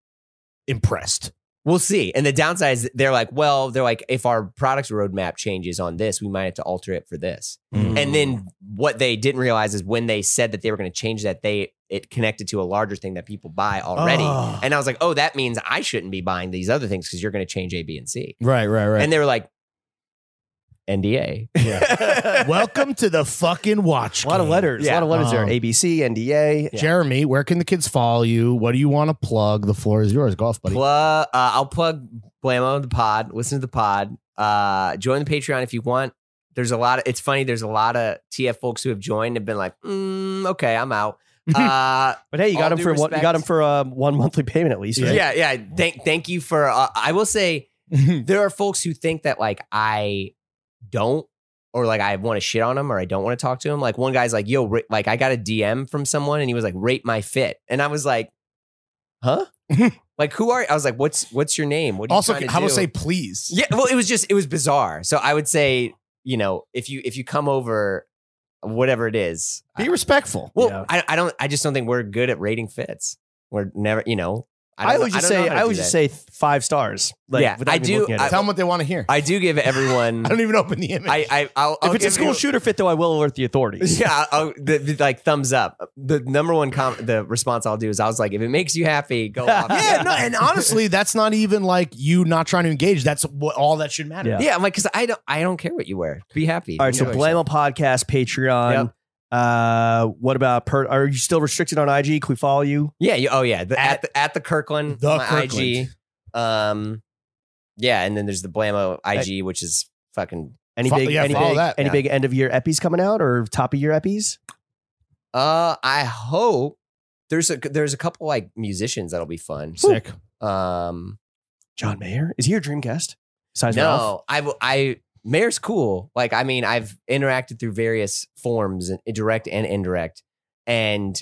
Speaker 3: impressed.
Speaker 2: We'll see. And the downside is they're like, well, they're like, if our products roadmap changes on this, we might have to alter it for this.
Speaker 3: Mm.
Speaker 2: And then what they didn't realize is when they said that they were going to change that, they it connected to a larger thing that people buy already.
Speaker 3: Ah.
Speaker 1: Oh.
Speaker 2: And I was like, oh, that means I shouldn't be buying these other things because you're going to change A, B, and C.
Speaker 3: Right, right, right.
Speaker 2: And they were like, NDA.
Speaker 3: Welcome to the fucking watch.
Speaker 1: A lot of
Speaker 3: Gang.
Speaker 1: letters. A lot of letters there.
Speaker 3: Um,
Speaker 1: ABC, NDA.
Speaker 2: Yeah.
Speaker 3: Jeremy, where can the kids follow you? What do you want to plug? The floor is yours. Go off, buddy.
Speaker 2: Plug, uh, I'll plug Blamo the pod. Listen to the pod. Uh, join the Patreon if you want. There's a lot of. It's funny. There's a lot of TF folks who have joined and been like, mm, "Okay, I'm out." Uh,
Speaker 1: But hey, you
Speaker 2: All
Speaker 1: got them
Speaker 2: due
Speaker 1: for one, you got
Speaker 2: respect-
Speaker 1: them for um, one monthly payment at least. Right?
Speaker 2: yeah, yeah. Thank, thank you for. Uh, I will say there are folks who think that like I don't or like I want to shit on them or I don't want to talk to them. Like one guy's like, "Yo, ra- like I got a DM from someone and he was like, rate my fit," and I was like, "Huh." Like who are I was like, what's what's your name? What are you
Speaker 3: also,
Speaker 2: trying to
Speaker 3: how about
Speaker 2: do?
Speaker 3: say please?
Speaker 2: Yeah, well, it was just it was bizarre. So I would say, you know, if you if you come over, whatever it is,
Speaker 3: Be
Speaker 2: I-
Speaker 3: respectful.
Speaker 2: well,
Speaker 1: Yeah.
Speaker 2: I I don't I just don't think we're good at rating fits. We're never, you know.
Speaker 1: I,
Speaker 2: don't
Speaker 1: always
Speaker 2: know-
Speaker 1: just
Speaker 2: don't know
Speaker 1: say
Speaker 2: how to
Speaker 1: I
Speaker 2: do
Speaker 1: always just
Speaker 2: that.
Speaker 1: say five stars. Like,
Speaker 2: Yeah,
Speaker 1: without
Speaker 2: I
Speaker 1: even
Speaker 2: do-
Speaker 1: looking at
Speaker 2: I-
Speaker 1: it.
Speaker 3: Tell them what they want to hear. I,
Speaker 2: I do give everyone.
Speaker 3: don't even open the image.
Speaker 2: I I I'll, I'll
Speaker 1: if it's a
Speaker 2: give
Speaker 1: school
Speaker 2: you-
Speaker 1: shooter fit, though, I will alert the authorities.
Speaker 2: Yeah, I'll, the, the, like thumbs up. The number one com- the response I'll do is I was like, if it makes you happy, go off.
Speaker 3: yeah, no, and honestly, that's not even like you not trying to engage. That's what all that should matter.
Speaker 1: Yeah.
Speaker 2: yeah. I'm like, because I don't I don't care what you wear. Be happy.
Speaker 1: All right, so
Speaker 2: Enjoy
Speaker 1: blame a podcast, Patreon. Uh, what about per? Are you still restricted on IG? Can we follow you?
Speaker 2: Yeah. You, oh, yeah. The, at,
Speaker 3: At-
Speaker 2: the at the Kirkland,
Speaker 3: The
Speaker 2: my IG. Um, yeah, and then there's the Blamo IG, which is fucking.
Speaker 1: Any
Speaker 3: Fo-
Speaker 1: big,
Speaker 3: yeah,
Speaker 1: any
Speaker 3: follow
Speaker 1: big,
Speaker 3: that,
Speaker 1: any
Speaker 2: yeah.
Speaker 1: big end of year epis coming out or top of year epis?
Speaker 2: Uh, I hope there's a there's a couple like musicians that'll be fun.
Speaker 3: Sick.
Speaker 2: Um,
Speaker 1: John Mayer is he your dream guest? Besides Ralph?
Speaker 2: no, I w- I Mayor's cool. Like, I mean, I've interacted through various forms, and direct and indirect, and.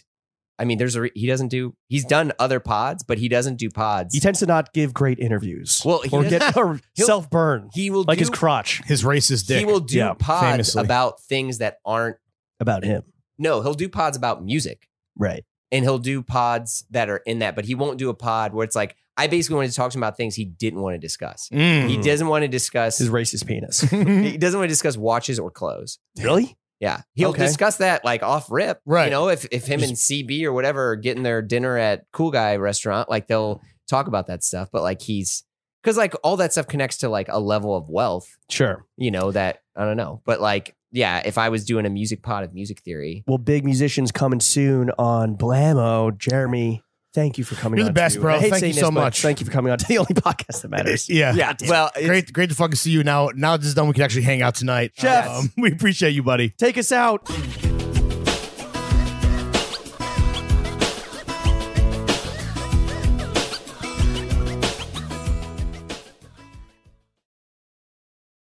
Speaker 2: I mean, there's a re- he doesn't do he's done other pods, but he doesn't do pods.
Speaker 1: he tends to not give great interviews.
Speaker 2: Well, he
Speaker 1: or
Speaker 2: doesn't-
Speaker 1: get or
Speaker 2: he'll-
Speaker 1: self burn
Speaker 2: he will
Speaker 1: like
Speaker 2: do,
Speaker 1: his crotch
Speaker 3: His racist dick.
Speaker 2: he will do
Speaker 1: Yeah,
Speaker 2: pods
Speaker 3: famously.
Speaker 2: about things that aren't
Speaker 1: about him,
Speaker 2: No, he'll do pods about music
Speaker 1: right?
Speaker 2: and he'll do pods that are in that, but he won't do a pod where it's like, I basically wanted to talk to him about things he didn't want to discuss. He
Speaker 3: Mm.
Speaker 2: doesn't want to discuss
Speaker 1: His racist penis.
Speaker 2: he doesn't want to discuss watches or clothes.
Speaker 1: really?
Speaker 2: Yeah. He'll
Speaker 1: Okay.
Speaker 2: discuss that like off rip.
Speaker 3: Right.
Speaker 2: You know, if if him and CB or whatever are getting their dinner at Cool Guy restaurant, like they'll talk about that stuff. But like he's because like all that stuff connects to like a level of wealth,
Speaker 1: Sure.
Speaker 2: you know, that I don't know. But like, yeah, if I was doing a music pod of music theory,
Speaker 1: Well, big musicians coming soon on Blammo. Jeremy, thank you for coming.
Speaker 3: You're
Speaker 1: on
Speaker 3: the best,
Speaker 1: to-
Speaker 3: bro.
Speaker 1: I hate
Speaker 3: Thank
Speaker 1: saying
Speaker 3: you so
Speaker 1: this, but
Speaker 3: much.
Speaker 1: Thank you for coming on to the only podcast that matters.
Speaker 3: Yeah.
Speaker 2: yeah, well, it-
Speaker 3: Great, great to fucking see you now. Now this is done, we can actually hang out tonight.
Speaker 1: Yes.
Speaker 3: we appreciate you, buddy.
Speaker 1: Take us out.
Speaker 4: Thank